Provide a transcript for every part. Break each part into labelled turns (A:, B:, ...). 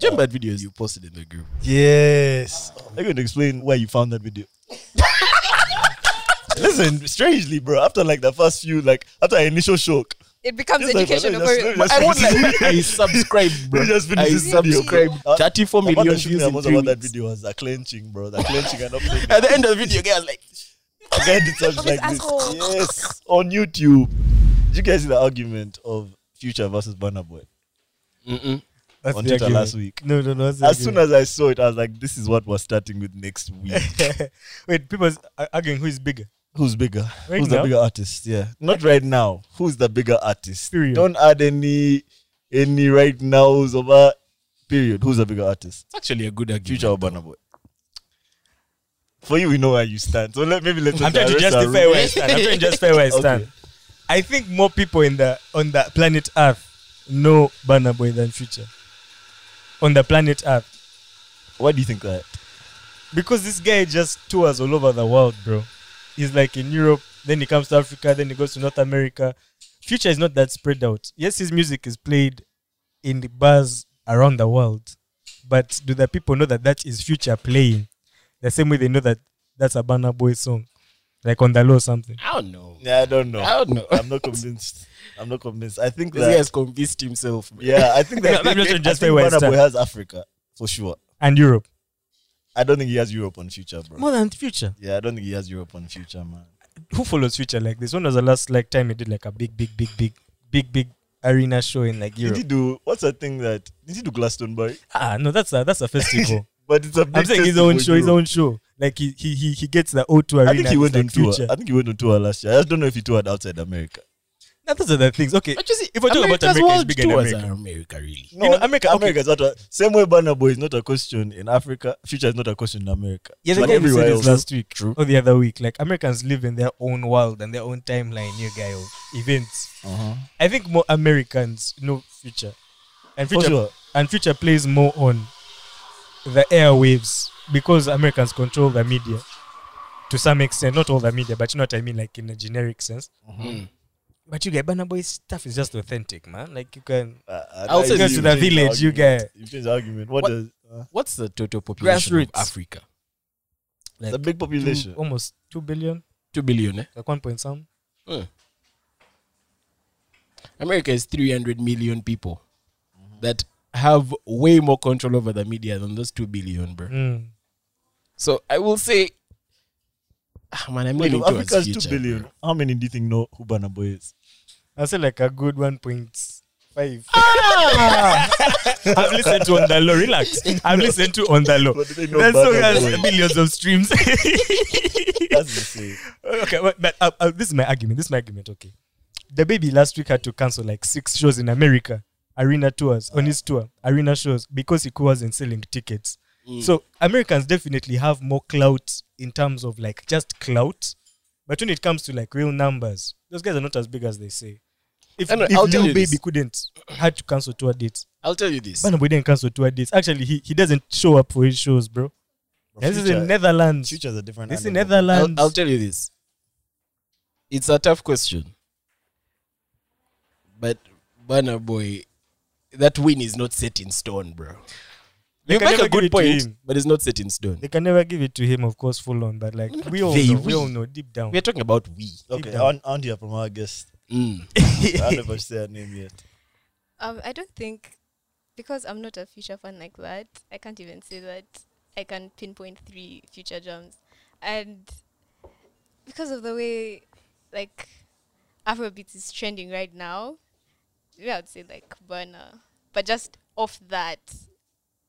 A: Jim bad videos. You posted in the group.
B: Yes. I'm going to explain why you found that video. Listen, strangely, bro, after like the first few, like after the initial shock,
C: It becomes
B: Just like,
C: education
B: brother, just-
C: over.
B: just-
C: I
A: I
C: won't-
A: won't like I subscribe, bro.
B: Just finish
A: I
B: this video.
A: subscribe.
B: Uh,
A: Thirty-four
B: What
A: million
B: that shook me
A: views
B: the
A: in
B: most
A: three
B: about that
A: weeks.
B: video was the clenching, bro. The clenching and uploading.
A: At the end of the video, guys, like
B: The guy did something
C: His
B: like this.
C: asshole.
B: Yes, on YouTube. Did you guys see the argument of Future versus Burna Boy
A: Mm-mm.
D: That's
B: on
D: the
B: Twitter
D: argument.
B: last week?
D: No, no, no. That's the
B: As soon
D: argument.
B: as I saw it, I was like, "This is what we're starting with next week."
D: wait, people are arguing who is bigger.
B: Who's bigger?
D: Right
B: Who's the
D: now?
B: bigger artist? Yeah, not right now. Who's the bigger artist?
D: Period.
B: Don't add any any right nows over. Period. Who's the bigger artist?
A: It's actually a good argument.
B: Future or Burna Boy? For you, we know where you stand. So let maybe let's.
D: I'm trying to
B: address our
D: justify
B: room.
D: where I stand. I'm trying to justify where I stand.
B: Okay.
D: I think more people in the on the planet Earth know Burna Boy than Future. On the planet Earth,
B: Why do you think that?
D: because this guy just tours all over the world, bro. He's like in Europe, then he comes to Africa, then he goes to North America. Future is not that spread out. Yes, his music is played in the bars around the world, but do the people know that that is Future playing? The same way they know that that's a Burna Boy song, like on the low something.
A: I don't know.
B: Yeah, I don't know.
A: I don't know.
B: I'm not convinced. I'm not convinced. I think
A: This guy
B: that.
A: has convinced himself. bro.
B: Yeah, I think that.
D: Let me
B: I
D: just
B: think
D: justify where I
B: Burna Boy
D: stand.
B: has Africa for sure.
D: And Europe
B: I don't think he has Europe on future, bro.
D: more than Future.
B: Yeah, I don't think he has Europe on future, man.
D: who follows Future like this? When was the last like time he did like a big, big, big, big, big, big arena show in like
B: Did
D: Europe?
B: he do what's that thing that did he do Glastonbury?
D: Ah, no, that's a that's a festival.
B: But it's a big
D: I'm saying his
B: festival
D: own
B: in
D: show, his
B: Europe.
D: own show. Like he he he, he gets the O2 arena.
B: I think he
D: it's
B: went
D: like
B: on tour.
D: Future.
B: I think he went on tour last year. I just don't know if he toured outside America.
D: Now, those are the things. Okay,
A: But you see,
D: If we're talking about
A: America's
D: America, it's
A: world
D: bigger than
A: tours
D: America.
A: are America, really.
B: No,
D: know, America- okay.
B: America is not a same way Burna Boy is not a question in Africa. Future is not a question in America.
D: yeah, the
B: but
D: guy who
B: everywhere
D: said
B: else.
D: this last week
A: True.
D: or the other week. Like Americans live in their own world and their own timeline. New guy of events.
B: Uh-huh.
D: I think more Americans know Future, and
B: For
D: Future
B: sure.
D: and Future plays more on the airwaves because Americans control the media to some extent. Not all the media, but you know what I mean, like in a generic sense.
A: Mm.
D: But you get Burna Boy's stuff is just authentic, man. Like you can
B: Uh,
A: I'll say
B: you
A: this
D: to the
B: change
D: village, you
B: argument.
D: get-
B: you change the argument. What,
A: What-
B: does uh,
A: What's the total population
D: Grassroots.
A: of Africa?
D: like
B: the big
D: two-
B: population?
D: almost two billion,
A: Two billion. Eh?
D: like one point some.
A: Mm. America is three hundred million people that have way more control over the media than those two billion, bro.
D: Mm.
A: So I will say, ah, man, I'm
B: Wait,
A: leaning
B: if
A: towards
B: Africa's
A: future.
B: two billion. How many do you think know who Burna Boy is?
D: I say like a good one point five. Ah! I've listened to on the low. Relax. I've listened to on the low.
B: But they know
D: That
B: Burna
D: song has
B: Boy.
D: millions of streams.
B: That's insane.
D: okay, but, but uh, uh, this is my argument. This is my argument. Okay, the baby last week had to cancel like six shows in America, arena
A: Ah.
D: tours on his tour, arena shows because he wasn't selling tickets.
A: Mm.
D: So Americans definitely have more clout in terms of like just clout, but when it comes to like real numbers, those guys are not as big as they say. If,
A: Anyway,
D: if
A: I'll tell
D: Lil
A: you
D: Baby
A: this.
D: couldn't had to cancel tour dates,
A: I'll tell you this.
D: Burna Boy didn't cancel tour dates. Actually, he, he doesn't show up for his shows, bro. And this is in Netherlands.
B: Future's a different.
D: This is
B: animal.
A: I'll,
D: Netherlands.
A: I'll tell you this. It's a tough question. But Burner Boy, that win is not set in stone, bro.
D: They
A: You
D: can
A: make
D: never
A: a
D: give it
A: good
D: to
A: point,
D: him.
A: but it's not set in stone.
D: They can never give it to him, of course, full on. But like we all
A: They
D: know, we
A: will.
D: all know deep down.
A: We are talking about we.
B: Okay,
D: down.
B: Aunt, Auntie from our guest.
A: Mm.
B: I never say her name yet.
C: Um, I don't think because I'm not a future fan like that. I can't even say that I can pinpoint three future drums, and because of the way like Afrobeat is trending right now, yeah, I'd say like burner, but just off that,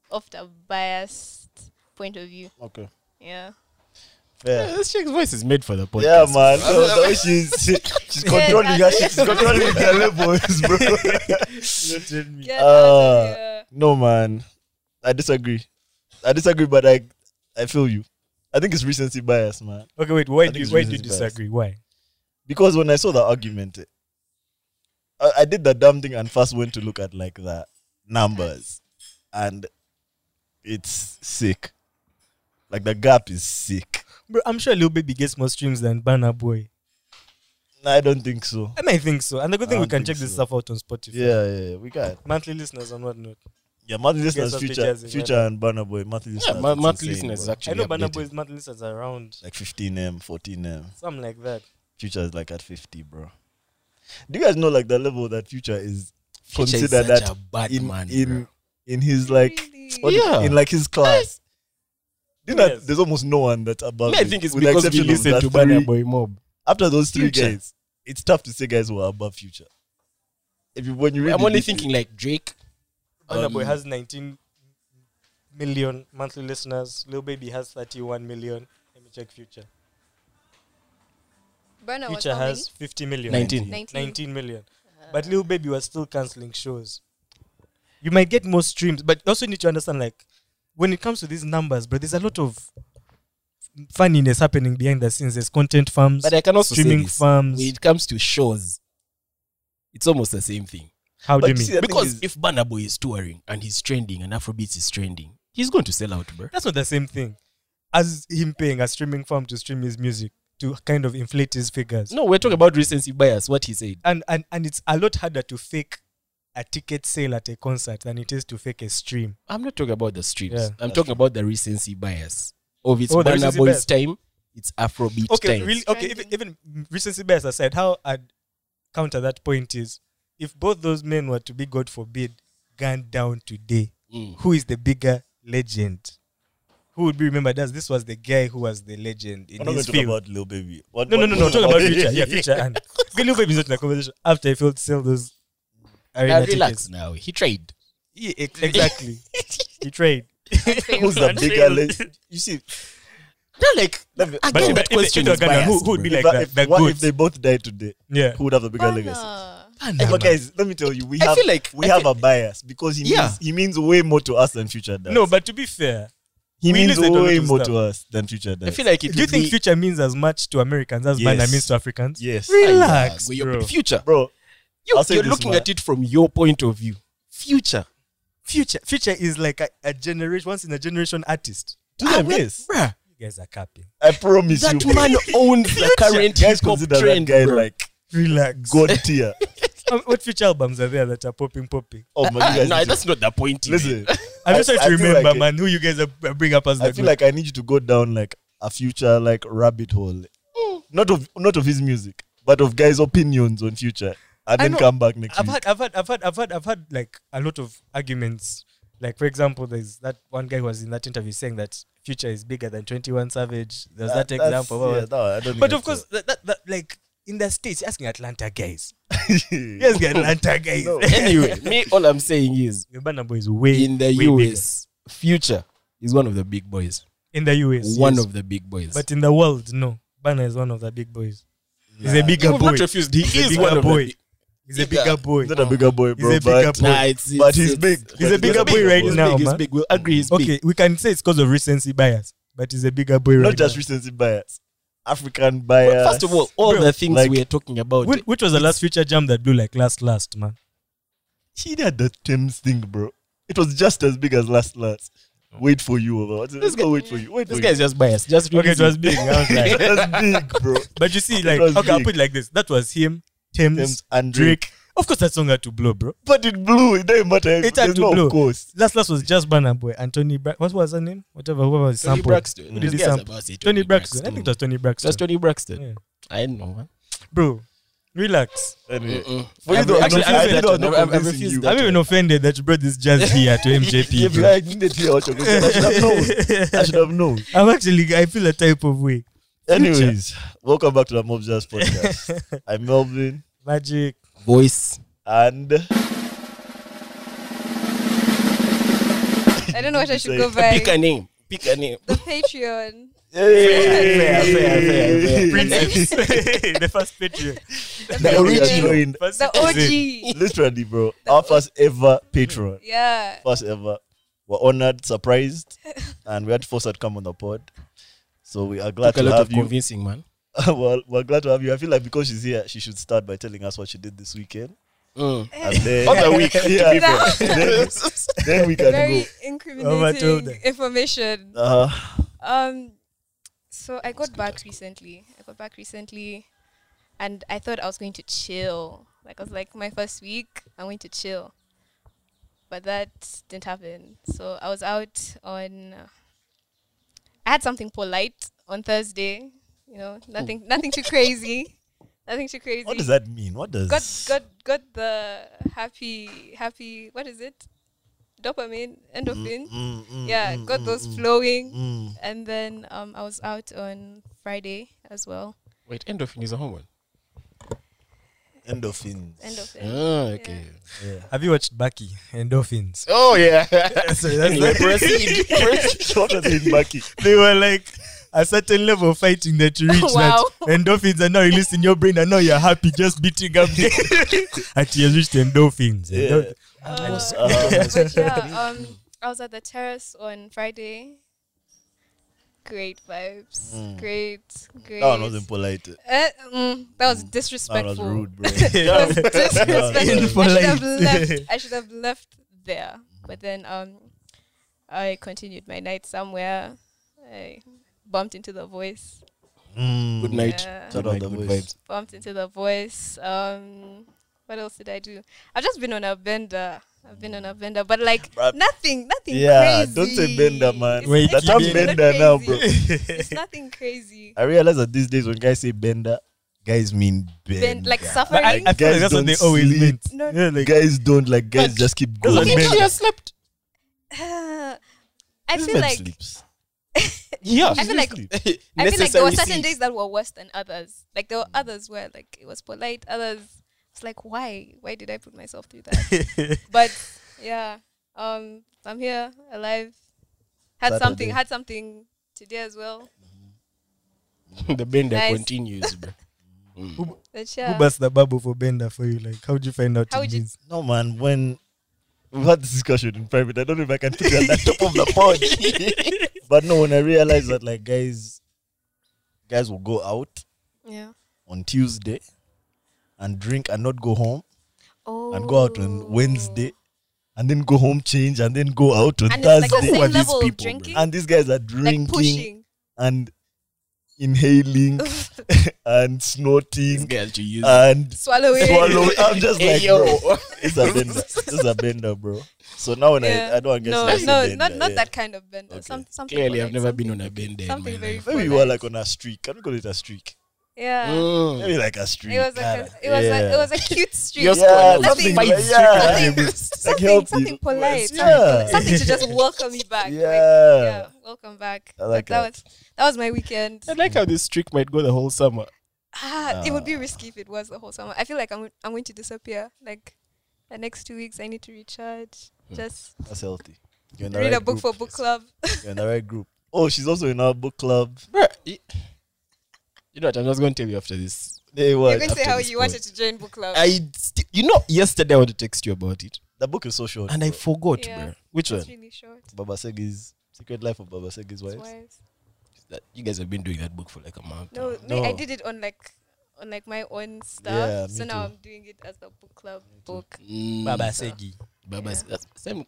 C: off the biased point of view.
B: Okay.
C: Yeah,
B: Yeah.
A: This chick's voice is made for the podcast.
B: Yeah, man. So, the way she's she, she's
C: Yeah,
B: controlling
C: that-
B: her. She's controlling her levels, bro.
C: yeah,
B: Uh,
C: Ah.
B: no, man. I disagree. I disagree, but I I feel you. I think it's recency bias, man.
D: okay, wait. Why
B: I
D: do
B: think
D: you,
B: it's
D: why do you
B: reasons biased.
D: disagree? Why?
B: Because when I saw the argument, eh, I, I did the damn thing and first went to look at like the numbers, and it's sick. Like the gap is sick.
D: Bro, I'm sure Lil Baby gets more streams than Burna Boy.
B: No, I don't think so.
D: I might think so. And the good
B: I
D: thing we
B: don't
D: can
B: think
D: check this
B: so.
D: stuff out on Spotify.
B: Yeah, yeah, yeah, we got.
D: Monthly listeners and whatnot.
B: Yeah, monthly listeners,
D: what
B: future,
D: features is
B: future
D: better.
B: and Burner Boy. Monthly listeners.
A: Yeah, my,
B: it's
A: monthly
B: insane,
A: listeners is
B: bro.
A: actually.
D: I know Burna
A: updating.
D: Boy's monthly listeners are around,
B: Like 15M, 14M.
D: something like that.
B: Future is like at 50, bro. Do you guys know like the level that Future is
A: Future is
B: considered
A: such
B: that
A: a bad
B: in
A: man,
B: in
A: bro.
B: in his like
C: Really?
A: what- Yeah.
B: in like his class? Do you know
D: Yes.
B: there's almost no one that's above.
A: Me, I
B: him,
A: think it's
B: with the
A: because we
B: exception of
A: listen to
B: the three-
A: Burna Boy Mob.
B: After those three
A: Future.
B: guys, it's tough to say guys who are above Future. If you, when you really
A: I'm only
B: look-
A: thinking like Drake.
D: Burna Boy
A: Um,
D: has 19 million monthly listeners. Lil Baby has 31 million. Let me check Future.
C: Burner was
D: Future
C: how
D: has 50 million.
A: 19.
C: 19.
D: 19 million. But Lil Baby was still cancelling shows. You might get more streams, but also need to understand like when it comes to these numbers, but there's a lot of funniness happening behind the scenes. There's content farms,
A: But I can also
D: streaming
A: say this.
D: farms.
A: When it comes to shows, it's almost the same thing.
D: How
B: But
D: do you
B: you
D: mean?
B: see, I think
A: Because
B: it's-
A: if Burna Boy is touring and he's trending and Afrobeats is trending, he's going to sell out, bro.
D: That's not the same thing as him paying a streaming firm to stream his music to kind of inflate his figures.
A: No, we're talking about recency bias, what he said.
D: And, and and it's a lot harder to fake a ticket sale at a concert than it is to fake a stream.
A: I'm not talking about the streams.
D: Yeah.
A: I'm
B: That's
A: talking
B: true.
A: about the recency bias. Of it's
D: Oh, the
A: Burna
D: recency
A: Boy's
D: bias.
A: time, it's Afrobeat
D: okay,
A: time.
D: really, okay. Even, even recency bias aside, how I'd counter that point is, if both those men were to be, God forbid, gunned down today,
A: Mm.
D: who is the bigger legend? Who would be remembered as this was the guy who was the legend in
B: We're not going
D: his
B: to talk
D: field?
B: about Lil Baby. What,
D: no, no,
B: what-
D: no, no. Talk about
B: Yeah,
D: future, yeah,
B: yeah.
D: future. And Lil Baby's not in the conversation. After I failed to sell those arena
A: Now, relax
D: tickets.
A: now. He tried.
D: Yeah, ex- exactly. he tried.
B: Who's the bigger? le- You see,
A: No, like,
B: let me-
A: again,
D: But if-
A: that
D: if- if
A: question
D: you're
A: is
D: gonna-
A: biased.
D: who- who would
A: bro.
D: be
B: if,
D: like
B: I-
D: that,
B: if,
D: that
B: what
D: goods.
B: if they both die today?
D: Yeah. Ah,
B: Who would have the bigger legacy?
C: Burner.
A: Burna,
B: Hey, but
A: man.
B: guys, let me tell you, we
A: I
B: have
A: feel like-
B: we
A: I
B: have
A: feel-
B: a bias because he
A: Yeah.
B: means he means way more to us than Future does.
D: No, but to be fair,
B: he
D: we
B: means
D: listen to a lot
B: way
D: of
B: more
D: stuff.
B: to us than Future does.
A: I feel like it
D: do you
A: would
D: think
A: be-
D: future means as much to Americans as
B: Yes.
D: Bana means to Africans?
B: yes,
D: Relax,
A: Yeah, your
D: bro.
A: future.
B: bro.
A: You,
B: I'll say
A: you're
B: this,
A: looking
B: man.
A: at it from your point of view. Future.
D: Future, future is like a, a generation, once in a generation artist.
B: Do them
A: Ah,
B: this.
A: bruh,
D: You guys are capping.
B: I promise
A: That
B: you.
A: man owns the current hip
B: guys
A: hop
B: consider
A: trend,
B: that guy
A: bro.
B: like
D: Relax.
B: God tier.
D: Um, what future albums are there that are popping, popping?
B: Oh man,
A: Ah,
B: you guys
A: no,
B: need to-
A: that's not the point. even.
B: listen.
D: I'm just
B: I-
D: trying
B: I feel
D: to remember,
B: like it-
D: man, who you guys are b- bring up as
B: I
D: the
B: feel
D: good-
B: like I need you to go down like a future like rabbit hole.
A: Mm.
B: Not of not of his music, but of guys' opinions on future. And
D: I
B: then
D: know.
B: come back next
D: I've
B: week.
D: had, I've had, I've had, I've had, I've had like a lot of arguments. Like for example, there's that one guy who was in that interview saying that future is bigger than 21 Savage. There's that,
B: That's-
D: example. blah, blah,
B: yeah,
D: blah.
B: no, I don't think
D: but
B: that's
D: of course, that, that, that, like in the states, you're asking Atlanta guys.
B: it.
D: Yes, the Atlanta guys.
B: No.
A: anyway, me all I'm saying is
D: The Burna Boy is way
A: in the
D: way bigger.
A: US, Future is one of the big boys.
D: In the US,
A: One
D: yes.
A: of the big boys.
D: But in the world, no. Burner is one of the big boys. He's a
B: Nah.
D: bigger boy.
A: refused. He
D: He's a bigger boy. He's a
A: bigger-
D: bigger boy.
B: He's not a bigger boy, bro.
D: a bigger
B: but
D: boy.
A: Nah, it's,
B: But
A: it's-
B: he's
A: it's-
B: big.
D: He's a
A: but
D: bigger boy right
A: he's
D: now,
A: big, He's
D: man.
A: big. We'll agree he's big.
D: Okay, we can say it's because of recency bias, but he's a bigger boy right
B: not just
D: now.
B: recency bias, African bias.
A: But first of all, all
D: Bro,
A: the things
B: like-
A: we are talking about.
D: Which, which was the last future jam that blew like last last man?
B: he did the Thames thing, bro. It was just as big as last last. Wait for you, bro. Let's
A: This
B: go
A: guy-
B: wait for you. Wait
A: this
B: for
A: guy is just biased. Just
D: Okay, it
A: release
D: was big. I was
B: you.
D: like,
B: That's big, bro.
D: but you see, like,
B: was
D: okay, I'll
B: big.
D: put it like this: that was him, Thames,
B: Thames and
D: Drake.
B: Drake.
D: Of course, that song had to blow, bro.
B: But it blew. It doesn't matter.
D: It had
B: There's
D: to
B: no
D: blow.
B: Of course.
D: Last last was just Burner Boy and Tony. Bra- what was her name? Whatever, whoever was
A: Tony
D: sampled.
A: Braxton.
D: Who
A: This
D: did he
A: guy's
D: sample?
A: about to say
D: Tony Braxton. I think it was Tony Braxton.
A: That's Tony Braxton.
D: Yeah.
A: I don't know, man.
D: Bro, relax.
B: Anyway.
A: For
B: you though, I'm
A: actually,
B: not- I
A: I,
B: don't know
A: I, I
B: convincing
A: refuse
B: you.
A: that.
D: I'm even offended that you brought this jazz here to
B: Yeah,
D: MJP.
B: but
D: bro.
B: I didn't hear what you're going to say. I should have known. I should have known.
D: I'm actually, I feel a type of way.
B: Anyways, welcome back to the Mob Jazz podcast. I'm Melvin
D: Magic.
A: Voice.
B: and
C: I don't know what I should go
B: Say-
C: by.
A: Pick a name. Pick a name.
C: The Patreon.
A: fair, fair, fair.
D: Princess. the first patriot.
C: The
B: The
A: original.
C: Patreon.
B: original.
D: First
C: The
D: citizen.
C: OG.
B: Literally, bro. Our first ever patron.
C: Yeah.
B: First ever. We're honored, surprised, and we had Fawcett come on the pod. So we are glad
A: Took a
B: to
A: lot of
B: have you.
A: convincing, man.
B: well, we're glad to have you. I feel like because she's here, she should start by telling us what she did this weekend.
A: Mm.
B: And then,
A: Other week, to
B: Yeah.
A: be
C: That
B: then, then we can
C: very
B: go.
D: Overtold.
C: incriminating information.
B: Uh,
C: Um, so I got back recently. I got back recently, and I thought I was going to chill. Like I was like, my first week, I'm going to chill. but that didn't happen. So I was out on. I had something polite on Thursday. You know, nothing, nothing too crazy, nothing too crazy.
B: What does that mean? What does
C: Got got got the happy happy. What is it? Dopamine, endorphin.
B: Mm, mm,
C: yeah,
B: mm,
C: got
B: mm,
C: those
B: mm,
C: flowing.
B: mm.
C: And then um, I was out on Friday as well.
A: Wait, endorphin is a hormone.
B: Endorphins.
C: Endorphin.
A: Ah, okay.
B: Yeah.
D: Have you watched Bucky Endorphins?
A: Oh yeah.
D: Sorry, that's
A: Anyway,
D: not-
A: proceed.
B: what was it, Bucky?
D: they were like a certain level of fighting that you reach
C: Wow.
D: that endorphins are now released in your brain and now you're happy just beating up at you have reached endorphins.
B: Yeah.
C: Uh,
D: Endorph-
B: Uh,
C: but yeah, um, I was at the terrace on Friday. Great vibes.
B: Mm.
C: Great, great.
B: that one wasn't polite.
C: Eh, mm, that was
B: That
C: disrespectful.
B: was rude, bro.
C: That was disrespectful. I should have
D: Impolite.
C: left. I should have left there. But then um, I continued my night somewhere. I bumped into the voice.
B: Mm.
A: Good night.
C: Yeah.
B: Shout
A: Good
B: out
A: night,
B: the
A: good
B: voice.
C: bumped into the voice. Um, what else did I do? I've just been on a bender. I've been on a bender, but like
B: Bruh.
C: nothing, nothing.
B: Yeah,
C: crazy.
B: don't say bender, man.
C: It's
D: Wait,
C: not-
D: that term
C: it's not
B: bender now,
C: crazy.
B: bro.
C: it's nothing crazy.
B: I realize that these days when guys say bender, guys mean bender.
C: Bend, like
D: But
C: suffering.
D: I, I feel
B: Guys
D: like that's
B: don't
D: what they always
B: sleep.
D: meant.
C: No.
D: Yeah, like,
B: guys don't like guys just keep
A: Does
B: going.
A: it mean she has slept?
C: Uh, I
B: This
C: feel
B: man
C: like
B: sleeps.
A: Yeah.
C: I feel like I feel like there were certain days that were worse than others. Like there were others where like it was polite, others it's like why? Why did I put myself through that? but yeah, um, I'm here alive. Had
B: Saturday.
C: something, had something today as well.
A: the bender
C: Nice.
A: continues, bro.
C: But
D: who
C: yeah,
D: burst the bubble for Bender for you? Like, how would you find out?
C: How
D: it
C: would you-
D: means?
B: No man, when we had this discussion in private, I don't know if I can put it at the top of the pod. but no, when I realized that like guys guys will go out
C: yeah.
B: on Tuesday and drink and not go home
C: Oh,
B: and go out on Wednesday and then go home change and then go out on
C: And it's
B: Thursday.
C: like the
B: Who are
C: same
B: these
C: level of
B: people?
C: drinking,
B: and these guys are
C: like
B: drinking
C: pushing.
B: and inhaling and snorting
A: girl to use.
B: and
C: Swallowing.
B: swallowing. I'm just
A: Hey,
B: Uh, like,
A: yo.
B: bro, it's a bender. It's a bender, bro. So now when
C: Yeah.
B: I, I don't guess
C: no,
B: that's a
C: no,
B: bender,
C: not not
B: yeah.
C: that kind of bender.
B: Okay.
C: Some, something
A: Clearly, I've
C: polite,
A: never been
C: something-
A: on a bender in my
C: something very
A: life.
B: Maybe you were like on a streak. Can we call it a streak?
C: Yeah,
A: Mm.
B: Maybe like a streak.
C: it was like a,
B: kinda.
C: it was
B: yeah.
C: like it was a cute street.
A: Your
B: Yeah,
A: squad was
B: something
A: five
B: like-
A: streak
B: yeah.
A: and they missed.
B: Like
C: something,
B: help
C: something
B: you.
C: polite,
B: Yeah.
C: something to just welcome you back. Like,
B: Yeah.
C: yeah, welcome back.
B: I like
C: But that.
B: that.
C: was that was my weekend.
A: I like how this streak might go the whole summer.
C: Ah, it would be risky if it was the whole summer. I feel like I'm go- I'm going to disappear. Like the next two weeks, I need to recharge. Just
B: That's healthy. You're Hmm. in the
C: read
B: right
C: a book
B: group.
C: for book club.
B: You're in the right group. Oh, she's also in our book club.
A: Bro, you know what? I'm just going to tell you after this.
B: They were
C: You're going to say
B: after
C: how
B: this
C: you
B: pod.
C: wanted to join book club.
A: I, st- you know, yesterday I wanted to text you about it,
B: The book is so short.
A: and I forgot,
C: Yeah.
A: bro. Which one?
C: It's really short.
B: Baba Segi's Secret Life of Baba Segi's
C: It's
B: Wives.
C: wise.
A: That- You guys have been doing that book for like a month.
C: No,
A: now.
C: no, I
B: Oh, No.
C: did it on like on like my own stuff.
B: Yeah, me
C: so now
B: too.
C: I'm doing it as the book club book.
A: Mm.
D: Baba Segi.
A: Baba,
C: Yeah.
A: Se- that's same.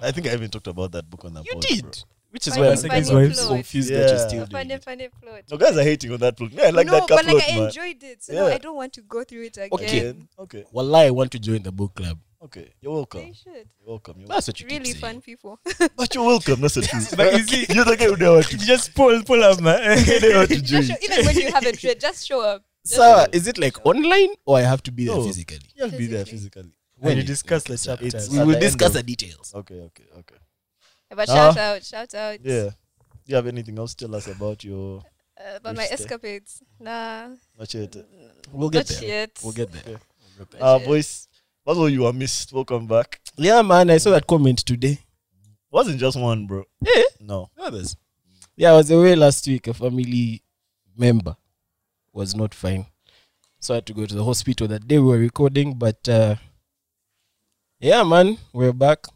B: I think I even talked about that book on the
A: You
B: pod,
A: did,
B: bro.
A: which is
C: But
A: why I'm
D: you- but
A: I'm
D: you
A: confused
C: flowed.
A: that you're
B: Yeah.
A: still doing
C: Funny,
A: it.
C: funny float.
B: No, guys are hating on that plot. Yeah, I like
C: no,
B: that
C: but
B: cup
C: like
B: plot,
C: I
B: man.
C: enjoyed it. So now
B: Yeah.
C: I don't want to go through it again.
A: Okay.
B: Again? Okay.
A: Wallah, I want to join the book club.
B: Okay. You're welcome.
C: They should.
B: You're welcome. You're
A: That's what you keep
C: Really
A: saying.
C: fun people.
B: welcome. But you're welcome. That's the truth.
D: But you see-
B: you're the guy who never
D: You
B: to
D: just pull, pull up, man.
B: never to
C: Just
B: drink.
C: show, even when you haven't read, just show up.
A: So, is it like online or I have to be there
B: No.
A: physically?
B: You have to be there
C: Physically.
B: physically.
D: when you
A: Really?
D: discuss the
A: It's- uh,
D: chapters.
A: We
B: At
A: will
B: the end
A: discuss
B: of-
A: the details.
B: Okay. Okay. Okay.
C: But
B: Huh?
C: shout out, shout out.
B: Yeah. Do you have anything else to tell us about your?
C: Uh, but my
B: Which day?
C: escapades. Nah,
B: Not yet.
A: We'll get
C: not
A: there.
C: yet.
A: We'll get there.
B: Okay.
A: We'll get there.
B: Uh,
C: yet.
B: boys, that's all you are missed. Welcome back.
A: Yeah, man, I saw that comment today.
B: Wasn't just one, bro.
A: Yeah.
B: No.
A: Others. Yeah, I was away last week. A family member was not fine. So I had to go to the hospital that day we were recording. But uh, yeah, man, we're back.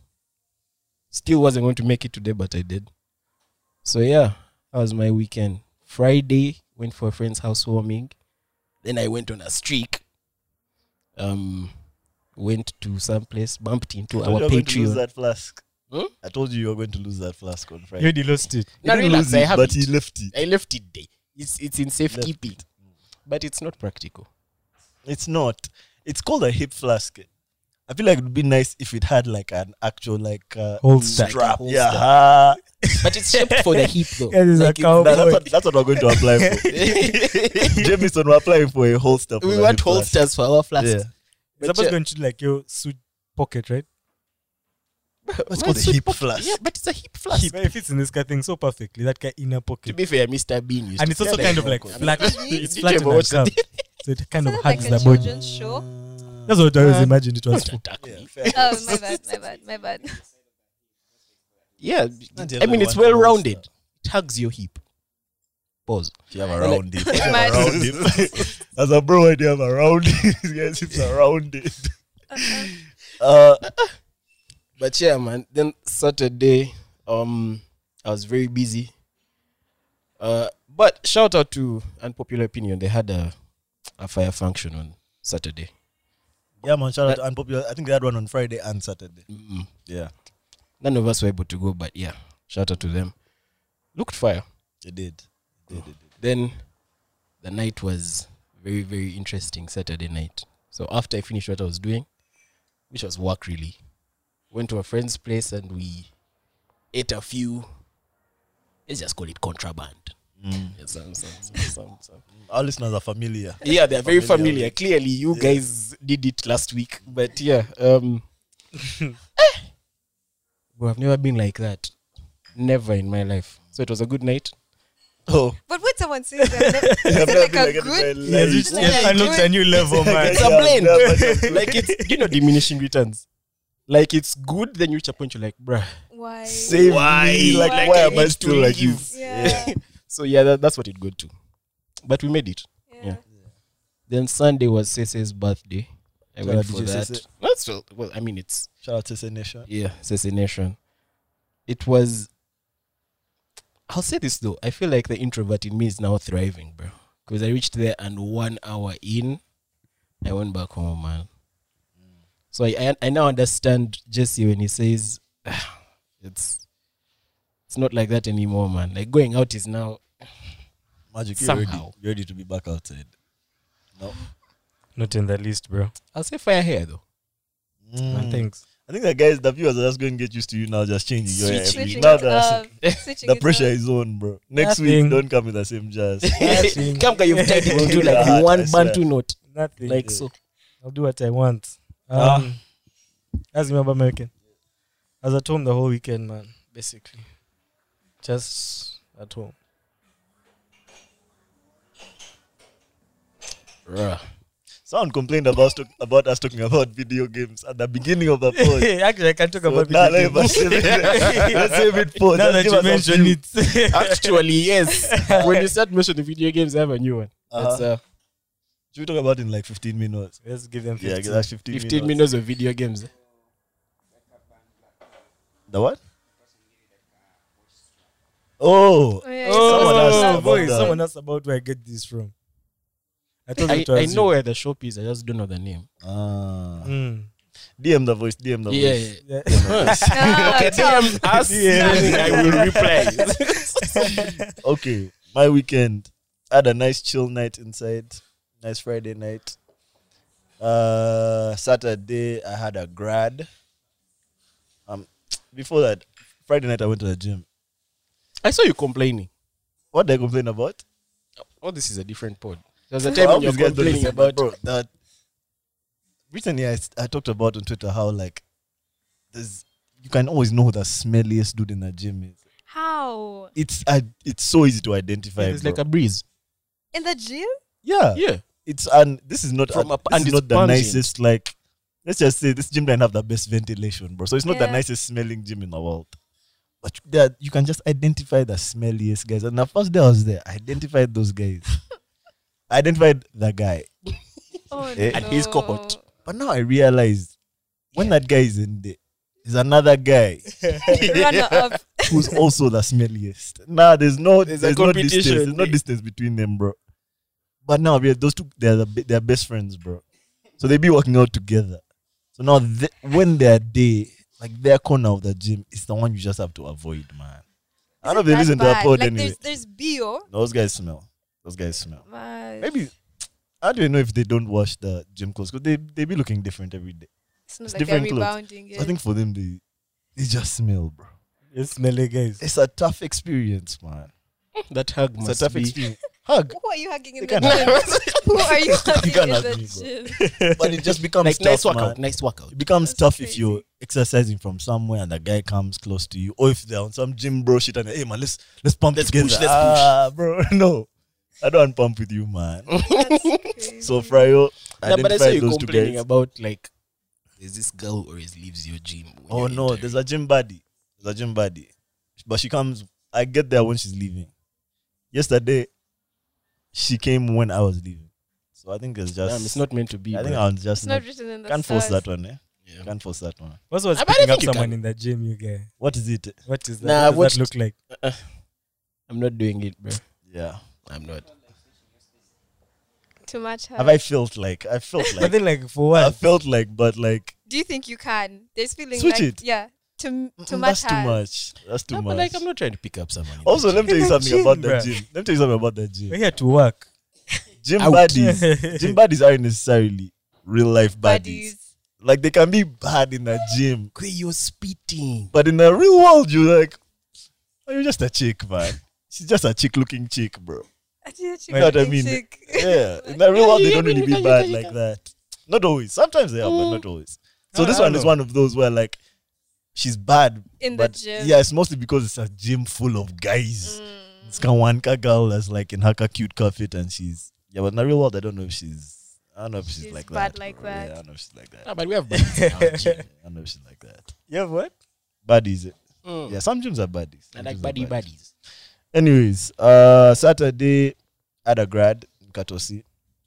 A: Still wasn't going to make it today, but I did. So yeah, that was my weekend. Friday, went for a friend's housewarming. Then I went on a streak. Um, went to some place, bumped into
B: I told
A: our
B: you were going to lose
A: Patreon.
B: that flask.
A: Hmm?
B: I told you you were going to lose that flask on
D: You
B: Friday.
D: already lost it.
B: He
A: No,
B: didn't
A: relax,
B: lose
A: I
B: it,
A: have
B: but
A: it.
B: he left it.
A: I left it there. It's it's in safekeeping, but it's not practical.
B: It's not. It's called a hip flask. I feel like it'd be nice if it had like an actual like uh,
D: Holster.
B: strap.
A: Holster.
B: Yeah, ha.
A: But it's shaped for the hip though.
D: Yeah, this is a
A: Like, if-
D: cowboy.
B: That- that's, what, that's what we're going to apply for. Jamison, we're applying for a holster. For
A: we
B: the
A: want
B: hip flask.
A: holsters for our flasks.
B: Yeah.
D: It's
A: But uh,
D: supposed
A: yeah.
D: to go into like your suit pocket, right?
B: What's
A: Mine's
B: called a
A: so
B: hip
A: pop-
B: flask?
A: Yeah, but it's a hip flask.
D: Hip. It fits in this guy thing so perfectly. That guy inner
A: To
D: pocket.
A: be fair, Mr. Bean used
D: And
A: to
D: it's also
A: play
D: kind
A: that
D: of like
A: one.
D: flat.
A: You
D: it's flat
A: ever
D: in
A: watched
D: the
A: that?
D: So it kind of
C: Isn't that
D: hugs
C: like
D: the
C: a
D: body.
C: children's show?
D: That's what I always
A: Uh,
D: imagined it was
A: Don't
D: for.
A: attack
B: Yeah,
A: me.
B: fair.
C: Oh, my bad, my bad, my bad.
A: Yeah,
B: Not
A: I
B: yellow,
A: mean
B: you
A: it's
B: want a
A: well rounded.
B: holster.
A: It hugs your hip. Pause.
B: If you have a
A: Well,
B: round it, if you have a
C: Imagine.
B: round it. As a bro, you have a round it. Yes, it's a round it. Uh,
A: But yeah, man. Then Saturday, um, I was very busy. Uh, but shout out to unpopular opinion. They had a a fire function on Saturday.
B: yeah, man. Shout out to unpopular. I think they had one on Friday and Saturday.
A: Mm-mm.
B: Yeah,
A: None of us were able to go, but yeah, shout out to them. Looked fire.
B: they did. They did.
A: Then the night was very very interesting. Saturday night. So after I finished what I was doing, which was work really, went to a friend's place and we ate a few. Let's just call it contraband.
B: Mm.
A: Yeah, some, some, some, some, some.
B: Our listeners are familiar.
A: yeah they're very
B: Familiar
A: familiar.
B: with-
A: Clearly, you
B: Yeah.
A: guys did it last week, but yeah, um, eh, bro, I've never been like that, never in my life. So it was a good night.
B: Oh,
C: But when someone says that,
B: I've
C: is
B: never
C: it like
B: been
C: a
B: like that
C: good?
B: in my
D: Yes,
B: life.
D: it's-
C: Like,
D: yes, I looked a new level, man.
A: It's a
B: Yeah,
A: blend.
B: yeah, but it's-
A: like it's you know diminishing returns. Like it's good, then you reach a point you're like, bruh.
C: Why?
B: Save me. Like,
C: Why?
B: why
C: I
B: am I
A: need
B: still
A: to
B: like you?
A: leave.
C: Yeah.
A: So yeah, that, that's what it got to. But we made it.
C: yeah.
A: Then Sunday was Sese's birthday. I
B: Shout
A: went
B: out
A: for
B: DJ
A: that.
B: Sese.
A: That's well, well, I mean, it's
B: Shout out to Sene Nation.
A: yeah, assassination. It was. I'll say this though. I feel like the introvert in me is now thriving, bro. Because I reached there and one hour in, I went back home, man. So I, I, I now understand Jesse when he says, "Ah, it's it's not like that anymore, man. Like going out is now.
B: Magic, you ready?
A: Somehow.
B: You ready to be back outside? No.
D: Not in the list, bro.
A: I'll say fire hair though.
D: No, thanks.
B: I think that guys, the viewers are just going to get used to you now, just changing your hair. every
C: Switching
B: week. Now
C: it
B: that-
C: up. Switching
B: the
C: it
B: pressure
C: up.
B: is on, bro. Next
D: Nothing.
B: week, don't come with the same jazz.
D: Nothing.
A: Come, you've tied it into
B: Yeah, I
A: like one
B: swear.
A: bantu note,
D: Nothing.
A: like so.
D: I'll do what I want. Um,
B: Ah.
D: Ask me about my weekend. I was at home the whole weekend, man. Basically, just at home.
A: Bruh.
B: Someone complained about us talk- about us talking about video games at the beginning of the pod.
D: Actually, I can talk
B: So
D: about
B: now
D: video
B: let's
D: games.
B: save it. Let's save it for
D: now
B: just
D: that
B: give
D: you
B: us a
D: mention
B: few.
D: it.
A: Actually, yes. when you start mentioning video games, I have a new one. That's
B: Uh-huh.
A: uh,
B: Should we talk about it in like 15 minutes?
D: Let's give them
B: Yeah,
D: 15.
B: that's 15,
A: 15 minutes of video games.
B: The what? Oh,
C: Oh, yeah,
D: Oh,
B: Someone
D: someone
B: asked
D: else
B: about
D: about boy,
B: that.
D: someone asked about where I get this from. I told you
A: I,
D: to
A: I
D: ask
A: know
D: you.
A: where the shop is. I just don't know the name.
B: Ah.
D: Mm.
B: DM the voice. DM the
A: Yeah,
B: voice.
A: yeah.
D: Yeah.
C: Ah,
A: Okay,
C: Tom.
A: DM us.
D: Yeah.
A: and I will reply.
B: okay, my weekend. I had a nice chill night inside. Nice Friday night. Uh, Saturday I had a grad. Um, before that, Friday night I went to the gym.
A: I saw you complaining.
B: What did I complain about?
A: Oh, this is a different pod. There's a time when
B: I hope
A: you're
B: these guys don't
A: complaining
B: listen, but
A: about.
B: bro, that. Recently, I, s- I talked about on Twitter how like there's you can always know who the smelliest dude in the gym is.
C: How?
B: It's I, it's so easy to identify.
A: It's
B: bro.
A: like a breeze.
C: In the gym?
B: yeah,
A: Yeah.
B: it's and this is not
A: From
B: uh,
A: up-
B: this
A: and
B: is
A: it's
B: not the
A: pungent.
B: nicest like let's just say this gym doesn't have the best ventilation bro so it's not the
C: Yeah.
B: nicest smelling gym in the world but you- there you can just identify the smelliest guys and the first day i was there i identified those guys I identified the guy
C: Oh,
B: Eh,
A: and he's cohort.
B: but now i realized when that guy is in there is another guy
C: Runner up.
B: who's also the smelliest. Nah, there's no
A: There's
B: there's,
A: a
B: no distance.
A: competition.
B: There's no distance between them, bro. But now we are- those two they're the, be- they're best friends, bro. So they be working out together. So now the when they're there, like their corner of the gym is the one you just have to avoid, man. I don't know if they
C: That's
B: listen to
C: bad.
B: our pod
C: like
B: anyway.
C: There's, there's Bio.
B: Those guys smell. Those guys smell.
C: Man.
B: Maybe I don't even know if they don't wash the gym clothes because they they be looking different every day.
C: It's not
B: It's
C: like they're
B: different clothes.
C: rebounding.
B: I think for them, they they just smell, bro.
D: It's smelly guys.
B: It's a tough experience, man.
A: That hug
B: It's
A: must
B: a tough
A: be.
B: experience. Hug,
C: Who are you hugging in
B: They
C: the
B: can't
C: gym? Who are you hugging
B: can't
C: in
B: hug
C: the
B: me,
C: gym?
B: but it just becomes
A: Like
B: tough,
A: nice
B: man.
A: workout, nice workout.
B: It becomes
C: That's
B: tough if
C: crazy.
B: you're exercising from somewhere and a guy comes close to you, or if they're on some gym bro shit and hey man, let's let's pump
A: Let's
B: together.
A: push, let's
B: ah, bro, no, I don't want pump with you, man.
C: That's
B: so
C: crazy.
B: Fryo,
A: Nah, but I saw
B: identify
A: you
B: those two
A: complaining
B: guys.
A: about like, is this girl always leaves your gym? when
B: Oh
A: you're in
B: no,
A: there?
B: there's a gym buddy. There's a gym buddy, but she comes. I get there when she's leaving. Yesterday, she came when I was leaving. So I think it's just.
A: Damn, it's not meant to be.
B: I think
A: bro.
B: I was just
C: It's
B: not.
C: not written in the
B: Can't force
C: stars.
B: that one. Eh?
A: Yeah.
B: Can't force that one.
D: What's was
A: Ah, but I
D: picking up
A: think you
D: someone
A: can.
D: in the gym, you guys?
B: What is it?
D: What is that?
A: Nah,
D: what does
A: I've
D: that look like?
A: I'm not doing it, bro.
B: Yeah.
A: I'm not.
C: Too much hug.
B: Have I felt like I felt
D: but
B: like
D: then, like, for
B: I
D: what?
B: felt like, but like
C: Do you think you can? There's feeling
B: Switch
C: like
B: it.
C: yeah, too
B: mm,
C: too
B: that's
C: much hug.
B: too much. That's too
A: No,
B: much.
A: Ah, but like, I'm not trying to pick up someone. in the
B: also,
A: gym.
B: let me tell you
D: In the
B: something
D: gym,
B: about that
D: bruh.
B: gym. Let me tell you something about that
D: We're
B: gym.
D: here to work.
B: Gym
A: Out.
B: buddies. gym buddies aren't necessarily real life buddies.
C: Buddies.
B: Like they can be bad in a gym,
A: Kwe, you're spitting.
B: but in the real world, you're like, oh, you're just a chick, man. She's just a chick-looking chick, bro.
C: You
B: know what I mean? Yeah, in the real world, they don't really be bad like that. Not always. Sometimes they are, but
C: Mm.
B: not always. So
D: I-
B: this
D: I
B: one is
D: know.
B: one of those where like, she's bad
C: In the
B: but
C: gym. Mm.
B: Yeah, it's mostly because it's a gym full of guys. It's kind of one ka girl that's like in her ka cute outfit, and she's yeah. But in the real world, I don't know if she's. I don't know if she's,
C: She's
B: like
C: bad
B: that.
C: like
B: bro.
C: that.
B: Yeah, I don't know if she's like that.
A: Nah, Ah, but we have buddies in our gym.
B: I don't know if she's like that.
D: You have what?
B: Baddies. eh?
A: Mm.
B: Yeah, some gyms are baddies.
A: I
B: Some gyms
A: like
B: are
A: buddy
B: baddies.
A: buddies.
B: Anyways, uh, Saturday, had a grad in Katosi.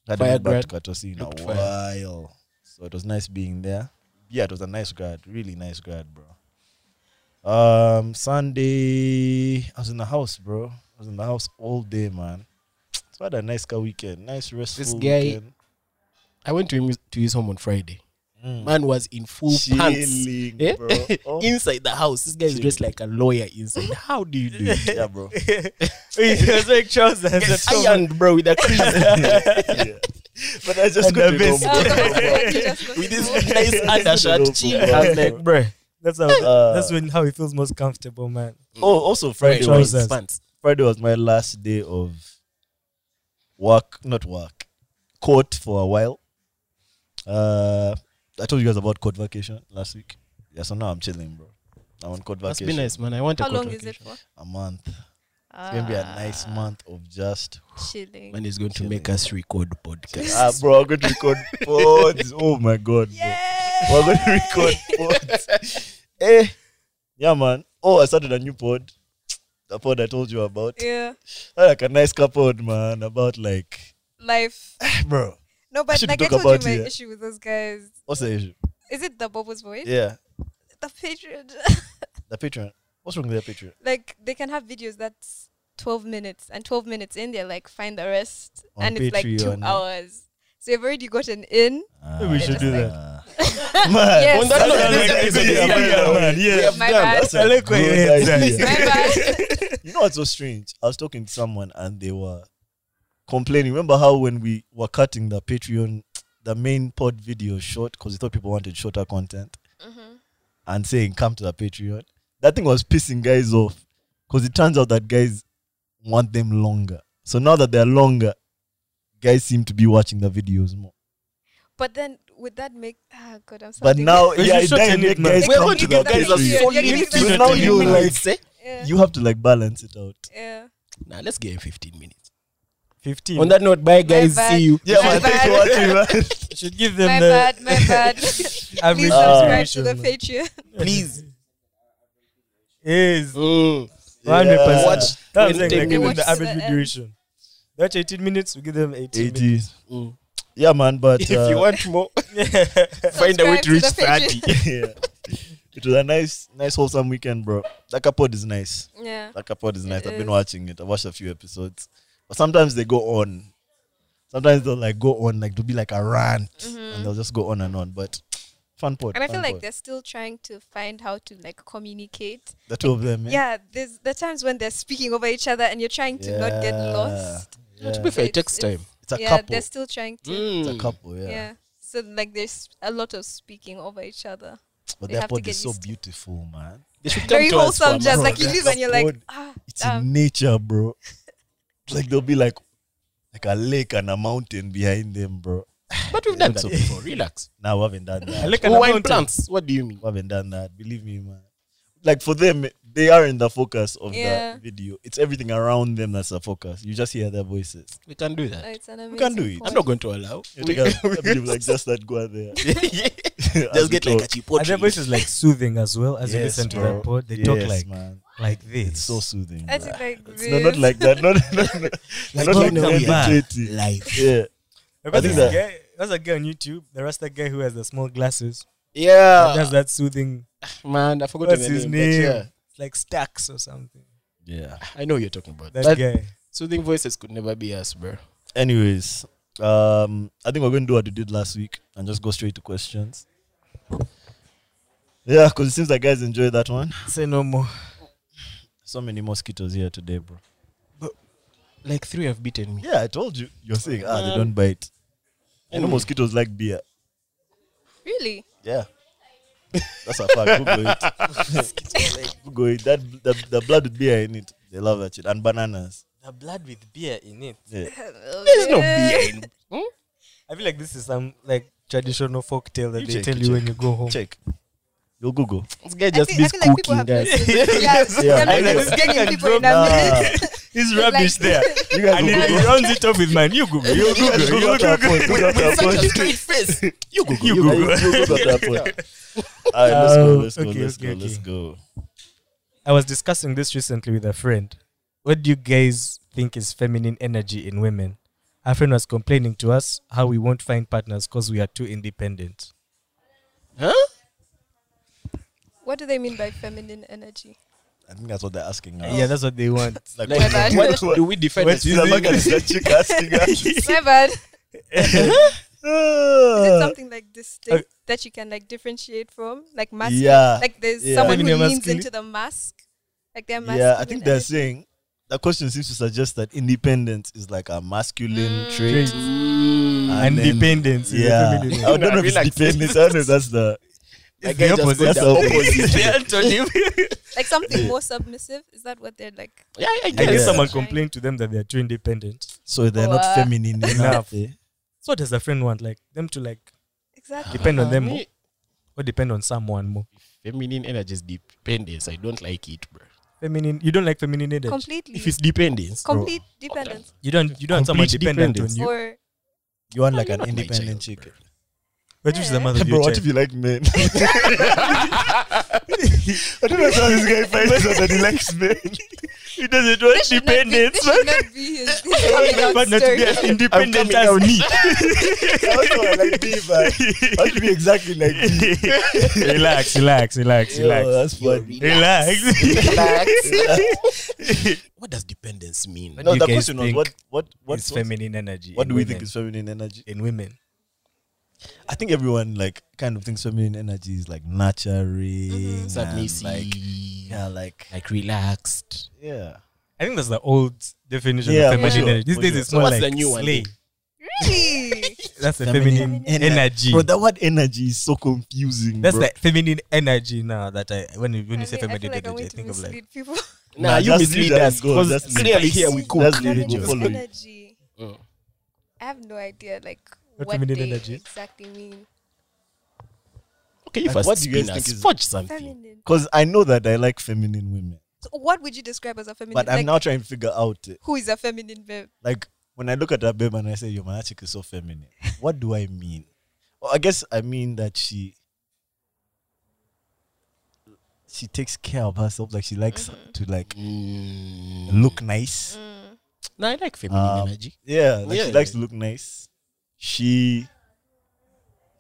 B: Hadn't
A: Fire
B: been back
A: grad.
B: to Katosi in
A: Looked
B: a
A: fire.
B: while. So it was nice being there. Yeah, it was a nice grad. Really nice grad, bro. Um, Sunday, I was in the house, bro. I was in the house all day, man. So I had a nice car weekend. Nice restful
A: guy-
B: weekend.
A: I went to him to his home on Friday.
B: Mm.
A: Man was in full pants.
B: Chilling,
A: Eh?
B: bro. Oh.
A: inside the house, this guy is dressed
B: Chilling.
A: like a lawyer inside. How do you do it?
B: yeah, bro.
D: It's like trousers.
A: Yes,
D: at all.
A: ironed, bro, with a crease.
B: Yeah. But I just
D: And the
B: couldn't
D: best.
B: go, bro.
A: with this nice undershirt. Chill. I was like, bro.
D: That's how.
B: Uh,
D: that's when how he feels most comfortable, man.
B: Oh, also Friday
D: Right.
B: was
D: Trousers.
A: Pants.
B: Friday was my last day of work, not work, court for a while. Uh, I told you guys about court vacation last week. Yeah, so now I'm chilling, bro. I'm on court
A: Must
B: vacation.
A: be nice, man. I want a
C: How
A: court
C: long is it
A: vacation.
C: for? Ah,
B: A month. It's gonna be a nice
A: Ah.
B: month of just.
C: Chilling.
A: Man is going to
B: Chilling.
A: make us record podcast.
B: Ah, bro, I'm going to record pods. Oh my god, bro. We're going to record pods. eh, yeah, man. Oh, I started a new pod. The pod I told you about.
C: Yeah,
B: I like a nice couple, man. About like,
C: life.
B: bro.
C: No,
B: I
C: but
B: should
C: like I
B: talk
C: told you,
B: about
C: my
B: it, yeah.
C: issue with those guys.
B: What's the issue?
C: Is it the Bubbles voice?
B: Yeah,
C: The Patreon.
B: the Patreon. What's wrong with their Patreon?
C: like they can have videos that's 12 minutes and 12 minutes in they're like find the rest
B: On
C: and it's like two
B: Patreon. eh?
C: hours so you've already gotten in
B: Ah,
D: Maybe we should do that.
A: Uh,
B: that. Man,
C: Yes. On that
B: that's
C: note,
B: a
C: let's
B: good
D: just-
B: idea,
D: yeah, yeah,
B: man. Yeah.
C: my bad
B: That's a
D: I like where your
B: good
D: head's at.
B: idea.
C: my bad
B: You know what's so strange? I was talking to someone and they were complaining. Remember how when we were cutting the Patreon, the main pod video short because we thought people wanted shorter content and saying come to the Patreon? That thing was pissing guys off because it turns out that guys want them longer. So now that they're longer, guys seem to be watching the videos more.
C: but then would that make ah god i'm sorry
B: But now,
D: We
B: yeah,
D: should
B: it
D: shorten
B: does
D: it,
B: make
D: man.
B: guys
A: We're
B: come
A: going
B: to
A: to
B: the
A: give guys a
B: Patreon.
C: Patreon.
A: solid
C: Yeah,
B: So
A: 15
B: now you like,
A: minutes. eh?
B: you have to like balance it out.
C: yeah
A: Nah, let's get him 15 minutes.
D: Fifteen.
A: On that note, bye, guys.
C: bad.
A: See you.
B: Yeah,
C: My
B: man, thanks for
C: bad.
B: watching, man.
D: You should give them
C: my
D: the
C: bad my bad please
D: average
C: subscribe to
D: duration,
C: the
D: man.
C: patreon
A: Please.
D: Yes,
A: Mm.
D: one hundred
B: Yeah.
D: percent.
A: Watch
D: That was like,
A: 20
D: like give them
C: minutes.
D: the average
C: Watch to the
D: duration. They watch eighteen minutes. We give them eighteen. 80.
B: 80.
A: Mm.
B: Yeah, man, but
A: If
B: uh,
A: you want more, find a way
C: Subscribe
A: to reach
C: the Patreon.
A: 30.
B: yeah. it was a nice, nice wholesome weekend, bro. That kapod is nice.
C: yeah
B: That kapod is nice.
C: It
B: I've been
C: is.
B: watching it. I watched a few episodes, but sometimes they go on. Sometimes they'll like go on, like to be like a rant, and they'll just go on and on. But fun pod.
C: Mm-hmm. and i
B: fun
C: feel like
B: pod.
C: they're still trying to find how to like communicate
B: the two of them. eh?
C: yeah there's the times when they're speaking over each other and you're trying to not get
B: Yeah.
C: lost
B: Yeah.
A: To be fair, it
C: It's-
A: takes
C: it's-
A: time.
B: It's a
C: yeah
B: couple.
A: Mm.
C: they're still trying to
B: It's a couple. Yeah.
C: yeah. So like there's a lot of speaking over each other.
B: But
C: They
B: their
C: have to
B: pod
C: get
B: is so
C: used to-
B: beautiful, man.
A: They should
C: Very
A: come to us for
C: wholesome,
A: a
C: just
A: month.
C: like you
B: That's
C: live and you're like,
B: odd.
C: ah,
B: It's
C: damn.
B: in nature, bro. It's like they'll be like like a lake and a mountain behind them, bro.
A: But we've done
B: Look
A: that
B: at-
A: before. Relax.
B: Now we haven't done that.
D: Look at
A: Oh,
D: the
A: wine
D: mountain.
A: plants. What do you mean?
B: we haven't done that. Believe me, man. Like for them, they are in the focus of
C: Yeah.
B: the video. It's everything around them that's the focus. You just hear their voices.
A: We can do that.
C: Oh, it's an
B: We can do
C: amazing
B: it.
A: I'm
C: point.
A: not going to allow.
B: You take a, a bit of like just that go out there.
A: Just get like a
D: And their voice
A: chipotle.
D: is like soothing as well as you
B: Yes,
D: listen to
B: bro.
D: that pod. They talk like
B: man.
D: like this.
B: It's so soothing.
C: I
B: bro.
C: think like
B: It's
C: this.
B: no, not like that. Not, not, not,
A: Like,
B: not
A: you
B: like
A: know,
B: the
A: we are
B: NKT.
A: Life.
B: Yeah.
D: Because
B: I think
D: there's a
B: that-
D: guy, there's a guy on YouTube, the Rasta guy who has the small glasses. that
A: Yeah.
D: does that soothing.
A: Man, I forgot
D: What's
A: the
D: his
A: name. but
D: name?
A: yeah,
D: It's like stacks or something.
B: Yeah.
A: I know who you're talking about.
D: That
A: That
D: guy.
A: soothing voices could never be us, bro.
B: Anyways, um, I think we're going to do what we did last week and just go straight to questions. Yeah, because it seems like guys enjoyed that one.
D: Say no more.
B: So many mosquitoes here today, bro.
A: Like three have beaten me.
B: Yeah, I told you. You're saying, ah, they
A: Um,
B: don't bite. You know,
A: anyway.
B: mosquitoes like beer.
C: Really?
B: Yeah. That's a fact. Google it. Google it. That, the, the blood with beer in it. They love that shit. And bananas.
D: The blood with beer in it.
B: Yeah.
A: There's no
C: Okay.
A: beer in. Hmm?
D: I feel like this is some like traditional folk tale that
B: You
D: they
B: check,
D: tell
B: you
D: you when you go home.
B: Check. You'll Google.
A: This guy
C: I
A: just
C: think- I
A: beats
C: feel like
A: cooking,
C: people have
A: guys.
C: those- yeah,
B: Yeah,
C: them
B: I know.
C: people-
D: Getting
C: people in
D: dropped
C: America.
B: Nah.
D: It's
C: Like-
D: rubbish there.
B: You guys
D: And
B: will
D: he
B: Google.
D: rounds it up with mine. You Google. You
B: You guys
D: Google. You
B: Google at our
D: Google.
B: point. Google at our
A: Such a
B: point.
A: straight face. You Google. You
D: You
B: You
A: Google.
B: guys Google at our point. All right, let's go.
D: Um,
B: Let's go.
D: okay,
B: Let's
D: okay,
B: go.
D: okay.
B: Let's go.
D: I was discussing this recently with a friend. What do you guys think is feminine energy in women? Our friend was complaining to us how we won't find partners because we are too independent.
A: Huh?
C: What do they mean by feminine energy?
B: I think that's what they're asking us.
D: Yeah, that's what they want.
B: Like,
A: Like,
C: My bad.
A: what do we define
D: What
A: as
D: is
B: She's a
A: feminine?
D: it?
B: American, she's a chick asking us.
C: My bad. Is it
B: Ah.
C: something like distinct that you can like differentiate from, like masculine?
B: Yeah.
C: Like there's
B: Uh, Yeah.
C: someone who
D: Feminine
C: leans
D: masculine.
C: into the mask, like they're masculine. eh?
B: Yeah, I think they're
C: energy.
B: saying that question seems to suggest that independence is like a
C: Mm.
B: masculine trait.
D: Mm.
B: And then-
D: Independence. is a
B: Yeah.
D: feminine
B: I don't know
A: Nah,
B: if it's
A: relax.
B: dependence. I don't know if that's the.
A: That
D: the
A: guy just
D: opposite.
A: goes
B: That's
A: the
B: the
A: opposite.
D: The antonym.
C: like something more submissive. Is that what they're like?
A: Yeah, I
D: I
A: guess.
D: guess
B: Yeah.
D: someone complained to them that they're too independent.
B: So they're not
C: Wow.
B: feminine enough.
D: Enough.
B: eh?
D: So what does the friend want? Like them to like
C: Exactly.
D: depend on them
A: Uh, Me-
D: more or depend on someone more?
A: Feminine energy is dependence. I don't like it, bro.
D: Feminine. You don't like feminine energy.
C: Completely.
A: If it's dependence,
C: Complete dependence.
D: you don't. You don't want someone
A: Complete
D: dependent on
A: dependence.
D: you.
C: Or
B: You want
A: No,
B: like
A: you're
B: an
A: not my
B: independent
A: child,
B: chick.
D: But which is the
C: Yeah.
D: mother of your
B: Bro, what if
D: child?
B: you like men? I don't know how this guy finds out that he likes men.
D: He doesn't
C: this should not be- this should not be his his coming out
D: Partner to
C: story.
D: be as independent
A: coming
D: as
A: out.
D: me.
B: also, I like me, man. I want to be exactly like me.
D: relax, relax, relax,
B: Yo,
D: relax,
B: that's funny.
D: relax.
A: what does dependence mean?
D: What
B: No,
D: do you
B: the
D: guys
B: question was
D: think
B: what what what
D: It's feminine energy.
B: What
D: in
B: do we
D: women.
B: think is feminine energy?
D: in women?
B: I think everyone like kind of thinks feminine energy is like nurturing,
D: Mm-hmm.
B: and,
A: Submissive.
B: like
A: Like,
B: yeah, like
A: relaxed.
B: yeah.
D: I think that's the old definition
B: Yeah, for
D: of feminine
B: sure,
D: energy. These
B: for
D: days
B: sure.
D: it's
A: So
D: more
A: what's the
D: like
A: new one
D: slay.
A: then?
C: Really?
D: That's the
B: Feminine
D: feminine,
B: ener-
D: energy.
B: Bro, that word energy is so confusing.
D: That's
B: bro.
D: the feminine energy now that I when you, when you
C: I
D: say
C: mean, I
D: feminine
C: feel like I'm
D: energy, I
C: going to
D: think of like
C: mislead people.
A: Nah, you
B: just
A: mislead
B: leave that
A: us
B: go,
A: because
B: just leave
A: clearly
B: it.
A: here we cook.
B: That's
C: Feminine
B: religious. Follow it.
C: energy. I have no idea like what,
D: What Mm. feminine
C: they
D: energy?
C: exactly mean.
A: Okay, you
B: Like,
A: first
B: what
A: what
B: do you
A: spin
B: guys
A: us.
B: think is-
A: Forge something.
C: Feminine.
B: Because I know that I like feminine women,
C: So what would you describe as a feminine?
B: but I'm
C: like,
B: now trying to figure out eh,
C: who is a feminine babe?
B: like when I look at that babe and I say, "Yo, man, that chick is so feminine." what do I mean? Well, I guess I mean that she she takes care of herself. Like she likes
A: Mm-hmm.
B: to like
A: Mm.
B: look nice.
C: Mm.
A: Nah, I like feminine
B: Um,
A: energy.
B: Yeah, like she
A: Yeah.
B: likes to look nice. She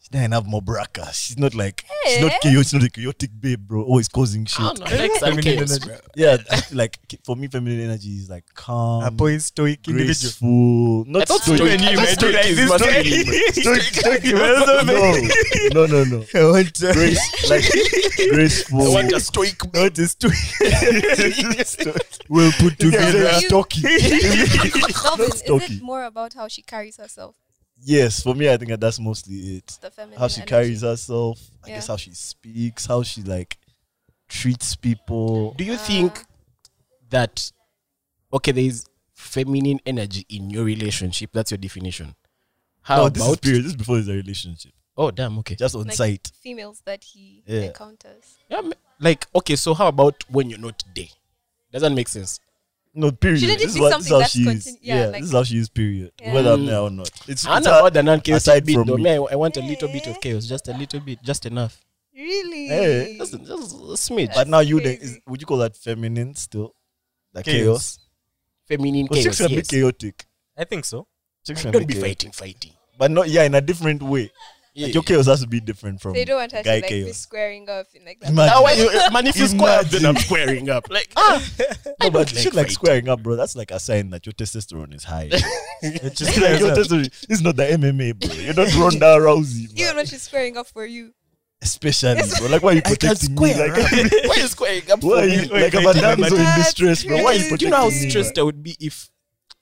B: she doesn't have more braca. She's not like she's not
C: Eh?
B: chaotic. She's not a chaotic babe, bro. Always causing
A: I don't
B: shit.
A: know. I like some
D: Feminine
A: chaos,
D: energy.
A: bro.
B: Yeah, like for me, feminine energy is like calm,
D: a poised stoic individual.
B: graceful.
A: I
B: Not
A: thought
B: stoic.
A: stoic- I thought stoic is masculine, bro.
B: Stoic- stoic- no, no, no, no.
D: I want to-
B: Grace, like graceful.
A: I want a stoic
D: what is stoic?
B: well put
D: together.
B: Stocky.
C: Melvin, is
B: Stocky.
C: it more about how she carries herself?
B: yes, for me, I think that that's mostly it.
C: the feminine
B: How she
C: energy.
B: carries herself, I
C: Yeah.
B: guess how she speaks, how she like treats people.
A: Do you
C: Uh,
A: think that okay, there is feminine energy in your relationship? That's your definition. How
B: no, Oh, this is
A: about
B: period. This is before the relationship.
A: oh damn okay
B: Just on
C: Like-
B: site.
C: females that he
B: Yeah.
C: encounters.
A: yeah, ma- like okay so how about when you're not there? Doesn't make sense.
B: No, period.
C: Shouldn't it
B: This is,
C: be
B: what, this is
C: something
B: how
C: that's
B: she is.
C: continu-
B: Yeah,
C: yeah,
B: this
C: like-
B: is how she is. Period.
C: Yeah.
B: Whether I'm
A: Mm.
B: there or not, it's,
A: I
B: it's
A: know
B: her-
A: about the non-chaos
B: aside
A: bit
B: from
A: though.
B: me.
A: Me, I, I want a little bit of chaos, just a little bit, just enough,
C: Really?
B: Hey.
A: just, just a smidge.
B: But now you then
C: crazy.
B: is, would you call that feminine still? Like chaos.
D: Chaos.
A: feminine
B: Because chicks
A: chaos.
B: can be
A: Yes.
B: chaotic.
D: I think so.
B: Chicks can
A: Don't be
B: chaotic.
A: fighting, fighting.
B: But not yeah, in a different way.
A: Yeah.
B: Like your chaos has to be different from
C: They don't want her to
B: guy
C: like be
B: chaos.
C: squaring off in like that.
B: Imagine.
A: Now, why you, man, if you square up, then I'm
B: Imagine.
A: squaring up. Like, ah, I
B: No,
A: don't
B: but
A: like
B: shit like
A: fighting.
B: squaring up, bro. That's like a sign that your testosterone is high.
D: It's just
B: It's like your testosterone. It's not the MMA, bro. You're not Ronda Rousey,
C: You
B: man.
C: know she's squaring off for you.
B: Especially, bro. Like, why are you
A: I can't
B: protecting me?
A: square.
B: Like,
A: Like, why are you squaring up?
B: why
A: for
B: are
A: me?
B: you like I'm
D: wait,
B: a damsel in
C: wait.
B: distress, bro? Why are you protecting me?
A: Do you know how
B: man?
A: stressed I would be if,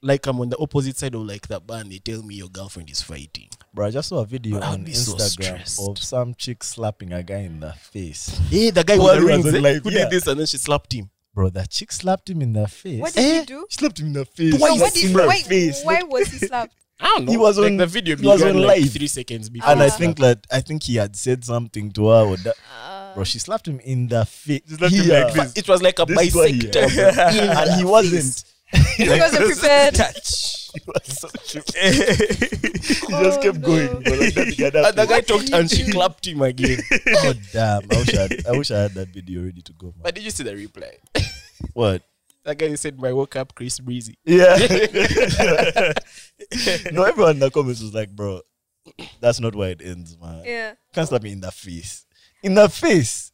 A: like, I'm on the opposite side of like that bar and they tell me your girlfriend is fighting?
B: Bro, I just saw a video
A: Bro, I would
B: on
A: be so
B: Instagram
A: stressed.
B: of some chick slapping a guy in the face.
A: Yeah, the guy
B: Well,
A: with
B: he
A: the rings
B: was
A: eh,
B: alive,
A: who
B: yeah.
A: did this and then she slapped him.
B: Bro, that chick slapped him in the face.
C: What did
A: Eh?
C: you do?
B: She slapped him in the face.
A: Why
C: Wait,
A: is
C: what
A: he
C: did,
A: in my
C: why,
B: face?
C: why was he slapped?
A: I don't know.
B: He was
A: like,
B: on-
A: the video.
B: he was
A: began,
B: on
A: like,
B: live.
A: three seconds before.
B: And I
A: he
C: Uh-huh.
B: think that I think he had said something to her. Or that.
C: Uh,
B: Bro, she slapped him in the face.
D: She slapped him like
A: slapped. It was like a
B: uh, This guy here.
A: bisector. in
B: and he
A: the
B: wasn't.
C: he wasn't prepared.
A: Touch.
B: He was so shook. He
C: Oh,
B: just kept
C: no.
B: going. Bro, like that guy, that
A: And the
B: face.
A: guy talked and she clapped him again.
B: Oh damn! I wish I, had, I wish I had that video ready to go. Man.
A: But did you see the reply?
B: What?
A: That guy said, "My woke up, Chris Breezy."
B: Yeah. no, everyone in the comments was like, "Bro, that's not where it ends, man.
C: yeah.
B: Can't slap me in the face, in the face,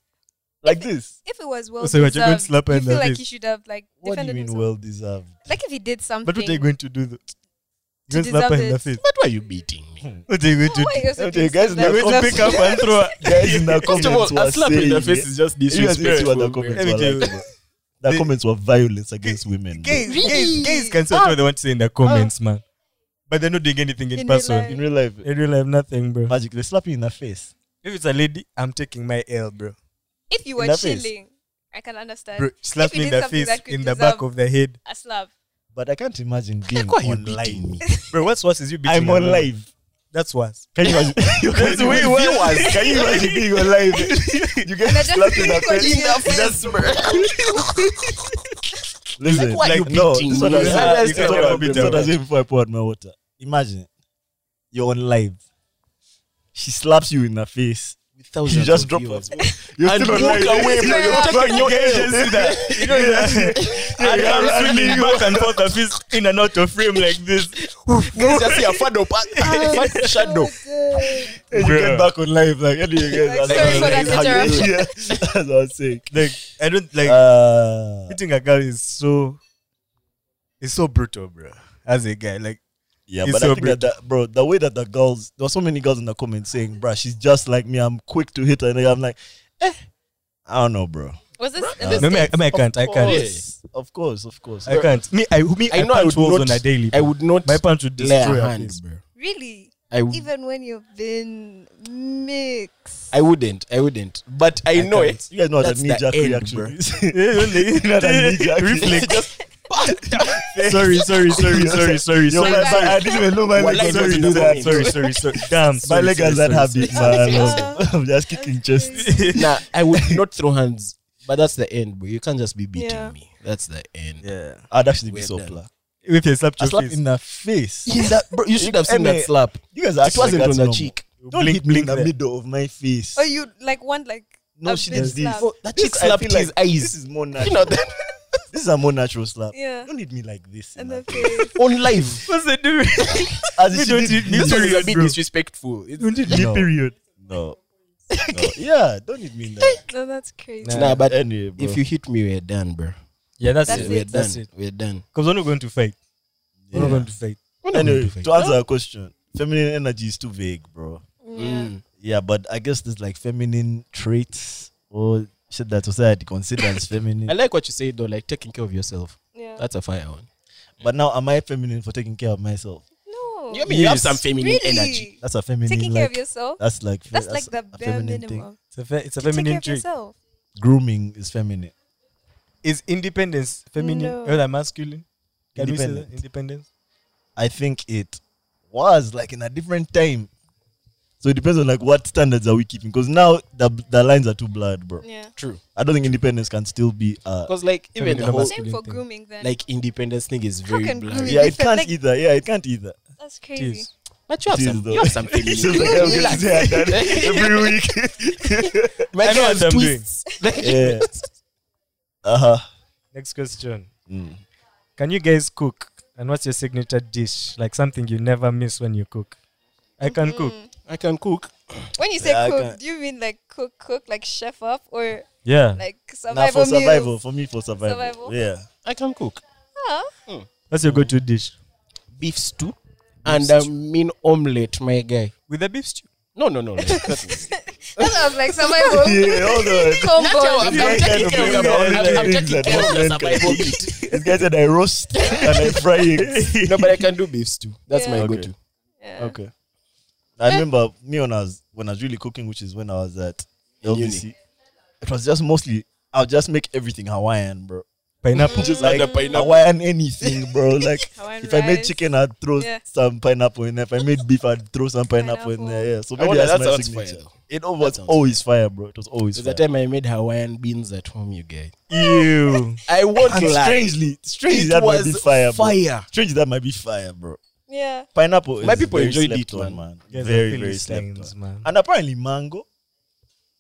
B: like this."
C: If it was well
D: So you're
C: deserved,
D: going to slap her
C: you
D: in
C: feel
D: the
C: like
D: face?
C: he should have like
B: What do you
C: defended
B: mean,
C: himself.
B: well deserved?
C: Like if he did something.
D: But what are you going to do? Though?
C: To
D: You're going to slap her in the
C: deserve
D: face.
A: But why are you beating me?
D: What are you going to
C: Oh, Why are
D: do?
C: you
B: Okay, guys,
C: supposed to
B: now
C: slap
D: You're going
B: Stop.
D: to pick up and throw her.
B: Guys in the
A: First
B: comments
A: of all, a
B: were
A: slap in the
B: saying-
A: face is just
B: You guys- you see
A: disrespectful.
B: what the
A: man.
B: comments
D: Let me
B: were like,
D: tell you.
B: bro. The
D: They-
B: comments were violence against women. bro.
D: Gays,
A: Really?
D: gays, gays can say whatever they want to say in the comments, man. But they're not doing anything in,
C: Oh. In real
D: person.
B: In real life,
D: In real life, nothing, bro.
B: magic. They slap you in the face.
D: If it's a lady, I'm taking my L, bro.
C: If you
B: in
C: were
B: the face.
C: chilling, I can understand.
D: Bro, slap
C: If you
D: me in
C: did
D: the
C: something
D: face,
C: that could
D: in the back
C: deserve-
D: of the head.
C: A slap.
B: But I can't imagine being
A: Like, why are you
B: online.
A: beating me?
D: Bro, what's worse is you beating
B: I'm
D: a
B: on
D: woman.
B: live.
D: That's worse.
B: Can you imagine? you guys
D: the way it
B: viewers. Can you imagine being on live? You
C: And I
B: get
C: just
B: slapped in the
C: think
B: face.
C: In the
A: face, bro.
B: Listen,
A: Like, why you
B: no,
A: beating
B: this one
A: me?
B: has-
A: Yeah,
B: this
A: you
B: one
A: can't
B: has-
A: even beat
B: this one
D: her.
B: has been before I poured my water. Imagine you're on live. She slaps you in the face.
A: Thousands
B: You just
A: of
B: drop her.
A: viewers.
B: You're
A: And
B: still on
A: walk
B: live.
A: away, bro. You're taking your agency
B: that. You know
D: And I'm
B: I'm
D: swinging back and forth the fist in and out of frame like this.
A: Guys, just see a fado pack. Fado shadow.
B: And you
D: Bruh.
B: get back on live like any of you guys.
C: Like, sorry for that interruption.
B: Yeah, that's what I'm saying.
D: Like, I don't like
B: Uh,
D: hitting a girl is so it's so brutal, bro. As a guy, like
B: yeah,
D: It's
B: but I
D: so
B: think that, that, bro, the way that the girls, there were so many girls in the comments saying, bro, she's just like me. I'm quick to hit her. And I'm like, eh, I don't know, bro.
C: Was this? in
B: No,
C: the
D: no, me, I,
C: States?
D: me, I can't, I
A: Yeah.
D: can't,
A: course.
B: Of course, of course.
D: I can't. Me, I, me, I,
A: I know I
D: punch
A: would
D: walls
A: not.
D: on a daily.
A: I would not
D: My punch would
A: lay
D: destroy
A: a
D: her
A: hand,
D: face.
A: bro.
C: Really?
A: I w-
C: Even when you've been mixed.
A: I wouldn't. I wouldn't. But I, know
D: can't.
A: it.
B: You guys know what a
A: That's the
B: knee jack
A: end,
B: reaction
A: bro.
B: is.
D: Reflex. sorry, sorry, sorry, sorry, sorry,
B: Yo, my,
D: sorry.
C: Sorry,
B: my, I didn't even know my
A: Well,
B: leg
A: like,
B: was
A: sorry,
B: going to do
A: doesn't
B: that.
A: mean-
D: Sorry, sorry, sorry. Damn,
B: My
D: sorry,
B: leg
D: sorry,
B: has that
D: sorry,
B: habit,
C: sorry.
B: man.
C: Uh,
B: I'm just kicking chest.
D: sorry.
A: Nah, I would not throw hands. But that's the end, bro. You can't just be beating
C: Yeah.
A: me. That's the end.
D: yeah,
B: I'd actually be
A: We're
B: so
A: done.
B: black.
D: with your slap
B: I
D: to your
B: slap
D: face.
B: in the face.
A: Yeah, that, bro, you should have seen
B: Emma,
A: that slap.
B: You guys are
A: It
B: actually
A: wasn't
B: like
A: on
B: that's
A: the
B: normal.
A: cheek.
B: Don't
D: Blink,
B: hit me in
D: blink
B: the
D: there.
B: middle of my face.
C: Or you like want like.
B: No,
C: a
B: she
C: big
B: did this.
C: slap.
A: Oh, that chick
B: This, I
A: slapped
B: feel like
A: his eyes.
B: This is more
A: you
B: natural.
A: know that
B: This is a more natural slap.
C: Yeah.
B: Don't hit me like this.
C: And
B: man.
C: the face.
A: on live.
D: What's the doing?
B: As
D: You
B: if she
D: don't
B: did
D: hit me.
B: this.
A: This one is a bit
D: Bro.
A: disrespectful. It's,
B: No.
D: Period.
B: No. No. Yeah, don't hit me in the
C: no, that's crazy.
D: Nah.
A: nah, but
B: Anyway, bro.
A: if you hit me, we're done, bro.
D: Yeah, that's,
C: That's
D: it.
A: We're done.
C: it.
D: That's it.
A: We're done.
D: Because we're not going to fight.
B: Yeah.
D: We're not going to fight.
B: Anyway,
A: We're
B: to
A: done.
B: answer your question, feminine energy is too vague, bro.
C: Yeah.
A: Mm.
B: Yeah, but I guess there's like feminine traits or shit that society considers
A: I
B: feminine.
A: like what you say though, like taking care of yourself.
C: yeah.
A: That's a fire one.
B: But now, am I feminine for taking care of myself?
C: No. no.
A: You mean you have
B: Yes.
A: some feminine
C: really?
A: energy?
B: That's a feminine.
C: Taking care of
B: like-
C: yourself.
B: That's like fe-
C: That's, like the
B: a
C: bare
B: feminine
C: minimum.
D: It's a, fe- it's a
C: To take care
D: feminine
C: of
D: trick.
C: yourself.
B: thing. Grooming is feminine.
D: Is independence feminine
C: No.
D: rather masculine? Can we say that?
B: Independent.
D: Independence.
B: I think it was like in a different time. So it depends on like what standards are we keeping because now the the lines are too blurred, bro.
C: Yeah.
A: True.
B: I don't think independence can still be. Uh,
A: Because like even
D: Feminine
A: the
D: and
A: whole
C: Same
D: Masculine
C: for
D: thing.
C: grooming then.
A: like independence thing is
C: How
A: very
C: can
A: blurry.
C: grooming-
B: yeah, it
C: Different,
B: can't
C: like-
B: either. Yeah, it can't either.
C: That's
D: It
C: crazy.
D: is.
A: But you have
B: Jeez,
A: some,
B: though.
A: you have some
B: It's just like,
A: feminine.
B: I'm getting this hair done every week.
A: My
D: I know
A: guy
D: what
A: has
D: I'm doing.
A: twists. Like-
B: Yeah. Uh huh.
D: Next question. Can you guys cook? And what's your signature dish? Like something you never miss when you cook. I can cook.
A: I can cook.
C: When you say
B: Yeah, I
C: cook,
B: can't-
C: do you mean like cook, cook, like chef up, or
D: Yeah.
C: like
B: Now
C: survival
B: for survival,
C: meals?
B: for me for survival.
C: Survival.
B: Yeah.
A: I can cook
C: Huh?
D: What's your go-to dish?
A: beef stew and a mean omelette, my guy.
D: With a beef stew.
A: No, no, no. no. That's
C: That's what I was like survival.
B: Yeah, hold on.
A: I'm,
C: Combo.
B: Yeah,
A: I'm
B: yeah,
A: taking care of
B: yeah,
A: I'm, I'm
B: yeah,
A: taking
B: yeah,
A: care of the
B: yeah.
A: survival kit.
B: This guy said I roast and I fry it.
A: No, but I can do beef stew. That's my
C: Yeah.
B: Okay.
A: go-to.
C: Yeah.
B: Okay. I remember me when I was when I was really cooking, which is when I was at LBC. It was just mostly I'll just make everything Hawaiian, bro.
D: Pineapple.
A: Just
B: Like
A: like the pineapple.
B: Hawaiian anything, bro. Like
C: Hawaiian
B: if I made
C: rice.
B: chicken, I'd throw
C: Yeah.
B: some pineapple in there. If I made beef, I'd throw some pineapple, in
C: Pineapple.
B: there. Yeah. So
A: I
B: maybe
A: wonder,
B: that's
A: that
B: my
A: sounds fire.
B: signature.
A: though.
B: It al- was
A: sounds
B: always fire, bro. It was always
A: There's the
B: fire.
A: time I made Hawaiian beans at home, you guys.
D: Ew.
A: I won't
B: And
A: lie.
B: strangely, strangely
A: It
B: that
A: was
B: might be fire, bro.
A: fire.
B: Strangely that might be fire, bro.
C: Yeah.
B: Pineapple.
A: My
B: is
A: people
B: very
A: enjoyed
B: slept
A: it, man.
B: on, man.
D: Guys are
B: Very,
D: feeling
B: very slept
D: things,
B: on.
D: man.
B: And apparently mango.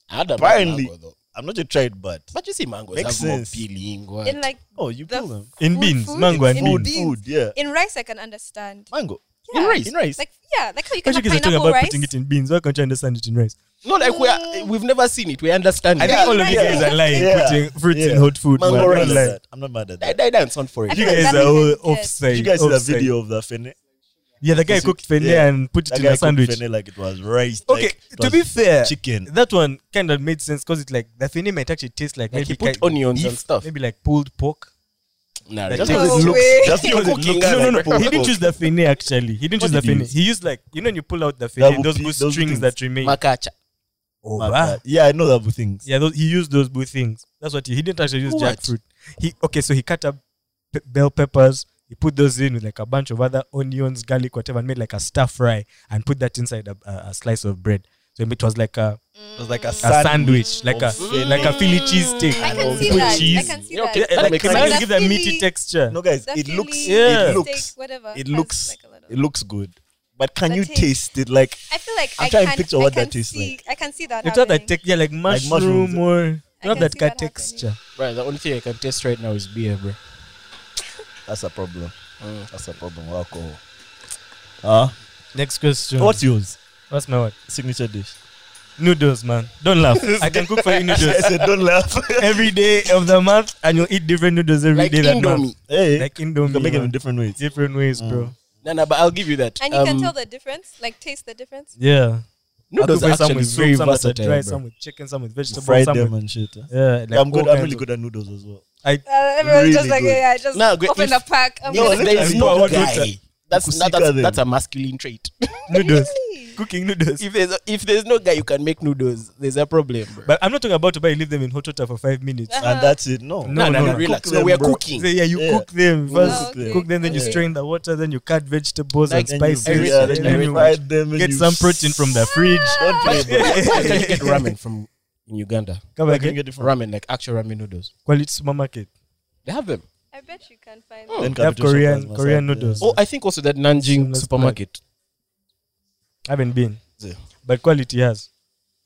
A: I had a
B: Apparently-
A: mango, though.
B: I'm not a tried, but
A: But you see, mangoes
B: Makes
A: have
B: sense.
A: more peeling. What?
C: In like
B: oh, you
C: The
B: peel them.
D: In
C: Food,
D: beans.
C: food.
D: Mango and
C: In
D: beans.
B: Food,
C: beans.
B: food, yeah.
C: in rice, I can understand.
B: Mango.
C: Yeah.
A: In rice.
B: In rice.
C: Like yeah, like how you can
D: What
C: have
D: you guys are talking
C: pineapple
D: about
C: rice.
D: putting it in beans? Why can't you understand it in rice?
A: no, like we are, we've never seen it. We understand
D: I
A: it.
D: think
B: Yeah,
D: all of you
B: yeah.
D: guys are lying,
B: Yeah.
D: putting fruits
B: Yeah.
D: in hot food.
B: I'm
A: Mango
D: man.
B: not
A: Well,
B: mad at
A: rice.
D: Lying.
B: that. I'm not mad at
A: I,
B: that.
A: I dance on for it.
D: You
C: That
D: guys are
C: doesn't
D: all
C: make sense.
D: offside.
B: Did you guys see that
D: offside.
B: video of the fennel?
D: Yeah, the guy
B: Was it-
D: cooked fennel
B: yeah.
D: and put it
B: That
D: in
B: guy
D: a
B: cooked
D: sandwich.
B: fennel like it was rice.
D: Okay,
B: like it
D: to
B: was
D: be fair,
B: chicken.
D: that one kind of made sense because it's like the fennel might actually taste like,
A: Like
D: maybe
A: he put
D: ki-
A: onions
D: beef,
A: and stuff.
D: maybe like pulled pork.
A: Nah,
D: That
A: really.
B: Just
D: No
B: because it
C: way.
B: looks. Just because it
A: Cooking
B: looks.
A: guy
D: No, no,
A: like
D: no.
A: pork.
D: He didn't use the fennel actually. He didn't
B: What
D: use the
B: did he
D: fennel.
B: use?
D: He used like you know when you pull out the fennel,
B: would
D: those
B: be-
D: blue
B: those
D: strings
B: things.
D: that remain.
A: Makacha.
D: Oh,
B: Mad
D: bah.
B: at- Yeah, I know that with things.
D: Yeah, those, he used those blue things. That's what he, he didn't actually use
A: What?
D: jackfruit. He okay, so he cut up pe- bell peppers. He put those in with like a bunch of other onions, garlic, whatever, and made like a stir fry and put that inside a, a, a slice of bread. So it was like a,
C: Mm.
B: It was like a
D: a sandwich, like a
A: Mm.
D: like a Philly cheesesteak
C: I
A: And
C: can see
A: with
C: that.
D: Oh, cheese.
C: I can see
A: Yeah,
C: that.
A: okay,
D: Yeah,
A: That
D: like
A: makes
D: imagine
A: sense.
D: give that
C: That's
D: meaty
C: really-
D: texture.
B: No, guys,
C: The
B: it looks.
C: Philly
D: Yeah.
B: It looks.
C: steak, whatever. has,
B: It looks.
C: like, a lot of-
B: It looks good. But can you
C: taste.
B: taste it? Like
C: I feel like
B: I'm
C: I
B: trying to
C: can,
B: picture
C: I
B: what
C: can
B: that tastes
C: see, I can see that.
D: It was that
C: happening.
D: tech, yeah, like mushroom
B: mushrooms.
D: or
C: I
D: you have
C: can
D: that
C: see
D: cut
C: that happening.
D: texture.
A: Right, the only thing I can taste right now is beer, bro.
B: that's a problem.
A: Mm.
B: That's a problem. with Alcohol. Huh?
D: Next question.
B: What's yours?
D: What's my what?
B: Signature dish.
D: Noodles, man. Don't laugh. I can cook for you
B: I
D: noodles
B: said, don't laugh.
D: every day of the month, and you'll eat different noodles every
A: Like
D: day that month.
A: Indomie.
B: Hey,
D: Like
B: you
D: Indomie.
B: can make it
D: man.
B: in different ways.
D: different ways, bro.
A: No, no, but I'll give you that.
C: And you can
A: Um,
C: tell the difference, like taste the difference.
D: Yeah.
A: noodles
D: I
A: are
D: cook some
A: actually
D: with
A: very
D: soup, some with
A: versatile,
D: dry,
A: bro.
D: some with chicken, some with vegetable,
B: Fried
D: some
B: them
D: with
B: and shit. huh?
D: yeah. Like
B: Yeah, I'm good.
D: all
B: I'm
D: kinds
B: really
D: of-
B: good Ah, at noodles as well.
C: Uh, everyone's just
B: Really
C: like,
B: good.
C: yeah, I just
A: No, great. If-
C: open a pack. I'm
A: No,
C: gonna
B: look
A: there
B: at
A: is
B: me.
A: no
D: What do you
A: guy.
D: think?
A: That's,
B: Kusika
A: not, that's,
B: then.
A: that's a masculine trait.
D: noodles,
C: Really?
D: cooking noodles.
A: if there's if there's no guy you can make noodles, there's a problem, bro.
D: But I'm not talking about to buy leave them in hot water for five minutes.
C: Uh-huh.
B: And that's it. No,
A: Uh,
D: No,
A: no, no,
D: no,
A: no,
D: no.
A: relax.
B: Cook
A: No, we are
B: them, bro.
A: cooking.
D: So, yeah, you
B: Ah, Yeah.
D: cook them
B: Yeah.
D: first.
C: Okay.
D: Cook them, then you
C: Okay.
D: strain the water, then you cut vegetables
A: Like,
D: and
B: Then you
D: spices.
A: every-
B: yeah,
A: and
B: then
A: every-
B: you fried them and
D: get
B: you
D: some protein from the fridge.
B: Don't play, bro.
A: Where can you get ramen from in Uganda?
D: Come
B: Where can you
D: again.
B: get it from?
A: Ramen, like actual ramen noodles.
D: Quality supermarket.
A: They have them.
C: I bet you can find.
A: Oh.
C: it.
B: Then
D: They have
B: capital shop
D: Korean-
B: has massage,
D: Korean
B: yeah.
D: noodles.
A: Oh, I think also that Nanjing
D: Seamless
A: supermarket.
D: Haven't been,
B: Yeah.
D: but quality has.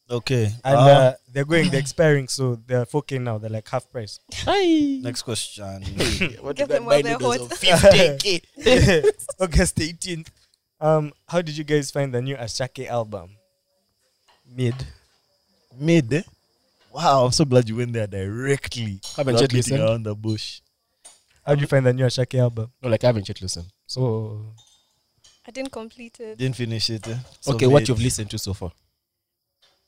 B: Okay.
D: And
B: Ah,
D: uh, they're going, they're expiring, so they're 4K now. They're like half price.
A: Hi.
B: next question.
A: What
C: Get
A: you
C: them
A: can
C: while
A: buy
C: they're
A: noodles
C: hot.
A: of 50k.
D: August 18th. Um, how did you guys find the new Ashake album? Mid.
B: Mid. eh? Wow, I'm so glad you went there directly.
A: Haven't
B: Not
A: yet
B: beating
A: listened.
B: around the bush.
D: How did you find the new Ashake album?
A: No, like I haven't yet listened.
D: So
C: I didn't complete it.
B: Didn't finish it. eh? So
A: okay, what
B: mid.
A: you've listened to so far?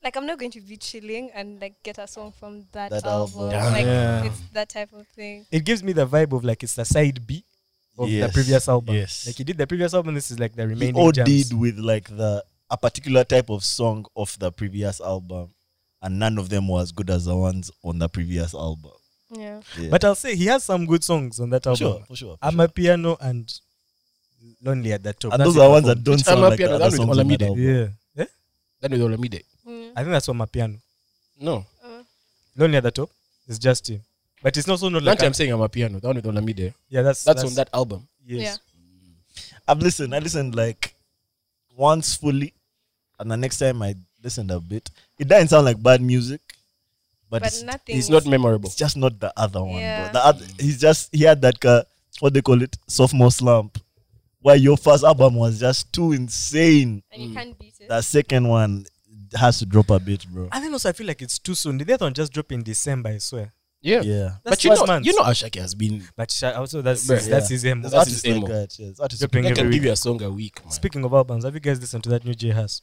C: Like I'm not going to be chilling and like get a song from that,
B: That
C: album.
B: album.
C: Like
D: Yeah.
C: it's that type of thing.
D: it gives me the vibe of like it's a side B of
B: Yes,
D: the previous album.
B: yes.
D: Like he did the previous album, this is like the
B: He
D: remaining jams.
B: OD'd with like the a particular type of song of the previous album, and none of them were as good as the ones on the previous album.
C: Yeah.
B: Yeah.
D: But I'll say he has some good songs on that
B: for
D: album.
B: sure, for sure. for
D: I'm
B: sure.
D: a piano and lonely at the top.
B: and
D: That's
B: those
D: it
B: are
D: for
B: ones that
D: me.
B: don't
A: Which
B: sound
A: I'm a
B: like the
A: piano,
B: other
A: that
B: songs
A: with
B: on that
A: Olamide.
B: album.
D: Yeah. Eh?
A: That with Olamide.
C: Mm.
D: I think that's what my piano.
A: No.
D: Lonely at the top is just him. But it's also not like
A: Like I'm saying I'm a piano. That one with Olamide.
D: yeah, that's
A: That's, on that album.
D: Yes.
C: Yeah.
B: I've listened. I listened like once fully, and the next time I listened a bit. It doesn't sound like bad music, but,
C: But,
B: it's,
C: nothing.
A: It's not memorable.
B: it's just not the other one,
C: Yeah.
B: bro. The other, he's just he had that uh, what they call it sophomore slump, where your first album was just too insane.
C: and you can't beat it.
B: The second one has to drop a bit, bro.
D: And then also I feel like it's too soon. The other one just dropped in December, I swear.
A: Yeah.
B: Yeah,
D: That's
A: but you
D: last
A: know,
D: month.
A: you know, Ashake has been.
D: But sh- also that's
A: Bruh.
D: his, that's his M.
A: That's
B: That
A: his
B: is
A: aim.
B: like, uh, cheers. That is-
D: Dropping
A: I
D: every
A: can give
D: week.
A: you a song a week. Man.
D: Speaking of albums, have you guys listened to that new J House?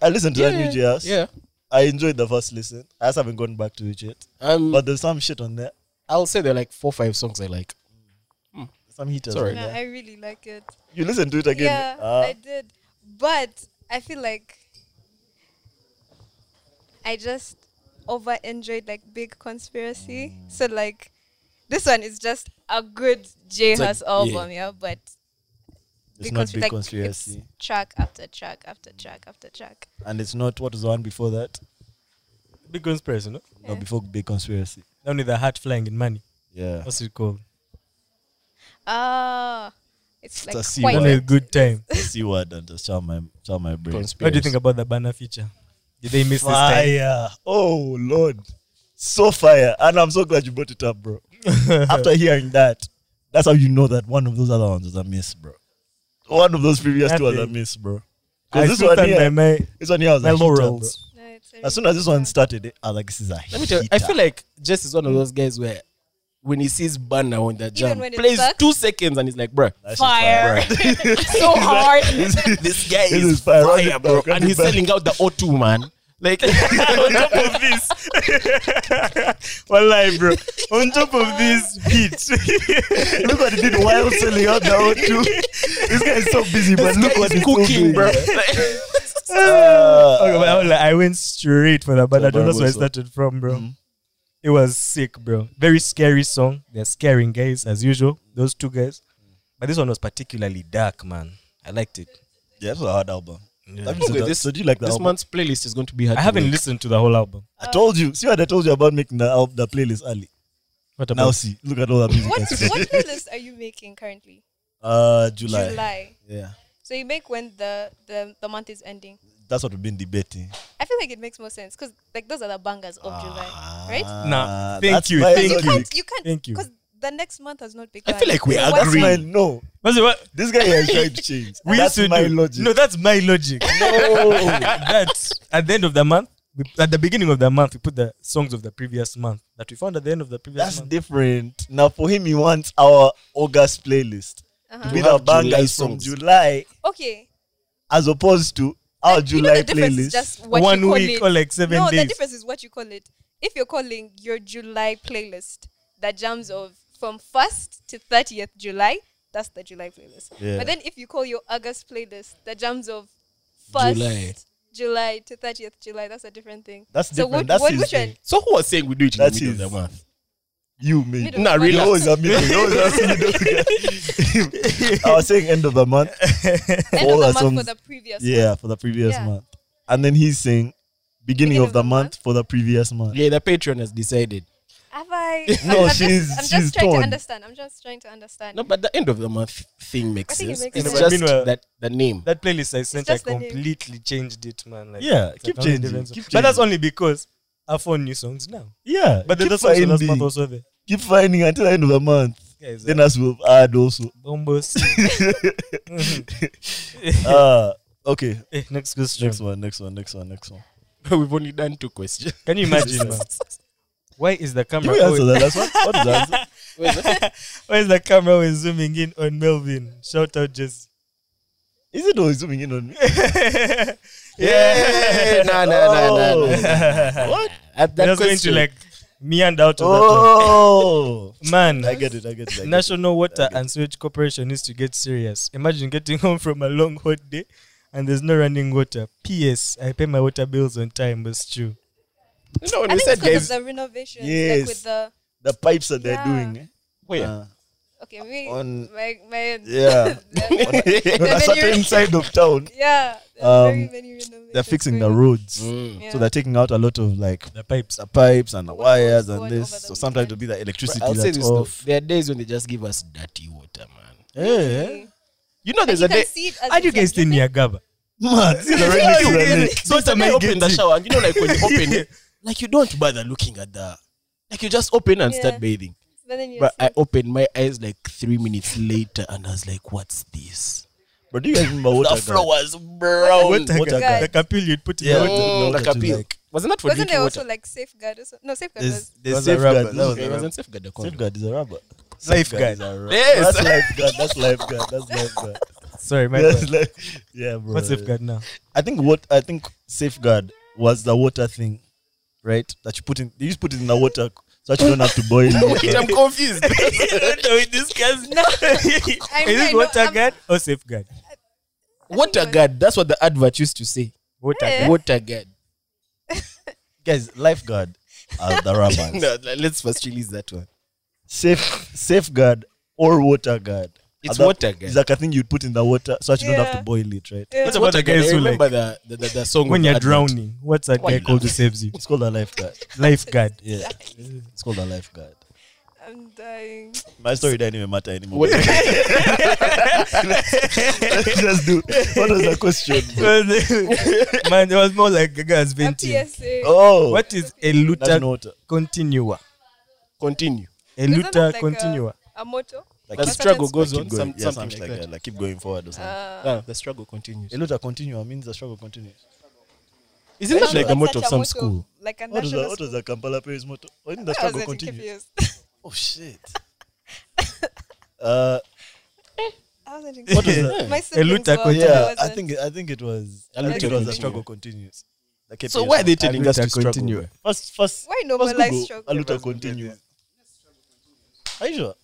B: I listened to
A: yeah,
B: that new jazz.
A: Yeah.
B: I enjoyed the first listen. I just haven't gone back to it yet.
A: Um,
B: But there's some shit on there.
A: I'll say there are like four, five songs I like.
B: Some heaters.
A: Sorry.
B: on
C: Yeah,
B: there.
C: I really like it.
B: You listen to it again.
C: Yeah,
B: Ah.
C: I did. But I feel like I just over enjoyed like big conspiracy.
B: Mm.
C: So like this one is just a good J
A: It's like-
C: House
A: yeah.
C: album, yeah. But
B: It's
C: big
B: not
C: conspi-
B: big
C: like,
B: conspiracy.
C: it's track after track after track after track.
B: And it's not what was the one before that?
D: Big conspiracy, no?
B: No,
C: Yeah.
B: before big conspiracy.
D: Only the heart flying in money.
B: Yeah.
D: What's it called?
C: Ah, it's
B: a
C: like
B: C
C: quite
B: word.
D: Only a good time.
B: The C word and just charm my charm my brain.
A: Conspiracy.
D: What do you think about the banner feature? Did they miss this
B: Fire. Oh Lord. So fire. And I'm so glad you brought it up, bro. After hearing that, that's how you know that one of those other ones was a miss, bro. One of those previous two was a
D: Nothing.
B: miss, bro.
D: time? I
B: Because this one
D: stand by
B: here,
D: my,
B: this one here was
D: my
B: a heater, bro.
D: laurels.
C: No, it's a
B: As soon
C: really
B: as this
C: good
B: one started, it, I was like, this is a
A: Let me tell you, I feel like Jess is one of those guys where when he sees Banner on the jam,
C: when it
A: plays
C: sucks?
A: two seconds and he's like, bruh,
B: fire.
A: so hard. this guy is,
B: This is fire.
A: fire,
B: Run it
A: bro.
B: back, run
A: And
B: it
A: he's
B: back.
A: selling out the O2, man. Like,
D: on top of this. One lie, bro. On top of this hit.
B: look what he did while selling out the road too. This guy is so busy, but
A: this
B: look
A: guy
B: what
A: is
B: he's
A: cooking,
B: cooking,
A: bro.
B: Uh,
D: okay, Oh, but I, was like, I went straight for that, but I
B: Turbo
D: don't know where I
B: whistle.
D: started from, bro.
B: Mm-hmm.
D: It was sick, bro. Very scary song. They're scaring guys as usual. Those two guys, but this one was particularly dark, man. I liked it.
B: Yeah, that's a hard album.
D: Yeah.
B: I've listened
A: Okay,
B: to-
A: this-
B: so do you like the
A: this
B: album?
A: month's playlist is going to be hard.
D: I
A: to
D: haven't
A: make.
D: listened to the whole album.
B: I told you. See what I told you about making the album, the playlist early.
D: What
B: Now
D: about?
B: see, look at all that music.
C: one.
B: I
C: What
B: see.
C: what playlist are you making currently?
B: Uh, July.
C: July.
B: Yeah,
C: So you make when the, the the month is ending.
B: that's what we've been debating.
C: I feel like it makes more sense because like those are the bangers of July, right?
D: Nah,
B: Ah,
D: thank
B: that's
D: you,
B: my
D: thank
C: You
B: logic.
D: you.
C: can't, you can't,
D: Thank you.
C: because the next month has not
A: I
C: begun.
A: feel like we
C: So
A: are
C: what's
B: That's
A: agreeing.
B: my no.
D: What's it- what?
B: This guy here is trying to change.
D: We
B: that's
D: used to
B: my
D: do.
B: logic.
D: No, that's my logic.
B: No.
D: that at the end of the month, we, at the beginning of the month, we put the songs of the previous month that we found at the end of the previous
B: That's
D: month.
B: different. Now for him, he wants our August playlist to
C: Uh-huh.
B: be
A: To
B: the
A: have July
B: bangers from
A: songs.
B: July,
C: Okay.
B: as opposed to our
C: Like, you know
B: July
C: the difference is
B: playlist.
C: just what
D: One
C: you call
D: week
C: it.
D: or like seven
C: no, the
D: days.
C: difference is what you call it. If you're calling your July playlist that jams of from 1st to 30th July, that's the July playlist.
B: Yeah.
C: But then if you call your August playlist that jams of 1st July,
A: July.
C: to 30th July, that's a different thing.
B: That's
C: so
B: different.
C: what,
B: that's
C: what,
B: his
C: which
B: thing.
C: one?
A: So who was saying we do it in
B: That's
A: the middle
B: his.
A: of the month?
B: You me.
C: Middle
A: Nah,
C: of the
A: relax.
B: Always
C: month.
B: a middle. You always ask middle guy. I was saying end of the month.
C: End
B: all
C: of
B: our
C: the month
B: songs-
C: for the previous
B: Yeah, for the previous
C: Yeah.
B: month. And then he's saying beginning, of, the, month, for the previous month.
A: Yeah, the Patreon has decided.
C: Have I?
B: No,
C: I'm, I'm
B: she's-
C: Just, I'm
B: she's
C: just trying
B: torn.
C: to understand. I'm just trying to understand.
A: No, but the end of the month thing
C: I
A: makes
C: think it
A: sense.
C: makes
A: it's
C: sense.
A: just
D: Meanwhile-
A: that the name.
D: That playlist I sent, I
C: just the name.
D: completely changed it, man. Like,
B: Yeah,
D: it's
B: keep
D: like only
B: changing,
D: different songs.
B: keep
D: But that's
B: changing.
D: only because I found new songs now.
B: Yeah.
D: But
B: keep
D: the songs from last month
B: finding-
D: also there.
B: Keep finding until the end of the month.
D: Guys,
B: Then us will add also.
D: bombos.
B: Uh okay.
D: Eh, next question.
B: Next one, next one, next one, next one.
A: We've only done two questions.
D: Can you imagine, man? Why is the
B: Did
D: camera?
B: we answer the
D: always-
B: last one? What is the answer?
A: Wait, what?
D: why is the camera always zooming in on Melvin? Shout out, Jesse.
B: Is it always zooming in on me?
A: yeah, no, no, no, no, no.
B: Oh.
A: At that
D: Just going to
A: question,
D: like meander out of
B: Oh,
D: that one.
B: I
D: Man,
B: get it. I get it. I get it.
D: National Water
B: get
D: and Sewage Corporation needs to get serious. Imagine getting home from a long hot day and there's no running water. P.S. I pay my water bills on time, but true.
A: You know when
C: I
A: we
C: think it's
A: said
C: because
A: guys,
C: of the renovations,
B: Yes.
C: like with the
B: the pipes that they're
C: Yeah.
B: doing. eh?
A: wait,
B: Uh,
C: okay, we
B: On-
C: my my
B: yeah.
C: the-
B: On a certain side of town,
C: yeah, there's very
B: Um,
C: many renovations.
B: they're fixing the
C: going on.
B: roads,
A: Mm.
C: Yeah.
B: so they're taking out a lot of like
D: The pipes.
B: the pipes and the
C: What was
B: wires and
C: going
B: this.
C: over the
B: So sometimes
C: weekend?
B: it'll be the electricity
A: Bro, I'll say
B: that's
A: this though.
B: off.
A: There are days when they just give us dirty water, man.
B: Yeah.
A: You know, there's
C: you
A: a day.
C: can see it as
D: Are you
C: it's
D: guys stay
C: like-
D: near Gaba?
B: Man, see the right next to the lake.
A: so it's a
D: Sometimes
A: day
D: I
A: open
D: get
A: the
D: it.
A: shower. You know, like when you open, it, like you don't bother looking at the, like you just open and
C: Yeah.
A: start bathing.
C: But then you
A: But I
C: see-
A: opened my eyes like three minutes later, and I was like, "What's this?"
B: But do you guys remember
A: The
B: water?
A: floor
B: guard?
A: was brown.
D: Water
B: water
D: gun.
C: gun.
D: The capil you'd put in
B: Yeah,
D: your
B: water-
A: Mm,
B: water
A: like
B: to
A: a pill.
B: like-
A: Wasn't that for
C: wasn't
A: drinking
C: there
A: water?
C: also like safeguard or something? No, safeguard
B: There's,
C: was
B: there's
D: That was a rubber.
B: safeguard. That
D: That was
B: was
A: Okay,
B: a
A: it
B: rubber.
A: wasn't safeguard. the condom.
B: Safeguard is a rubber.
D: Safeguard.
B: is a rubber.
A: Yes.
B: That's lifeguard. That's lifeguard. That's lifeguard.
D: Sorry, my
B: That's
D: bad.
B: life- Yeah, bro.
D: What's safeguard now?
B: I think what I think safeguard was the water thing, right? That you put in. You just put it in the water so that you don't have to boil.
A: Wait, I'm
B: it.
A: confused.
C: no. I mean, I
D: Is it
C: know-
D: water
C: I'm-
D: guard or safeguard?
A: Water
C: was-
A: guard. That's what the advert used to say.
D: Water
C: Eh?
D: guard.
A: Water guard.
B: Guys, lifeguard are the rubbers.
A: no, let's first release that one.
B: Safe safeguard or water guard.
A: It's
B: Other-
A: water guard.
B: It's like a thing you'd put in the water so that you don't have to
C: Yeah.
B: boil it, right?
C: Yeah.
D: What's about the
A: I
D: guys who like
A: remember the, the, the, the song
D: when
A: of
D: you're
A: the advert.
D: drowning? What's that
A: Why
D: guy
A: you
D: called who saves you?
B: It's called a lifeguard.
D: Lifeguard.
B: Yeah, it's called a lifeguard.
C: I'm dying.
B: My story doesn't even matter anymore.
A: What-
B: Just do. What was the question? bro?
D: Man, it was more like Gaga's
C: A
D: venting.
C: PSA.
B: Oh,
D: What is a
B: National
D: luta
B: water.
D: continua?
A: Continue.
D: A
C: Isn't that
D: luta
C: like a-
D: continua.
C: A motto.
B: Like
A: The
C: Keep-
A: struggle goes
B: keep
A: on.
B: going.
A: Some,
B: yeah,
A: something like, that.
B: that. Like keep going forward or something.
C: Uh,
A: Ah, the struggle continues.
B: a luta continua means the struggle continues.
A: Isn't that
C: Isn't
A: like the
C: that
A: motto of
C: such a
A: some
C: motto,
A: school?
C: Like a
B: What was the,
C: national
B: what was
C: school.
B: the Kampala Paris motto? Why didn't the
C: I was
B: struggle
C: getting
B: continue?
C: confused.
B: Oh shit. uh,
C: I was getting
B: what was
C: confused.
B: the?
C: My siblings
D: luta
C: were, but I
D: continua.
B: Yeah, Hmm. I
C: wasn't.
B: think I think it was. I
A: luta
B: think it was the
A: continua.
B: struggle continues. Like a
A: So
B: PS
A: why are they
B: one.
A: telling
D: Aluta
A: us to struggle?
D: continue.
A: bro?
B: First, first,
C: Why
B: first
C: normalize
B: Google.
C: struggle?
B: Aluta continues. Are you sure?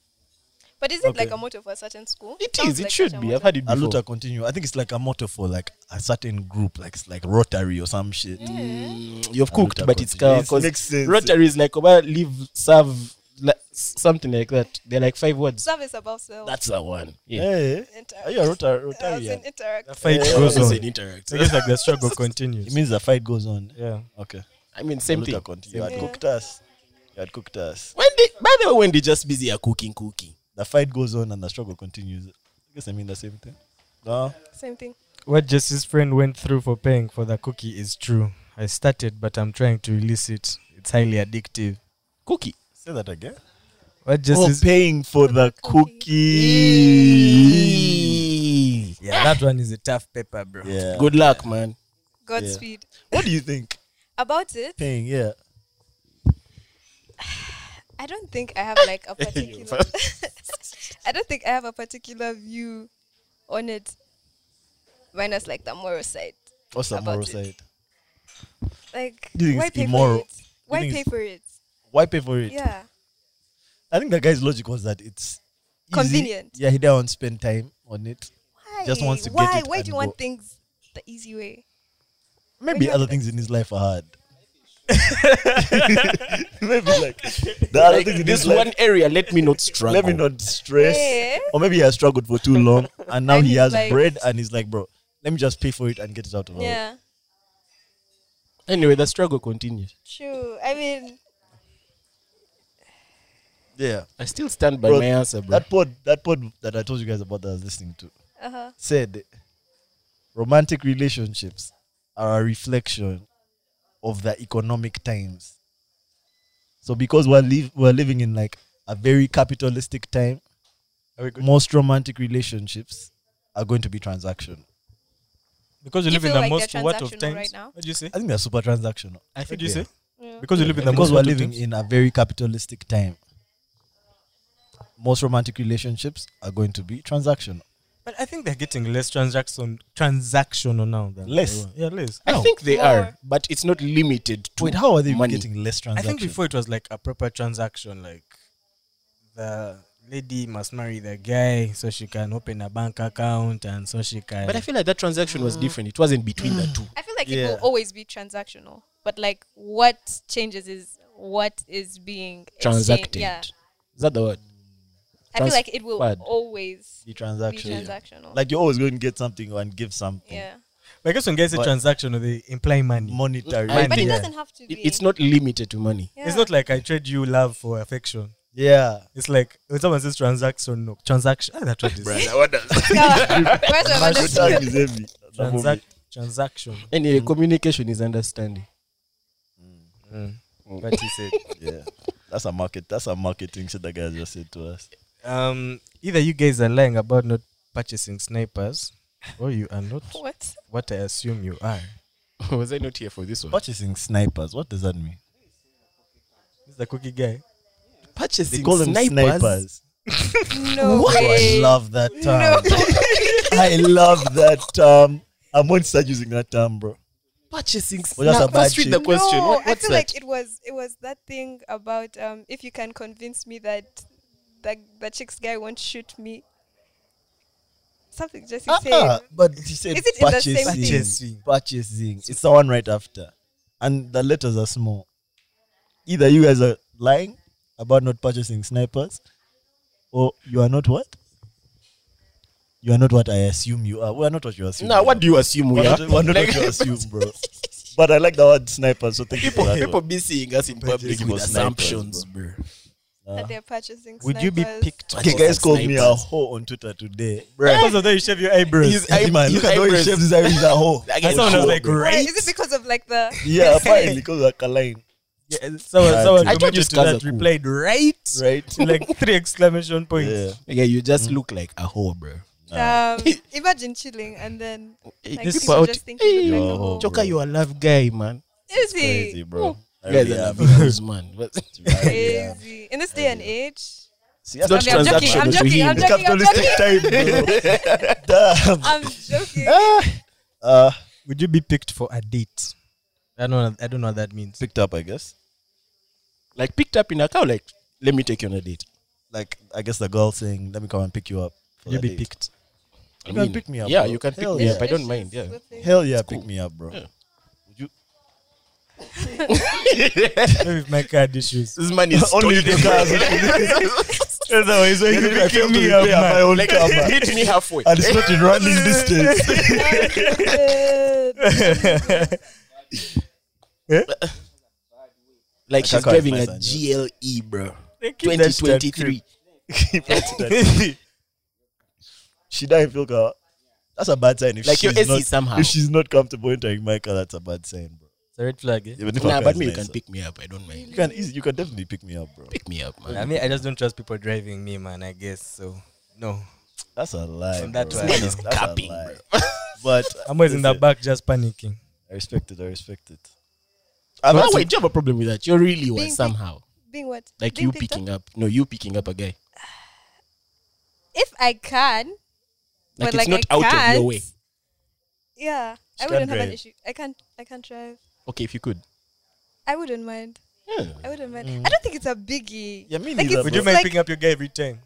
C: But is it like
B: Okay.
C: a motto for a certain school?
A: It
C: Sounds
A: is. It
C: like
A: should
C: such a
A: be. I've
C: motto.
A: had it before.
B: Aluta continue. I think it's like a motto for like a certain group, like it's like Rotary or some shit.
A: Mm, You've cooked,
B: Aluta
A: but it's
B: continua.
A: cow.
B: It makes sense.
A: Rotary is like about live, serve, la- s- something like that. They're like five words.
C: Service about self.
A: That's the one. Yeah.
B: Hey,
C: Inter-
B: are you a Rotary?
C: I was in
B: Rotarian?
C: interact.
D: The fight
B: Yeah.
D: goes
A: It's
D: on.
A: an interact.
D: I guess like the struggle
B: It
D: continues.
B: means the fight goes on.
D: Yeah.
B: Okay.
A: I mean, same thing.
B: Aluta continue. You had
C: Yeah.
B: cooked us. You had cooked us.
A: When they, by the way, when they just busy are cooking, cooking.
B: The fight goes on and the struggle continues. I guess I mean the same thing. No.
C: Same thing.
D: What Jesse's friend went through for paying for the cookie is true. I started, but I'm trying to release it. It's highly addictive.
A: Cookie.
B: Say that again.
D: What
B: oh,
D: Jesse's
B: paying for the cookie.
D: yeah, that one is a tough paper, bro.
B: Yeah.
A: Good luck, man.
C: Godspeed.
B: What do you think?
C: About it,
B: Paying. Yeah.
C: I don't think I have like a particular. I don't think I have a particular view on it, minus like the moral side.
B: What's the
C: About
B: moral
C: it.
B: side?
C: Like,
B: You think
C: why
B: it's
C: pay
B: immoral?
C: for it? Why
B: think
C: pay
B: it's-
C: for it?
B: Why pay for it?
C: Yeah,
B: I think the guy's logic was that it's easy.
C: Convenient.
B: Yeah, he doesn't want to spend time on it.
C: why?
B: Just wants to get
C: why?
B: it
C: why
B: and
C: do you want
B: go.
C: things the easy way?
B: Maybe
C: Maybe
B: other
C: like-
B: things in his life are hard. maybe like the other
A: Like,
B: things in
A: this
B: his life.
A: one area, let me not struggle.
B: Let me not stress.
C: Eh?
B: Or maybe he has struggled for too long and now
C: And
B: he
C: he's
B: has
C: like-
B: bread and he's like, bro, let me just pay for it and get it out of my way.
C: Yeah,
A: Anyway, the struggle continues.
C: true. I mean,
B: Yeah.
A: I still stand by
B: Bro,
A: my answer, bro.
B: That pod that pod that I told you guys about that I was listening to
C: uh huh.
B: said romantic relationships are a reflection of the economic times. So because we're live we're living in like a very capitalistic time,
D: Are we good?
B: most romantic relationships are going to be transactional.
D: Because you
C: You
D: live in
C: feel
D: the
C: like
D: most
C: they're
D: what of
C: transactional
D: times?
C: right now?
D: What do you say?
B: I think they're super transactional.
D: I
B: think
D: you
B: they
D: say?
B: are.
C: Yeah.
D: Because you live in the
B: because
D: most
B: we're
D: what of
B: living
D: times?
B: in a very capitalistic time. Most romantic relationships are going to be transactional.
D: But I think they're getting less transaction transactional now than they
B: Less?
D: were. Yeah, less.
A: I
B: No.
A: think they
C: More.
A: are, but it's not limited to.
B: Wait, how are they even
A: money.
B: getting less
D: I
B: transactions?
D: think before it was like a proper transaction, like the lady must marry the guy so she can open a bank account and so she can.
A: But I feel like that transaction
C: Mm.
A: was different. It wasn't between the two.
C: I feel like it
B: Yeah.
C: will always be transactional, but like what changes is what is being exchanged.
A: Transacted.
C: Yeah,
A: Is that the word?
C: I feel like it will
A: Transferred.
C: always
B: the
C: be
B: transaction.
C: transactional.
B: Like you're always going to get something and give something.
C: yeah,
D: But I guess when guys say
B: But-
D: transactional, they imply money.
B: Monetary.
A: I
C: but it
A: think-
C: doesn't have to be.
A: It, it's not limited to money.
C: Yeah.
D: It's not like I trade you love for affection.
B: yeah.
D: It's like when someone says transaction, no, transaction. Ah, that what it is.
C: Yeah. Where's my
B: Your
C: understood?
B: tag is heavy.
D: Transac- transaction.
A: Anyway, communication is understanding.
D: What he said.
B: yeah. That's a market. That's a marketing shit that guy just said to us.
D: Um, either you guys are lying about not purchasing snipers, or you are not
C: What?
D: what I assume you are.
A: was I not here for this one?
B: Purchasing snipers. What does that mean?
D: This is the cookie guy.
A: Purchasing
B: They call them snipers.
C: No
B: Oh, I
C: way.
B: love that term.
C: No.
B: I love that term. I'm going to start using that term, bro.
A: Purchasing snipers.
B: Well, that's a bad
A: Let's read the
B: shape.
A: question.
C: No,
A: What-
C: I
A: what's
C: feel
A: that?
C: like it was it was that thing about um if you can convince me that that the chick's guy won't shoot me. Something just is
B: Ah,
C: saying.
B: but he said
C: Is it in the
B: purchasing.
C: same thing?
B: purchasing.
D: Purchasing.
B: It's the one right after. And the letters are small. Either you guys are lying about not purchasing snipers, or you are not what? You are not what I assume you are. We are not what you assume.
A: Now, what do you assume we
B: We're
A: are?
B: not, we're not what you assume, bro. But I like the word sniper, so thank
A: people,
B: you for that
A: people
B: one.
A: be seeing us in public
B: Purchasing
A: with
B: snipers,
A: assumptions, bro.
C: that
B: Ah.
C: they're purchasing
D: Would you be
C: snipers.
D: picked?
B: Okay, guys called me a hoe on Twitter today. Bro.
D: Because of that, you shave your eyebrows.
A: His
B: Hey,
A: eye-
B: man,
A: his
B: look at the way he
A: eyebrows-
B: shaves his eyebrows. He's a hoe.
A: I
D: I
A: guess
D: someone was
A: sure,
D: like,
A: bro.
C: Why?
D: right?
C: Is it because of like the
B: Yeah, apparently, because of Kaline,
D: Yeah, someone,
B: Yeah,
D: someone
B: I
A: told you
D: commented to
A: scars are
D: that,
A: cool.
D: replied, right?
B: right?
A: Oh,
D: like three exclamation points.
B: Yeah.
A: Yeah, you just look like a hoe, bro.
C: um imagine chilling and then like
A: These
C: people
A: people
C: just
A: out-
C: think you
B: Hey,
C: look like
B: yo.
C: a whole.
B: Joke
A: Choka, you a love guy, man.
C: Is
B: Crazy,
C: he
B: bro. I
A: You guys
B: really
A: are
B: am.
A: lovers, man. But-
B: Yeah.
C: crazy? In this day and age,
B: See, that's
A: Not
C: I mean, I'm joking.
A: transaction
C: I'm
A: with
C: joking.
A: him.
C: I'm
B: It's
C: joking. I'm
B: capitalistic
C: joking.
B: time, bro. Damn.
C: I'm joking.
B: Uh,
D: Would you be picked for a date? I don't know. I don't know what that means.
B: picked up, I guess.
A: like picked up in a cow, like, let me take you on a date.
B: Like, I guess the girl saying, "Let me come and pick you up." for
D: Would you
B: that
D: be
B: date."
D: picked?
A: I
B: You can pick me up,
A: Yeah,
B: bro.
A: you can pick
B: Hell
A: me
B: yeah.
A: up. I don't mind. Yeah.
B: Hell yeah, pick me up, bro.
A: Yeah.
D: Maybe if my card issues.
A: This man is
B: Only the cars.
D: Otherwise, why
B: Even if I fail
D: picking
B: to
D: me up,
B: repair my
D: man?
B: own car, man.
A: Meet me halfway.
B: and it's not in running distance.
C: Uh,
A: Like
B: I
A: she's
B: can't
A: driving a
B: find that,
A: GLE, bro.
D: Thank you, that's that creep.
A: 2023.
B: she died feel car. That's a bad sign. If
A: Like your
B: she's
A: AC
B: not,
A: somehow.
B: If she's not comfortable entering my car, that's a bad sign, bro.
D: It's a red flag. eh?
B: Even if
A: Nah,
B: our car
A: but
B: is
A: me, you can
B: nicer.
A: pick me up. I don't mind.
B: You can, easy, you can definitely pick me up, bro.
A: Pick me up,
D: I
A: man.
D: mean, I just don't trust people driving me, man. I guess so. No,
B: That's a lie.
D: From that
B: bro.
D: one,
B: That's
D: it's
B: a
A: capping,
B: lie. But
D: I'm always in the
B: listen,
D: back just panicking.
B: I respect it. I respect it.
A: By
B: I'm
A: the
B: not
A: way, do you have a problem with that? You're really
C: Being
A: one
C: pick-
A: somehow.
C: being what?
A: Like
C: Being
A: you
C: picked up?
A: picking up. No, you picking up a guy.
C: If I can,
A: Like
C: but
A: it's
C: like
A: not
C: I
A: out of
C: can't,
A: your way.
C: Yeah, I
B: can't
C: wouldn't have an
B: drive.
C: issue. I can't. I can't drive.
A: Okay, if you could.
C: I wouldn't mind.
A: Yeah.
C: I wouldn't mind.
A: Mm.
C: I don't think it's a biggie.
B: Yeah, me
C: Like,
B: neither,
C: it's-
B: bro.
D: Would you mind
C: like-
D: picking up your guy every time?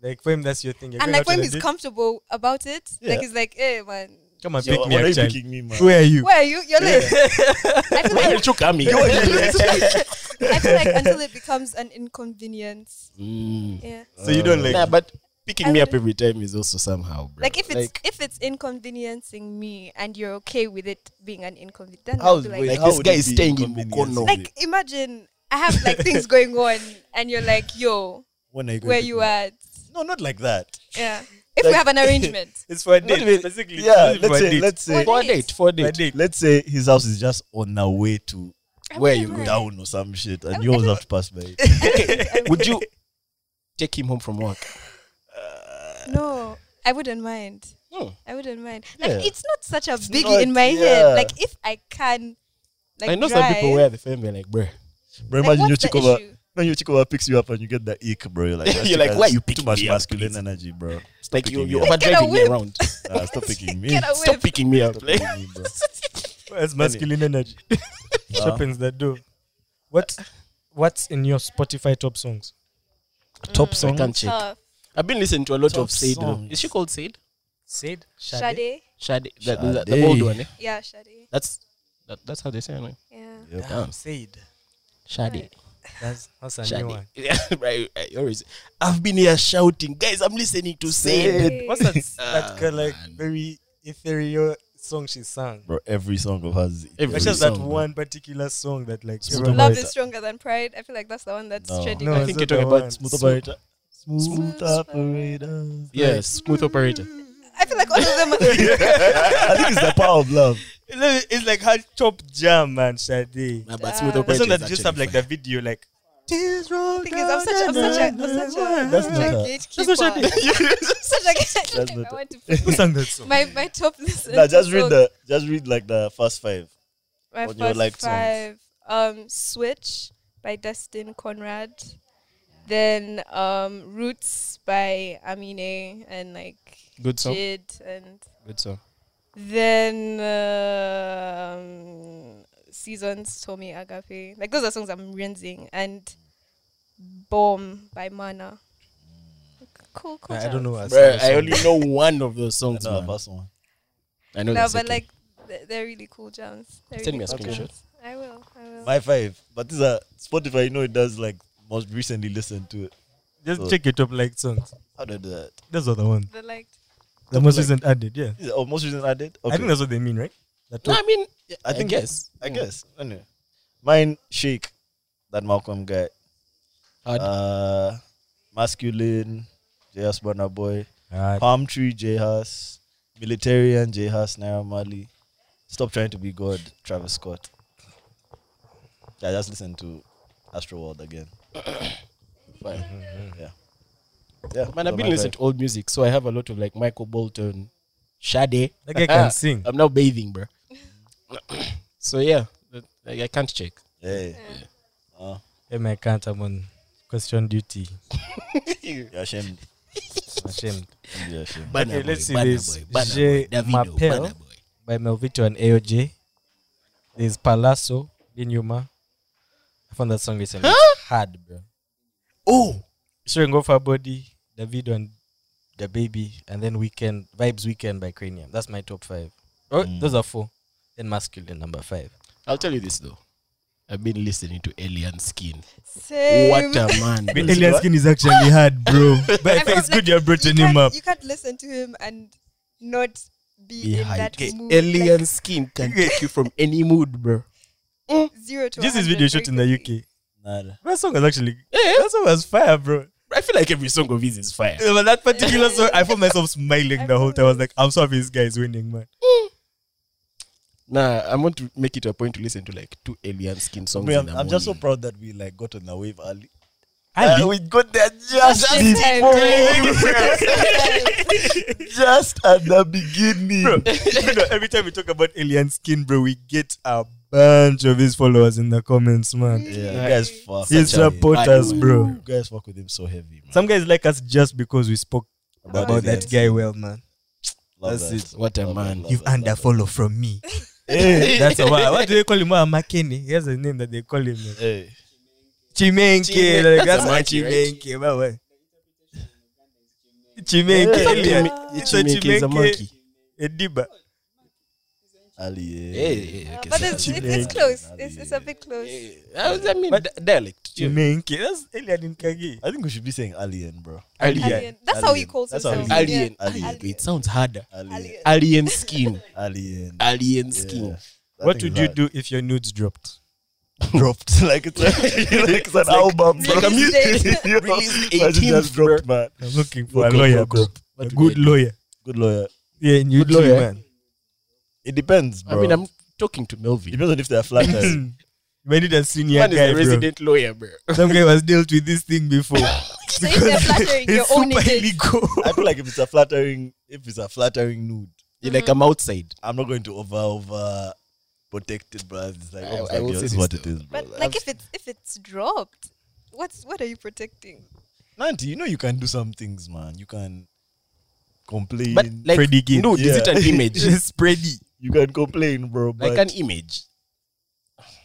D: Like for him, that's your thing. You're
C: and
D: going
C: like
D: out on
C: when
D: a
C: he's
D: date,
C: comfortable about it,
B: Yeah.
C: like he's like, "Hey man,
D: come and
B: Yo,
D: pick me
B: why are
D: up,
B: you
D: child.
B: picking me, man?
D: Where are you?
C: where are you? You're late." I feel
A: Why
C: like
A: aren't you coming?
C: I feel like until it becomes an inconvenience.
A: Mm.
C: Yeah.
D: So you
B: Uh,
D: don't like?
A: Nah, but picking
C: I
A: me up
C: wouldn't-
A: every time is also somehow, bro.
C: Like if it's if it's inconveniencing me and you're okay with it being an inconvenience, then
B: How
C: I'll be
B: is-
C: like,
B: wait,
A: Like,
B: how
A: this
B: would
A: guy
B: it
A: is
B: be
A: staying in
B: inconveniencing
A: Mukono.
B: you?
C: like imagine I have like things going on and you're like, yo,
B: when are you going
C: where
B: to
C: you
B: pick me up?
C: at?
B: No, not like that.
C: Yeah. If
B: Like-
C: we have an arrangement.
D: It's for a date,
B: even-
D: specifically.
B: Yeah,
D: It's for
B: let's
D: a
B: say,
D: date.
B: let's say,
A: for a
C: What
A: date, for a
D: For a
A: date.
D: date.
B: let's say his house is just on the way to
C: I
A: Where
C: wouldn't
A: you
C: mind.
B: down or some shit, and
C: I-
B: you
C: I
B: always
C: don't-
B: have to pass by. it.
A: Would you take him home from work?
C: No, I wouldn't mind.
A: No.
C: I wouldn't mind.
B: Yeah.
C: Like it's not such a biggie
B: not-
C: in my
B: yeah.
C: head. Like if I can like
A: I know some
C: drive,
A: people wear the film. They're like, bruh.
B: Bro,
C: like,
B: imagine your
C: what's
B: chick
C: the
B: over.
C: issue?
B: When your chick over picks you up and you get the ick, bro. You're like, that
A: You're
B: chick
A: like,
B: has
A: why you
B: Too
A: picking
B: much
A: me up,
B: masculine
A: please?
B: energy, bro.
A: It's like you,
B: picking
A: you're
B: me up.
A: overdriving me
C: Get a
A: around.
B: Nah, stop picking me.
C: Get away.
A: Stop picking me up.
B: Stop
A: Like,
B: picking me,
C: Mm.
B: bro.
D: That's masculine energy.
B: Nah.
D: Sharpens that do. What what's in your Spotify top songs?
A: top song. I can't check.
C: Tough.
A: I've been listening to a lot
B: Top
A: of Said. though.
B: songs.
A: Is she called Said?
D: Said
C: Shade.
A: Shade. That, that-
B: Sade.
A: the old one. Eh?
C: Yeah, Shade.
A: That's that, that's how they say it. Right?
C: Yeah.
B: Yep.
A: Damn.
D: Said.
A: Shade.
D: That's that's a new
A: Shade.
D: one.
A: Yeah, right, right. you Always. I've been here shouting, guys. I'm listening to Said.
C: Said.
D: What's that
A: Ah,
D: that kind of like very ethereal song she sang?
B: Bro, every song of hers. is-
A: Every
D: It's just
A: song,
D: that
A: bro.
D: one particular song that like
B: Smooth
D: everyone
B: Love
C: Love
D: knows.
C: is stronger than pride. I feel like that's the one that's
B: No.
C: trending.
D: No,
C: right
A: I
D: it's
A: think
D: not
A: you're talking
D: that
A: about
D: one.
A: Smooth
B: Smooth
A: Operator.
B: operator. Smooth operator.
A: Yeah, Smooth Operator.
C: I feel like all of them are
B: I think it's the power of love.
D: It's like- It's like her top jam, man, Shade.
A: Nah, but Smooth
C: Ah.
A: Operator.
D: That's one
A: is
D: that
A: actually
D: just have like
A: fire.
D: the video like
C: thing is, I'm such a, I'm such a, I'm such a,
B: That's
C: such
B: not
C: a
B: her.
C: gatekeeper. such a
B: That's not
C: gatekeeper. I
B: her.
C: want to
D: who
C: put
D: sang that song?
C: my my top listen.
B: Nah, just read the just read like the first five.
C: my
B: what you
C: first
B: liked songs.
C: five. Um, Switch by Destin Conrad, then um, Roots by Amine and like
A: good song.
C: Jid, and
A: Good song.
C: then um, Seasons Tommy Agape. Like those are songs I'm rinsing and Bomb by Mana. Cool, cool.
D: I don't know. her
A: Bruh,
D: song.
A: I only know one of those songs.
B: No,
A: man.
B: first one.
A: I know
C: No,
A: the
C: but
A: second.
C: like th- they're really cool jams. They're
A: Send me
C: really
A: a
C: cool
A: screenshot.
C: jams. I will. I will.
B: My five. But these are Spotify, you know it does like most recently listened to it.
D: Just check your top liked songs.
B: How do I do that?
D: Those are the ones.
C: the like
D: The most
B: liked.
D: recent added, yeah.
B: These are- Oh, most recent added? Okay.
D: I think that's what they mean, right? The
A: no,
D: top.
A: I mean,
B: I
A: I
B: think-
A: guess.
B: I guess. Anyway. Mine Shake, that Malcolm guy.
A: Hard.
B: Uh masculine, J Hus Burner Boy.
D: Ah,
B: Palm Tree J Hus. Militarian J Hus Naira Mali. Stop trying to be God, Travis Scott. Yeah, just listen to Astro World again.
A: Fine.
B: Yeah. Yeah.
A: Man, I've
B: those
A: been
B: are my
A: listening to old music, so I have a lot of like Michael Bolton, Sade.
D: That guy can sing.
A: I'm now bathing, bro. so yeah, that- I, I can't check.
B: five. Hey. Uh,
D: Hey, my can't. I'm on question duty.
B: you're ashamed.
D: I'm ashamed.
B: You're ashamed.
A: Banner
D: Okay, let's see
A: Banner
D: this.
A: Banner
D: Jay
A: Davido,
D: Mapel.
A: Banner boy.
D: By Melvito and AOJ. There's Palazzo, Inuma. I found that song recently. It's hard, bro.
A: Oh,
D: Sure, go for body, Davido and the baby, and then weekend vibes weekend by Cranium. That's my top five. Oh, those are four. Then masculine number five.
A: I'll tell you this though. I've been listening to Alien Skin.
C: same.
A: What a man. bro.
D: alien skin is actually hard, bro. But I
C: I'm
D: think it's
C: not- like,
D: good you're bringing
C: you
D: him
C: can't-
D: up.
C: You can't listen to him and not be,
D: Be
C: in
D: hyped.
C: that
A: Okay,
C: mood.
A: Alien
C: Like,
A: Skin can take you from any mood, bro.
C: zero to
D: This is video
C: 100
D: shot in the
C: frequency.
D: UK.
B: Nada.
D: That song is actually that song was fire, bro.
A: I feel like every song of his is fire.
D: Yeah, but that particular song, I found myself smiling the whole time. I was like, I'm sorry, this guy is winning, man.
A: Nah, I'm going to make it a point to listen to like two Alien Skin songs.
B: Me,
A: in
B: I'm,
A: the
B: I'm just so
A: morning.
B: proud that we like got on the wave early.
D: Ali?
B: Uh, we got there just
C: Just
B: before
C: in
B: just at the beginning.
D: Bro, you know, every time we talk about alien skin, bro, we get a bunch of his followers in the comments, man.
B: Yeah, you guys fuck.
D: His
B: such a-
D: supporters, bro.
B: You guys fuck with him so heavy, man.
D: Some guys like us just because we spoke
B: About
D: about
B: his
D: that guy well, man.
B: Love
D: that's
B: that.
D: it.
A: What a
B: Love
A: man.
B: that,
D: You've
B: love
D: under
B: that,
D: follow from me.
B: Hey,
D: That's a why. What do they call him? Ah, Makeni. He has a name that they call him. man.
B: hey.
D: Chimenke.
A: Chime-
D: Like,
A: That's
D: that's
A: a
D: a
A: monkey, right?
D: Chimenke. By way. Chimenke. alien. It's a
A: Chimenke is a monkey.
D: Chimenke. A diba.
B: Ali,
A: Yeah,
B: yeah.
A: yeah, yeah.
C: Uh,
A: okay,
C: But
A: so-
C: it's, it's,
D: Chile.
C: it's close. It's, it's a bit close.
A: I was- Eh, I mean, di- dialect.
D: Chimenke. That's alien in Kagi.
B: I think we should be saying alien, bro.
A: Alien.
C: Alien. That's how he
B: Alien.
C: calls
B: That's how
C: himself.
B: he-
A: Alien.
C: Yeah.
B: Alien.
A: It sounds harder.
B: Alien.
C: Alien.
A: Alien skin.
B: Alien.
A: Alien
B: Yeah.
A: skin.
B: That
D: What
B: thing
D: would
B: is
D: you
B: hard.
D: do if your nudes dropped?
B: Dropped like it's, like, it's an album. bro.
C: Like a music-
A: Released
B: Imagine
A: 18th,
B: just dropped, man.
D: I'm looking for
B: Look
D: a
B: up,
D: lawyer,
B: look
D: bro.
B: up.
D: A
A: What
D: good
A: do I
D: lawyer.
B: Good lawyer.
D: Yeah, in
A: Good
D: good
A: lawyer.
D: man.
B: It depends,
A: do?
B: bro.
A: I mean, I'm talking to Melvin.
B: depends on if they're flat earth.
D: You might need a senior
A: Man is
D: guy,
A: a
D: bro.
A: resident lawyer, bro.
D: Some guy was dealt with this thing before.
C: So if they're flattering, you're
D: it's
C: owning
D: super
C: it.
D: illegal.
B: I feel like if it's a flattering, if it's a flattering nude,
A: You're like, I'm outside.
B: I'm not going to over over protect it, bro. It's like,
A: I-
B: oh, it's
A: I
B: like,
A: will
B: yo,
A: say
B: this is
A: this
B: what
A: though.
B: it is, bro.
C: But like if it's if it's dropped, what's what are you protecting?
B: Nanti, you know you can do some things, man. You can complain.
A: But like,
D: Freddy Ginn.
A: dude, is it
B: Yeah.
A: an image?
D: Spready.
B: you can complain, bro. But
A: like an image,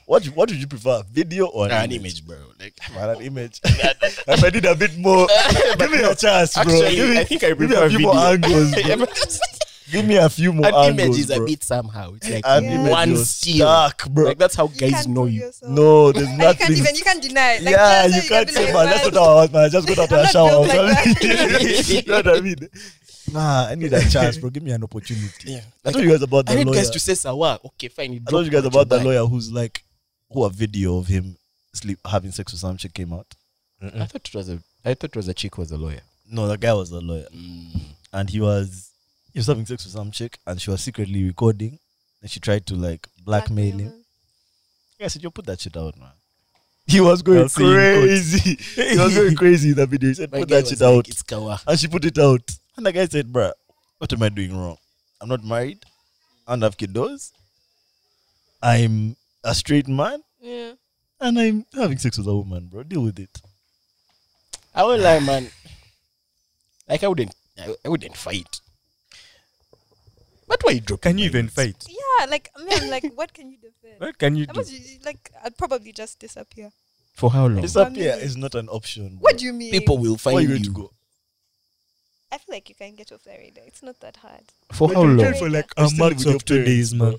B: what you- what would you prefer, video or
A: an, image, bro. Like,
B: Man, an image. if I did a bit more, give me a chance, bro.
A: actually,
B: give me,
A: I think I
B: give me a
A: prefer
B: few
A: video.
B: more angles. Bro. give me a few more
A: an
B: angles,
A: image is
B: bro.
A: a bit somehow. It's like
B: An
C: Yeah.
B: image,
A: one
B: you're
A: steal.
B: stuck, bro.
A: Like that's how guys
C: can't
A: know
C: prove
A: you.
C: yourself.
B: no, there's
C: And you
B: nothing.
C: can't even you can't deny. it. Like,
B: yeah,
C: that's how
B: you can't
C: be
B: say,
C: like,
B: man, that's not how I was, man. I just got out of the
C: I'm not
B: shower.
C: built like
B: you know what I mean? Nah, I need a chance, bro. Give me an opportunity.
A: Yeah.
B: I
A: Like,
B: told you guys about
A: I
B: the
A: need
B: lawyer.
A: guys to say sawa. Okay, fine.
B: I told you guys about the lawyer who's like, who a video of him sleep having sex with some chick came out.
A: I thought it was a. I thought it was a chick who was a lawyer.
B: No, the guy was a lawyer, and he was he was having sex with some chick, and she was secretly recording, and she tried to like blackmail him. Yeah, I said, "You put that shit out, man." He was going
D: I'll see you in court.
B: crazy. he was going crazy in the video. He said,
A: My
B: "Put
A: guy
B: that
A: was
B: shit
A: like,
B: out,"
A: It's kawa.
B: and she put it out. And the guy said, "Bruh, what am I doing wrong? I'm not married. I don't have kiddos. I'm a straight man,
C: Yeah.
B: and I'm having sex with a woman, bro. Deal with it."
A: I won't lie, man. Like I wouldn't. I, I wouldn't fight. But why you dropping?
D: Can you
A: my
D: even
A: words?
D: fight?
C: Yeah, like me, I'm like, what can you defend?
D: What can you
C: I
D: do?
C: must, like, I'd probably just disappear.
A: For how long?
B: Disappear is not an option.
C: What
B: bro.
C: do you mean?
A: People will
B: Where are
A: find
B: you
A: you.
B: going to go?
C: I feel like you can get off the radar. It's not that hard.
A: For
B: But
A: how
B: you
A: long?
B: train for like
D: A
B: I'm still
D: max
B: with your
D: of two
B: parents,
D: days, man.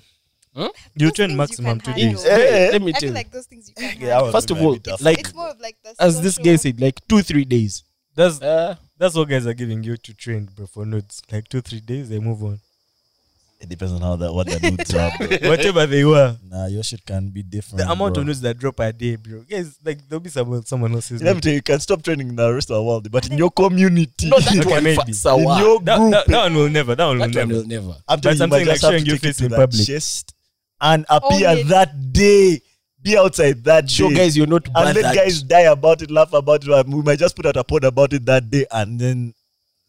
A: Huh?
D: You
C: Those
D: train
C: things
D: maximum
C: can
D: two
C: handle.
D: days.
C: Yeah.
B: Eh, eh.
A: Let me
C: I
A: tell
C: feel
A: you.
C: like those things you can
B: Yeah, I
C: handle.
B: was
A: First of
B: gonna
A: all,
B: be tough.
A: like-
C: it's more of like the
A: As this guy
C: social-
A: said, like two three days.
D: That's
A: Uh,
D: that's what guys are giving you to train, bro, for nudes. Like two, three days, they move on.
B: It depends on how that what the nudes are. bro.
D: Whatever they were.
B: Nah, your shit can be different.
D: The amount
B: Oh, bro.
D: of nudes that drop a day, bro. Guys, like there'll be someone someone else's.
B: Let me
D: nude.
B: tell you, you can stop training in the rest of the world, but in your community,
A: not that
D: Okay,
A: one.
D: maybe.
A: fa-
D: In
A: Sawa.
B: in your
D: That,
B: group,
D: that, that one will never. That one will
A: that one
D: never.
A: will never.
B: I'm
D: but
B: telling you, you, might
D: something like
B: just have
D: showing
B: to
D: your
B: take it
D: face
B: to
D: in
B: that
D: public.
B: chest and appear
C: Own it.
B: that day. Be outside that
A: Show
B: day.
A: guys you're not
B: and
A: bothered.
B: let guys die about it, laugh about it. and We might just put out a pod about it that day and then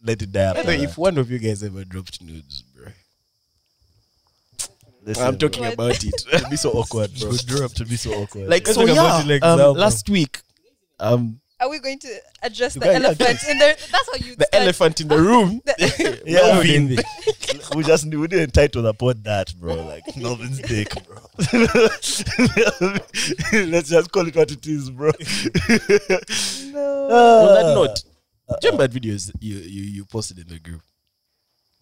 B: let it die.
A: By
B: After
A: the way,
B: that.
A: if one of you guys ever dropped nudes, bro,
B: Listen,
A: I'm talking
B: bro.
C: What?
A: about it.
B: to be so awkward, bro. to be so awkward.
A: like
D: Let's
A: so
D: talk about
A: yeah,
D: it like
A: um,
D: that, bro.
A: last week um
C: Are we going to address
A: You
C: the
A: guys- yeah,
C: elephant in there? That's how you.
A: the
C: start.
A: elephant in the room
C: The-
B: yeah,
A: Melvin.
B: we, we just we didn't title the pod that, bro. Like Melvin's dick, bro. Let's just call it what it is, bro.
C: no.
A: on that
B: Uh,
A: note do you remember that videos you, you you posted in the group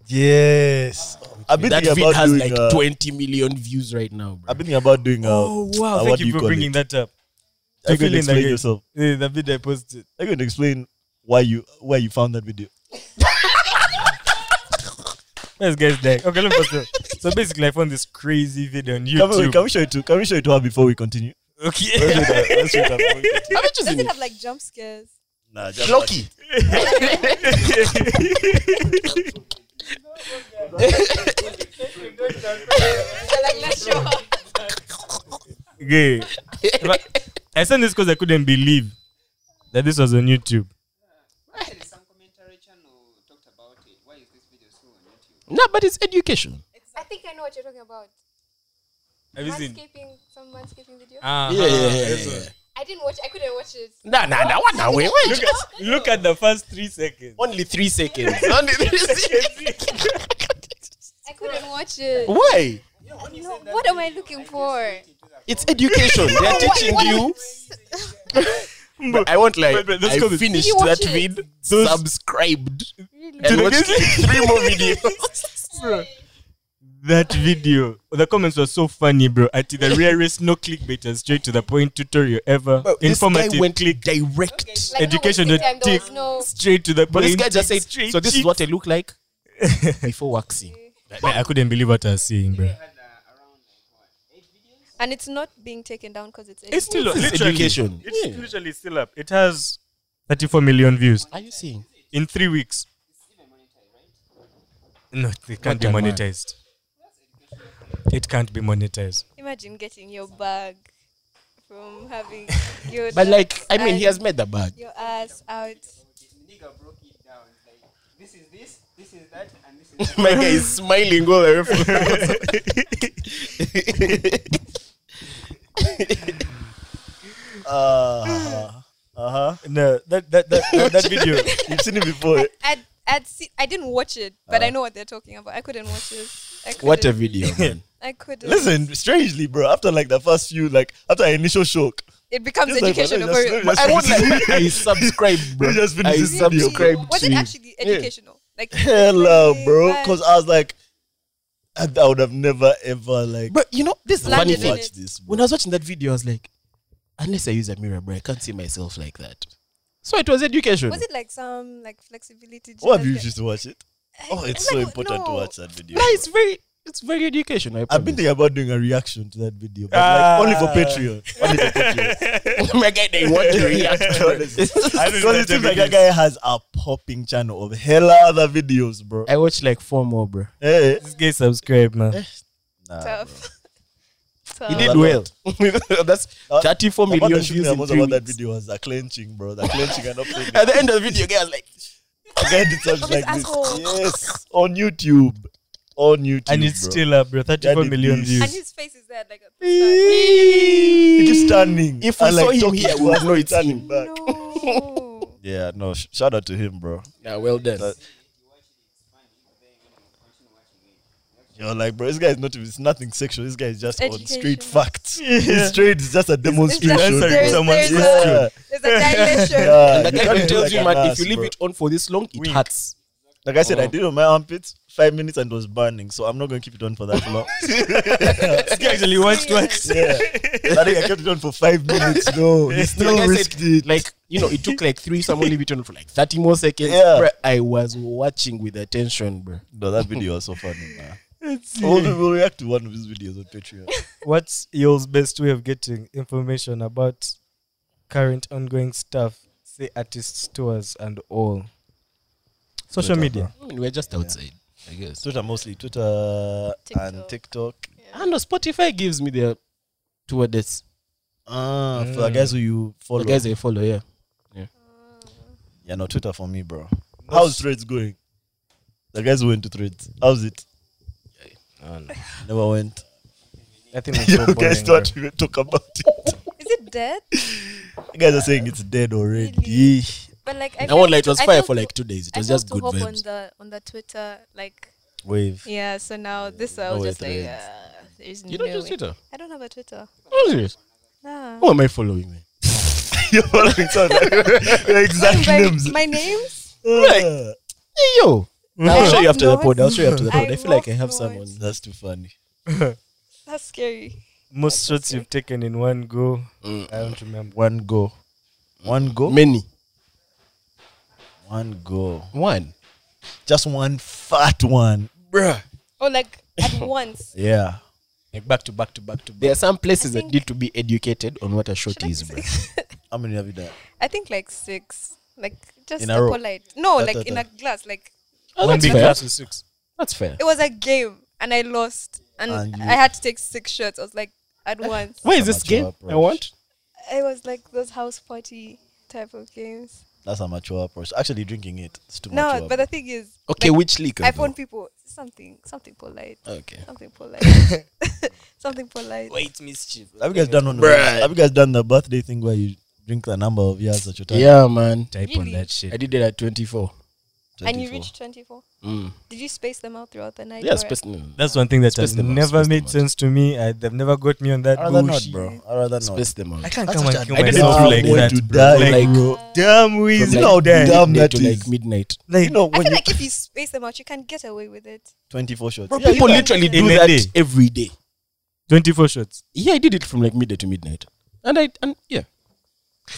B: Yes. I've been
A: that
B: thinking
A: vid
B: about
A: has
B: doing.
A: like
B: uh,
A: 20 million views right now bro.
B: I've been thinking about doing. Uh,
D: Oh wow!
B: uh, what
D: Thank
B: do
D: you
B: you
D: for
B: call
D: bringing
B: it?
D: that up.
B: Are you going
D: fill
B: to
D: in
B: explain
D: again.
B: yourself?
D: Eh, the video I posted.
B: Are you going to explain why you why you found that video?
D: Let's guys die. Okay, let me post it. So basically, I found this crazy video on
B: Can we,
D: YouTube.
B: can we show it to Can we show it to her before we continue? Let's
D: Okay.
B: show it to her- let's show it to her before we continue.
A: Haven't you
C: Does
A: seen
C: it
A: it?
C: have like jump scares?
B: Nah, just watch
A: Loki.
C: They're like, let's show her.
D: Okay. But I sent this because I couldn't believe that this was on YouTube.
E: There is some commentary channel talked about it. Why is this video still on YouTube?
A: no but it's education
C: I think I know what you're talking about.
D: Have you seen?
C: Manscaping, some manscaping video.
D: Uh-huh.
A: yeah yeah yeah,
D: This
A: yeah.
D: one.
C: I didn't watch. I couldn't watch it.
A: nah nah nah what now wait, wait.
D: Look at look at the first three seconds.
A: only three seconds only three seconds
C: I couldn't watch it.
A: why
C: No, what am I looking for?
A: it's education they're teaching you But I won't lie.
D: Wait, wait, let's
A: I
D: call this-
A: finished
C: Did you
A: that
C: watch it?
A: vid,
D: Those-
A: subscribed,
C: Really?
A: and
D: the
A: watched
D: guys-
A: three more videos.
D: That video. The comments were so funny, bro. At the rarest, no clickbait and straight to the point tutorial ever.
A: Bro, this guy
D: Informative.
A: went
D: click.
A: direct.
C: Like Education
D: Education
C: time, there
D: tick.
C: was no.
D: Straight to the
A: But
D: point.
A: this guy just said,
D: Straight
A: "So this is
D: cheeks."
A: what I look like before waxing."
D: Man, I couldn't believe what I was seeing, bro.
C: And it's not being taken down because it's.
D: It's still
A: This is
D: literally,
A: education.
D: It's
A: Yeah.
D: literally still up. It has 34 million views
A: Are you seeing?
D: in three weeks. No, it can't be
A: What a man.
D: monetized. It can't be monetized.
C: Imagine getting your bag from having your.
A: But like,
C: nuts
A: I mean,
C: and
A: he has made the bag.
C: Your ass out.
E: Nigga broke it down. Like, this is this, this is that, and this is that.
A: My guy is smiling all the way. from-
B: Uh huh. Uh huh.
D: no, that that that, that, that video.
B: You've seen it before. eh?
C: I'd, I'd see, I didn't watch it, but
B: Ah.
C: I know what they're talking about. I couldn't watch it. I couldn't,
A: What a video, man.
C: I couldn't.
B: Listen, strangely, bro, after like the first few, like after initial shock,
C: it becomes
B: Just like-
C: educational.
B: just-
C: for-
B: just-
C: I
A: I
C: won't
A: won't like I subscribe, bro.
B: You just finished
A: I
B: this video, bro.
A: subscribe
C: Was
A: to
C: it
A: you.
C: actually educational? Like
B: hello,
C: Hey,
B: bro,
C: man.
B: because I was like, I, I would have never ever like
A: But you know, this
C: Landed
A: funny
C: in
A: thing.
C: it.
B: watched this. Bro.
A: When I was watching that video, I was like, unless I use a mirror, bro, I can't see myself like that. So it was education.
C: was it like some like flexibility?
B: What have you
C: adjust-
B: used to watch it? Oh, it's so
C: Eh, like,
B: important to
C: no.
B: watch that video.
A: No,
B: bro.
A: it's very, it's very educational. I
B: I've been
A: promise.
B: thinking about doing a reaction to that video, but
D: Ah.
B: like only for Patreon. Only for Patreon.
A: My guy, they want to react.
B: I
D: don't know
B: because
D: if
B: it seems
D: that
B: like that
D: video
B: guy has a popping channel of hella other videos, bro. Eh?
A: I watched like four more, bro.
B: Hey.
D: This guy subscribe, man.
B: Nah,
C: Tough. Tough.
A: He
B: did
A: did well.
B: well.
A: That's
B: Uh,
A: 34
B: bro. What
A: million
B: the shit
A: views
B: I
A: in
B: was
A: three
B: about that
A: weeks.
B: video was the clenching, bro. The clenching and uploading.
A: At the end of the video, guy was like,
B: The guy did something
C: Of his
B: like this.
C: asshole.
B: Yes, on YouTube, on YouTube,
D: And it's
B: bro.
D: still up, bro. Thirty-four
B: Daddy,
D: million
B: please.
D: views.
C: And his face is there like a star.
B: It is turning.
A: If we
B: I like
A: saw him
B: talking
A: here,
B: to
A: we would
B: us,
A: know
B: it's
A: it's
B: turning
A: him.
B: back.
C: No.
B: Yeah, no. Sh- shout out to him, bro.
A: yeah, well done.
B: That- You're like, bro, this guy is not. It's nothing sexual. This guy is just on straight
C: Education.
B: facts. His straight is just a demonstration.
D: Answering
C: There's-
D: someone's
C: there's a-
D: question.
B: yeah.
C: There's a dilation.
B: Yeah,
A: and the
B: you
A: guy
B: can't
A: who
B: do
A: tells
B: like
A: you,
B: an
A: man,
B: ass,
A: if you leave
B: bro.
A: it on for this long, it
D: Weak.
A: hurts.
B: Like I said, I
A: Oh.
B: did on my armpits five minutes and it was burning, so I'm not going to keep it on for that long.
D: This guy actually watched twice.
B: yeah. I think I kept it on for five minutes. No, he still
A: Like I
B: risked
A: said,
B: it.
A: Like, you know, it took like three, someone leave it on for like 30 more seconds.
B: Yeah.
A: Bruh, I was watching with attention, bro.
B: No, that video was so funny, man. We'll, we'll react to one of his videos on Patreon.
D: What's y'all's best way of getting information about current ongoing stuff, say artists, tours, and all? Social
B: Twitter,
D: media.
A: I mean, we're just outside, I guess.
B: Twitter mostly, Twitter and
C: TikTok.
B: TikTok.
C: Yeah.
A: I know Spotify gives me the tour dates.
B: Ah, for the
D: Mm.
B: guys who you follow.
A: The guys I follow, yeah.
B: Yeah, no, Twitter for me, bro. How's threads going? The guys who went to threads. How's it? Never went.
D: I think it's so
B: you guys
D: boring, bro.
B: don't even talk about it.
C: Is it dead?
B: You guys are saying it's dead already.
C: Really? But like I
A: I won't lie, it
C: failed
A: was
C: to- I
A: fire
C: failed
A: for
C: to-
A: like two days. It
C: I
A: was
C: failed
A: just
C: to
A: good
C: hop on
A: vibes.
C: the on the Twitter like
B: Wave.
C: yeah. So now this I
B: Oh,
C: was
B: yeah,
C: just like
B: threads.
C: uh, there's
A: You
C: no
A: don't use
C: way.
A: Twitter? Oh,
C: I don't have a Twitter. Nah. Oh,
A: Who am I following, man?
B: You're following someone. Your exact
C: my,
B: names.
C: my names?
B: Ah,
A: Hey, yo. I'll show you after the
C: not.
A: pod. I'll show you after the
C: I
A: pod. I feel like I
C: love
A: have someone.
C: noise.
B: That's too funny.
C: That's scary.
D: Most shots you've taken in one go. I don't remember.
B: One go. One go.
A: Many.
B: One go.
A: One.
B: Just one fat one.
A: Bruh.
C: Or like at once.
B: Yeah.
A: Like back to back to back to back. There are some places that
C: think-
A: need to be educated on what a shot
C: Should I
A: is,
C: say-
A: bruh.
B: How many have you done?
C: I think like six. Like just
B: In
C: a
B: a row?
C: polite. No,
B: Da,
C: like
B: da,
C: in
B: da.
C: a glass. Like
A: Oh,
D: One
A: that's
D: big
A: fair.
D: class with six.
A: That's fair.
C: it was a game and I lost and,
B: And you-
C: I had to take six shots. I was like at once.
A: Where is
B: That's
A: this
B: a
A: game?
B: mature
A: I want.
C: It was like those house party type of games.
B: That's a mature approach. Actually, drinking it. It's too
C: No,
B: mature.
C: but the thing is
A: Okay,
C: like,
A: which liquor?
C: I
A: though?
C: phone people something something polite.
A: Okay.
C: Something polite. something polite.
A: Wait, mischief.
B: have you guys done one? of
A: Bruh.
B: those- Have you guys done the birthday thing where you drink the number of years that you're turning?
A: Yeah, man.
D: Type on
C: Really?
D: that
A: I
D: shit.
A: did it at 24.
C: And you
B: 24.
C: reached twenty four.
A: Mm.
C: Did you space them out throughout the night?
A: Yeah,
C: or-
A: space. no,
D: That's one thing that has
A: Space them out,
D: never
A: space
D: made
A: them out.
D: sense to me. I, they've never got me on that
B: I'd rather not,
D: bullshit.
B: bro. I'd rather not.
A: Space them out.
D: I can't
B: That's
D: come
B: such
D: and
B: a
D: kill
A: I didn't
D: myself
A: feel
D: like
B: way
D: that.
B: to
D: bro.
B: die,
D: Like,
C: Uh,
B: bro.
D: damn
A: From
D: wheezy.
B: you
A: like
B: know how damn
A: midnight
B: that
A: to
B: is.
A: like midnight.
D: Like,
B: You know
C: I
B: when
C: feel
B: you
C: like if you space them out, you can get away with it.
B: 24 shots.
A: Bro,
B: Yeah,
A: people
B: you guys-
A: literally
D: In
A: do
D: a
A: that
D: day.
A: every day.
D: 24 shots.
A: Yeah, I did it from like midday to midnight, and I and yeah.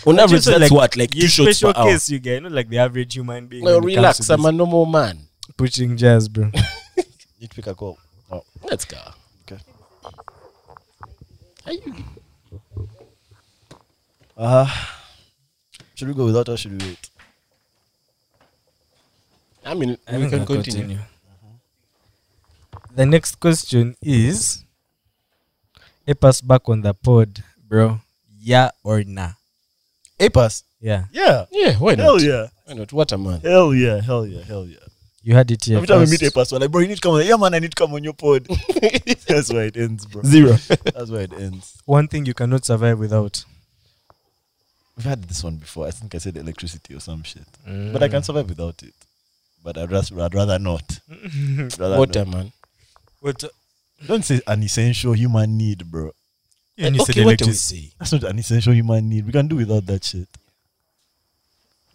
A: On
D: But you
A: average,
D: said,
A: that's
D: like,
A: what like
D: You
A: two shots per
D: special
A: hour.
D: case, you guys. Not like the average human being.
A: Well,
D: when it comes
A: relax,
D: to
A: I'm
D: this
A: a normal man.
D: Pushing jazz, bro.
B: You'd pick a call. Oh,
A: Let's go.
B: okay.
A: Are you?
B: Uh, should we go without or should we wait?
A: I mean,
D: I
A: we
D: think
A: can
D: I'll
A: continue.
D: The next question is Ape us back on the pod, bro. Yeah or nah?
B: Apas.
D: Yeah.
B: Yeah.
A: Yeah, why not?
B: Hell yeah.
A: Why not? What a man.
B: Hell yeah. Hell yeah. Hell yeah.
D: You had it here.
B: Every time we
D: first.
B: meet Apas, we're like, bro, you need to come on. Yeah, man, I need to come on your pod. That's where it ends, bro.
A: Zero.
B: That's where it ends.
D: One thing you cannot survive without.
B: We've had this one before. I think I said electricity or some shit. But I can survive without it. But I'd, ras- I'd rather not. Rather
A: Water, man.
D: What?
B: not. Don't say an essential human need, bro.
D: You need
A: okay, what do we say?
B: That's not an essential human need. We can do without that shit.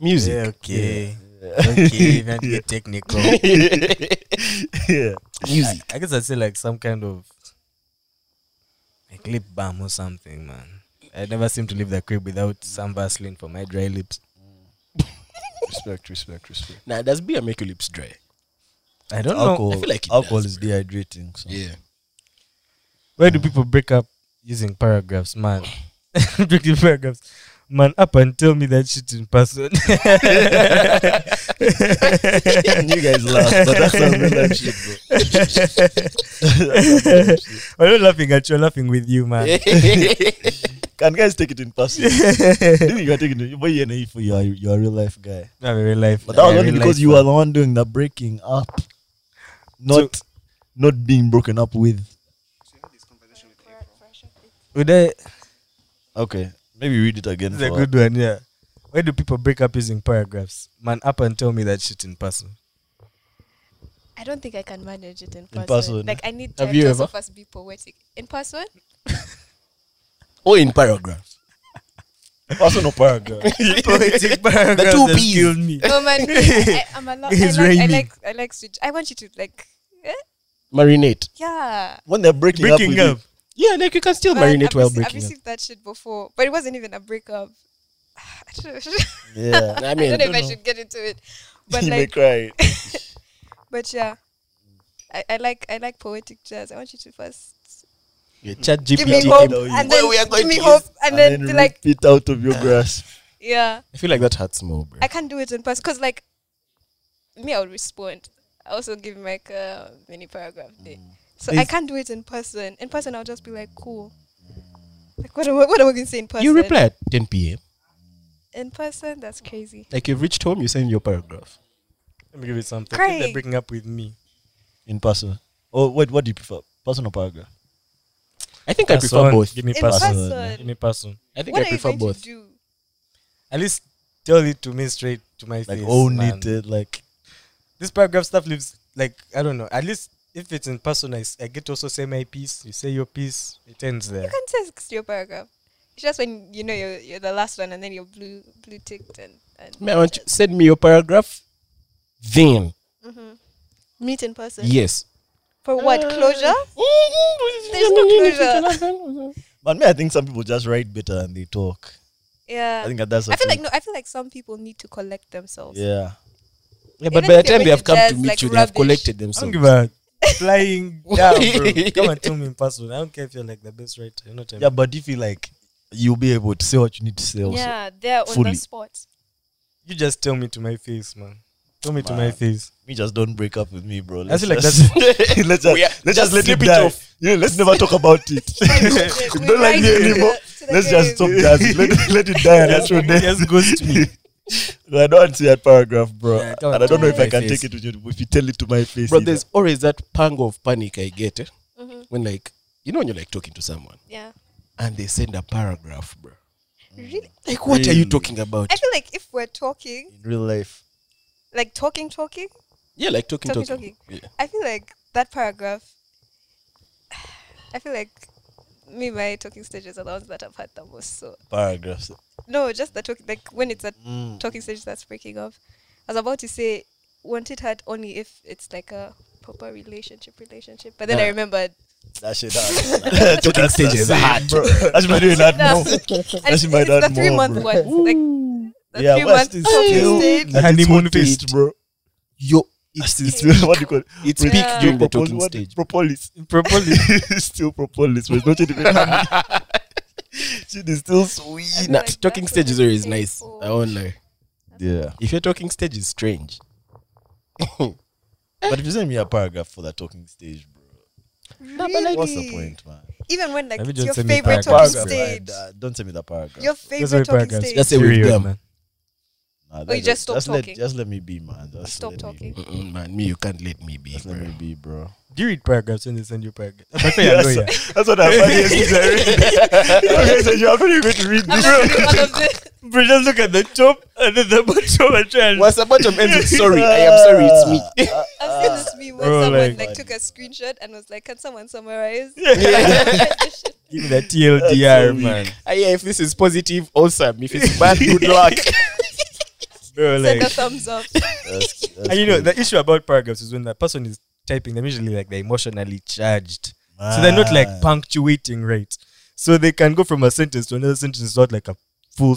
A: Music.
D: okay. okay, not get technical.
B: yeah.
A: Music.
D: I guess I'd say like some kind of like lip balm or something, man. I never seem to leave the crib without some Vaseline for my dry lips.
B: Respect, respect, respect.
A: Now, does beer make your lips dry?
D: I don't know.
B: Alcohol,
A: I feel like it
B: alcohol
A: does,
B: is dehydrating. So.
A: Yeah.
D: Why do people break up using paragraphs, man? break the paragraphs. Man, up and tell me that shit in person.
B: you guys laugh, but that's some real life shit, bro.
D: I'm not laughing at you, I'm laughing with you, man.
B: Can guys take it in person? Didn't you take it in, but you're naive, you are you are a real life guy.
D: Not very life.
B: But that was
D: Yeah,
B: only
D: real
B: because
D: life,
B: you
D: man.
B: were the one doing the breaking up, not not being broken up with.
D: Would I,
B: Okay, maybe read it again.
D: This is a good one, yeah. Why do people break up using paragraphs? Man, up and tell me that shit in person.
C: I don't think I can manage it in person.
B: In person.
C: Like I need
A: Have
C: time
A: you
C: to
A: ever?
C: also first be poetic. In person?
A: Or in paragraphs.
B: personal paragraph.
D: Poetic paragraphs
A: two
D: have
A: Ps.
D: killed me.
C: No man, I, I, am a lot. I
D: It's
C: like, I
D: raining.
C: like I like switch. I want you to like eh?
A: Marinate.
C: yeah.
B: when they're breaking,
D: Breaking
B: up,
D: up.
B: with
A: Yeah, like you can still
C: Man,
A: marinate
C: I've
A: while
C: rece- I've
A: breaking up.
C: received that shit before, but it wasn't even a breakup. I don't know
B: you- yeah,
A: I
C: I
A: mean,
C: don't know if I should get into it, but
B: you may
C: like,
B: cry.
C: but yeah, I, I like I like poetic jazz. I want you to first
A: yeah, chat
C: give me
A: GPT.
C: hope
A: can-
B: know you-
C: and
A: Well,
C: then
A: we are
C: give
A: going
C: me
A: to
C: hope and,
B: And,
C: then
B: then
C: be like,
B: rip it out of your grasp.
C: yeah,
A: I feel like that hurts more, bro.
C: I can't do it in person because like me, I would respond. I also give like a mini paragraph thing, so I
D: Is-
C: can't do it in person. In person, I'll just be like, cool. Like what am I, what am I gonna say in person?
A: You reply at 10 p.m.
C: in person. That's crazy.
A: Like you've reached home, you send your paragraph.
D: Let me give you something. I think They're
C: Craig.
D: breaking up with me.
B: in person. Oh wait, what do you prefer? Personal paragraph.
A: I think I prefer
D: Person,
A: both.
D: Give me
C: In
D: person.
B: person.
D: Give me person.
A: I think I
C: What are you
A: prefer
C: going
A: both.
C: to do?
D: At least tell it to me straight to my
B: Like
D: face.
B: own
D: man.
B: it, eh, like
D: This paragraph stuff leaves like I don't know. At least if it's in person, I, s- I get to also say my piece. You say your piece. It ends there.
C: You can text your paragraph. It's just when you know you're, you're the last one and then you're blue blue ticked and, and
A: Man, I want you- send me your paragraph. Then,
C: meet in person.
A: yes.
C: For Uh, what? Closure?
A: There's
C: no closure.
B: But me, I think some people just write better and they talk.
C: Yeah.
B: I think that that's.
C: Uh, I
B: a
C: feel like
B: thing.
C: no I feel like some people need to collect themselves.
B: Yeah.
A: Yeah, but
C: Even
A: by the
C: if you're
A: time they
C: going
A: have
C: to
A: come to
C: jazz,
A: meet
C: like
A: you, they have
C: rubbish.
A: collected
D: I don't
A: themselves.
D: give a flying down, bro. Come and tell me in person. I don't care if you're like the best writer. You know what I mean?
B: Yeah, but if you like, you'll be able to say what you need to say. Also.
C: Yeah, they're on
B: Fully.
C: the spot.
D: You just tell me to my face, man. Tell me to my
B: Man.
D: face.
B: Me just don't break up with me, bro.
D: I feel like
B: just, let's just,
A: We are-
B: let's
A: just
B: just, let it
A: slip it
B: die.
A: off.
B: Yeah, let's never talk about it.
C: We
B: don't like
C: rise
B: me
C: to the-
B: anymore.
C: to the
B: let's just stop
C: game.
B: dancing. Let, it- let it die. And that's your
D: It
B: name.
D: just ghost me.
B: I don't want to see that paragraph, bro.
D: Yeah, come
B: and I
D: on,
B: don't know
D: to
B: if I
D: my
B: can
D: face.
B: take it with you if you tell it to my face.
A: Bro,
B: either.
A: there's always that pang of panic I get eh?
C: Mm-hmm.
A: when, like, you know, when you're like talking to someone
C: Yeah.
A: and they send a paragraph, bro.
C: Mm. Really?
A: Like, what are you
B: Really?
A: talking about?
C: I feel like if we're talking,
B: in real life.
C: like talking talking,
A: Yeah, like talking, talking.
C: Talking,
A: Yeah.
C: I feel like that paragraph I feel like me my talking stages are the ones that I've had the most so
B: Paragraphs.
C: No, just the talking. Like when it's a
B: Mm.
C: talking stage that's breaking off. I was about to say, want it hard only if it's like a proper relationship, relationship. But then I
B: Yeah.
C: remembered.
B: That shit hard. Talking
A: stages are hard.
B: bro. That's my doing that
C: No.
B: more.
C: And
B: That's
C: it's,
B: my
C: it's
B: dad
C: the three
B: more,
C: month
B: bro.
C: one. Like the
B: Yeah,
C: three
B: what's
C: month
B: this
C: talking
B: deal?
C: stage.
B: That's
D: Honeymoon
B: hot taste,
D: phase.
B: bro.
A: Yo,
B: It's, it's still what do you call it?
A: it's
C: Yeah.
A: peak during the
B: Propol-
A: talking
B: what?
A: stage.
B: Propolis.
D: Probably.
B: it's still propolis, but it's not yet even honey. Shit is still sweet.
C: And
A: Nah,
C: like,
A: talking
C: that's
A: stage
C: what
A: is
C: I
A: always
C: stay
A: nice.
C: for.
A: I won't lie.
B: Yeah.
A: If your talking stage is strange,
B: But if you send me a paragraph for that talking stage, bro,
C: Really?
B: what's the point, man?
C: Even when like
D: Let me
C: it's
D: just
C: your
D: send me
C: favorite
D: paragraph.
C: talking
B: Paragraph,
C: stage,
B: I- I- don't send me that paragraph.
C: your
D: That's why
C: favorite talking
D: paragraphs.
C: stage.
A: That's it with
D: Period,
A: them.
D: man.
B: Nah,
C: Oh, you
B: that's-
C: just stop
B: just
C: talking.
B: Let, just let me be, man. Just
C: Stop
B: let me-
C: talking.
A: mm-mm, man, me, you can't let me be,
B: just let
A: bro.
B: me be, bro.
D: Do you read paragraphs when they send you paragraphs? I'm afraid I
B: Yes,
D: know,
B: sir.
D: yeah.
B: That's what I funniest things I read. okay, so you're actually going to read this.
C: I'm not doing all of this.
D: Bro, just look at the top and then the bottom and try and
A: What's the bottom ends with sorry. I am sorry, it's me.
C: I've seen this meme where
D: Bro,
C: someone
D: like-
C: like, took a screenshot and was like, "Can someone summarize?"
D: give me the TLDR, man.
A: Ah, yeah, if this is positive, awesome. If it's bad, good luck.
D: Bro,
C: Send
D: like,
C: a thumbs up.
D: and you know, the issue about paragraphs is when the person is typing, they're usually like they're emotionally charged. So they're not like punctuating right. So they can go from a sentence to another sentence without like a full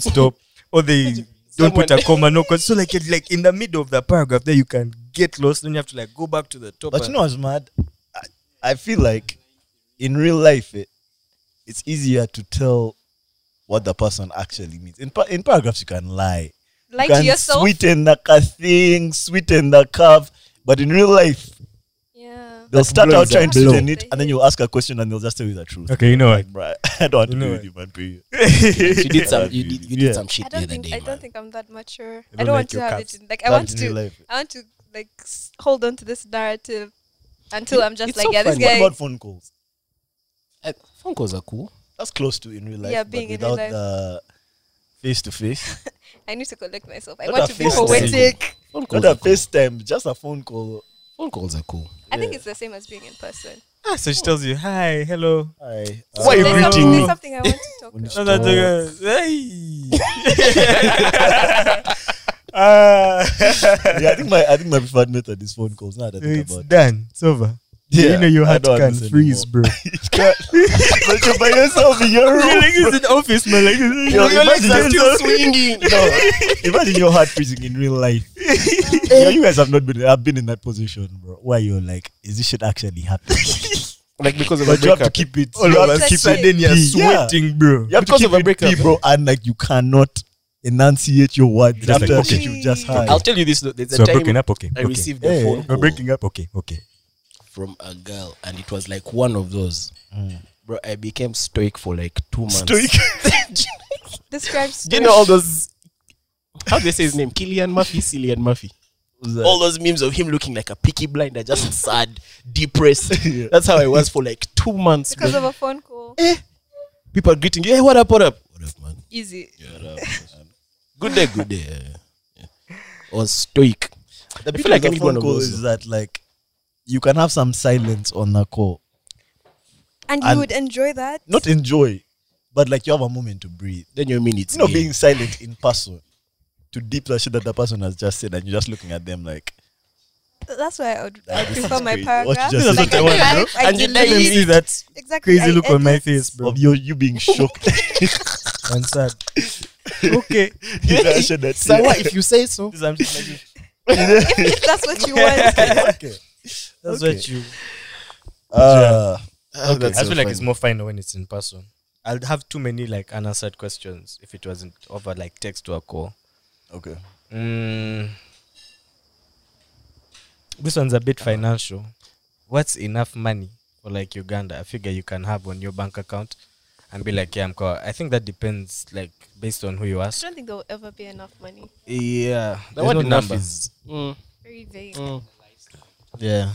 D: stop, or they don't put a comma, no. 'cause- So like, it, like in the middle of the paragraph, there you can get lost. Then you have to like go back to the top.
B: But you
D: and-
B: know what's mad? I, I feel like in real life, it, it's easier to tell what the person actually means. In, pa- in paragraphs, you can lie.
C: Lie
B: you
C: to
B: can
C: yourself.
B: sweeten the ca- thing, sweeten the curve. But in real life,
C: Yeah.
B: they'll
D: That
B: start
D: blows
B: out trying
D: up.
B: to
D: Blow.
B: sweeten it, and then you'll ask a question, and they'll just tell you the truth.
D: okay, you know what?
B: Bruh, I don't want to
D: You know
B: be
D: it.
B: with you, man. Period.
A: you did some. You did, you did
B: Yeah.
A: some shit
C: I
A: the
C: don't
A: other
C: think
A: day,
C: I don't
A: man.
C: think I'm that mature. I don't,
D: don't like
C: want to
D: your
C: have
D: cups.
C: it in like I
B: That's
C: want
B: in real
C: to
B: life.
C: I want to like s- hold on to this narrative until I'm just
A: it's
C: like
A: so
C: yeah this
A: funny.
B: What
C: guy
B: about phone calls?
A: Uh, phone calls are cool.
B: That's close to in real life.
C: Yeah,
B: but
C: being in real
B: without
C: life.
B: the face to face.
C: I need to collect myself. I
B: What
C: want
B: a
C: to be
B: face
A: to
C: poetic.
A: Phone calls,
B: Not
A: are
B: a
A: cool.
B: FaceTime, just a phone call.
A: phone calls are cool.
C: I think
B: Yeah.
C: it's the same as being in person.
D: Ah, so she tells you, "Hi, hello."
B: Hi.
A: Why are you
C: there's
A: greeting
C: something,
A: me?
C: there's something I want to talk
B: When
C: about.
B: it's
D: No, no,
B: talk.
D: no, no. Hey. Ah.
B: yeah, I think my I think my preferred method is phone calls. Now that I think
D: it's
B: about it.
D: done. It's over. you know your
B: I
D: heart
B: don't
D: can
B: understand
D: freeze, bro.
B: anymore. but you're by yourself in your
D: Your
B: room.
D: leg is in office, man. Like,
B: Yo,
A: Your legs
B: imagine
A: are still
B: yourself-
A: swinging.
B: No, imagine your heart freezing in real life. yeah, you guys have not been. I've been in that position, bro. Where you're like, is this shit actually happening?
A: Like because of a
B: but you have to
A: breakup. Oh,
B: keep it.
D: all
B: you
D: of
B: have
D: us
B: to
D: keep
C: keep
D: sudden you're
B: it- yeah.
D: sweating, bro.
B: You have to
A: Because
B: keep
A: of a
B: it
A: breakup.
B: pee, bro, and like you cannot enunciate your words
D: Just
B: after
D: like,
B: shit
C: okay.
B: you've just had.
A: I'll tell you this. though, There's a
D: So we're
A: time
D: broken up, okay.
A: I
D: okay.
A: received
B: Hey.
A: a phone
D: We're
A: call
D: breaking up, okay, okay.
A: from a girl, and it was like one of those. Bro, I became stoic for like two months.
C: Describe
A: Do you know all those? How do they say his name? Killian Murphy, Cillian Murphy. All those memes of him looking like a picky blinder, just sad, depressed.
B: Yeah.
A: That's how I was for like two months.
C: because
A: bro. Eh?
C: of a phone call.
A: People are greeting you. Hey, what up? What up? What up, man?
C: Easy.
A: Good day, good day. Yeah. Or stoic.
B: The
A: I
B: beauty
A: feel like
B: of
A: I
B: the
A: need one
B: phone
A: of
B: call
A: those.
B: is that like you can have some silence on a call,
C: And you
B: And-
C: would enjoy that?
B: not enjoy, but like you have a moment to breathe.
A: Then you mean it's
B: It's not
A: gay.
B: being silent in person to deep the shit that the person has just said, and you're just looking at them like
C: That's why I would I
B: This is
C: prefer my
B: crazy. What you
C: paragraph.
B: just
C: Like,
B: said.
C: I
D: What I
C: type, I
A: And you
D: Let them
C: delete.
D: see that
C: Exactly.
D: crazy
C: I
D: look on my
C: edit.
D: face, bro.
B: of you, you being shocked.
D: I'm sad. okay.
B: You know, shit that's
A: So
B: it.
A: what if you say so?
D: I'm just like,
C: If that's what you want.
B: okay.
D: that's what you.
B: Uh,
A: Ah,
D: I
A: that's so
D: feel like
A: funny.
D: it's more finer when it's in person. I'll have too many like unanswered questions if it wasn't over like text or call.
B: okay.
D: Mm. This one's a bit financial. What's enough money for like Uganda? I figure you can have on your bank account and be like, yeah, I'm cool. I think that depends, like, based on who you
C: I
D: ask.
C: don't think there will ever be enough money.
D: Yeah,
A: That one enough is. Mm,
C: Very vague.
A: mm.
D: yeah.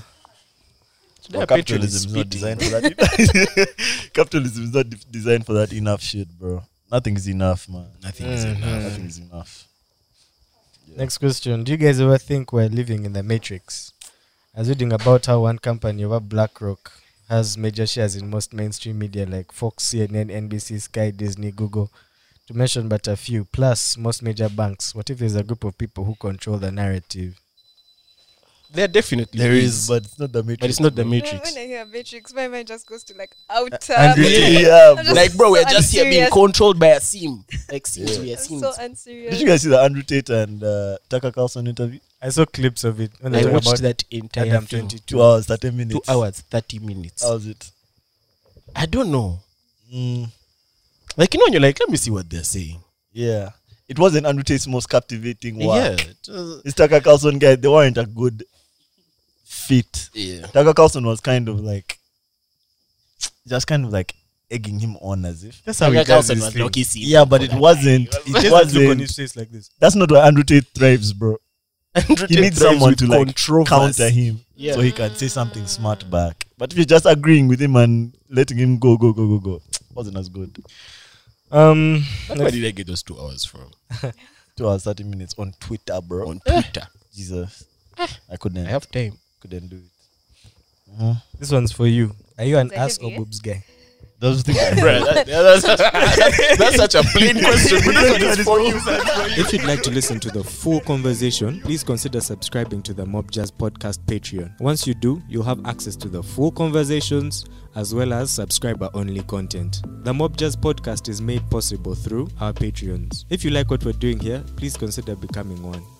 A: Today our Patreon is
B: capitalism is
A: spitting.
B: not designed for that. capitalism is not de- designed for that enough shit, bro. Nothing is enough, man.
A: Nothing
D: is
C: Mm-hmm.
D: enough.
B: Nothing is enough.
D: Next question: Do you guys ever think we're living in the matrix? I was reading about how one company over BlackRock has major shares in most mainstream media like Fox, CNN, NBC, Sky, Disney, Google, to mention but a few. Plus, most major banks. What if there's a group of people who control the narrative?
A: There definitely
B: There is, but it's not the matrix.
A: but it's not the
B: bro.
C: When
A: Matrix.
C: when I hear Matrix, my mind just goes to like outer.
D: and really-
C: I'm
B: Yeah, bro.
C: just
A: Like, bro,
C: so
A: we're just here being
C: unserious.
A: controlled by a sim. Like, sims, we are
C: I'm
A: sims.
C: so
B: Did
C: unserious.
B: you guys see the Andrew Tate and uh, Tucker Carlson interview?
D: I saw clips of it when they
A: I
D: talk
A: watched
D: about
A: that entire
D: Adam
A: film.
D: Twenty
B: Two
D: Two.
B: hours, thirty
A: Two
B: minutes.
A: hours, 30 minutes.
B: How was it?
A: I don't know.
B: Mm,
A: Like, you know, when you're like, let me see what they're saying.
B: yeah, it wasn't Andrew Tate's most captivating work.
A: Yeah. it was-
B: This Tucker Carlson guy, they weren't a good fit.
A: Yeah.
B: Tucker Carlson was kind of like, just kind of like egging him on as if.
D: That's how
A: Tucker
D: he does
A: Carlson
D: his
A: was
D: thing.
A: Loki sim.
B: Yeah, but it wasn't.
D: Just
B: It
D: look on his
B: wasn't.
D: face like this.
B: That's not why Andrew Tate thrives, bro.
A: Andrew
B: He
A: Tate
B: needs
A: thrives
B: someone
A: with
B: to like
A: controversy.
B: counter him.
F: Yeah.
B: so he can say something smart back. But if you're just agreeing with him and letting him go, go, go, go, go, wasn't as good.
G: Um,
A: But where did I get those two hours from?
B: Two hours, thirty minutes on Twitter, bro.
A: On Twitter.
B: Jesus, I couldn't,
F: I have time.
B: couldn't do it. Uh-huh.
G: this one's for you. Are you an
C: Is that
G: ass or
C: heavy, eh?
G: boobs guy?
B: Those things.
A: Bruh, that- that's, that's- that's such a plain question. But this one is for you.
D: If you'd like to listen to the full conversation, please consider subscribing to the Mob Jazz Podcast Patreon. Once you do, you'll have access to the full conversations as well as subscriber only content. The Mob Jazz Podcast is made possible through our Patreons. If you like what we're doing here, please consider becoming one.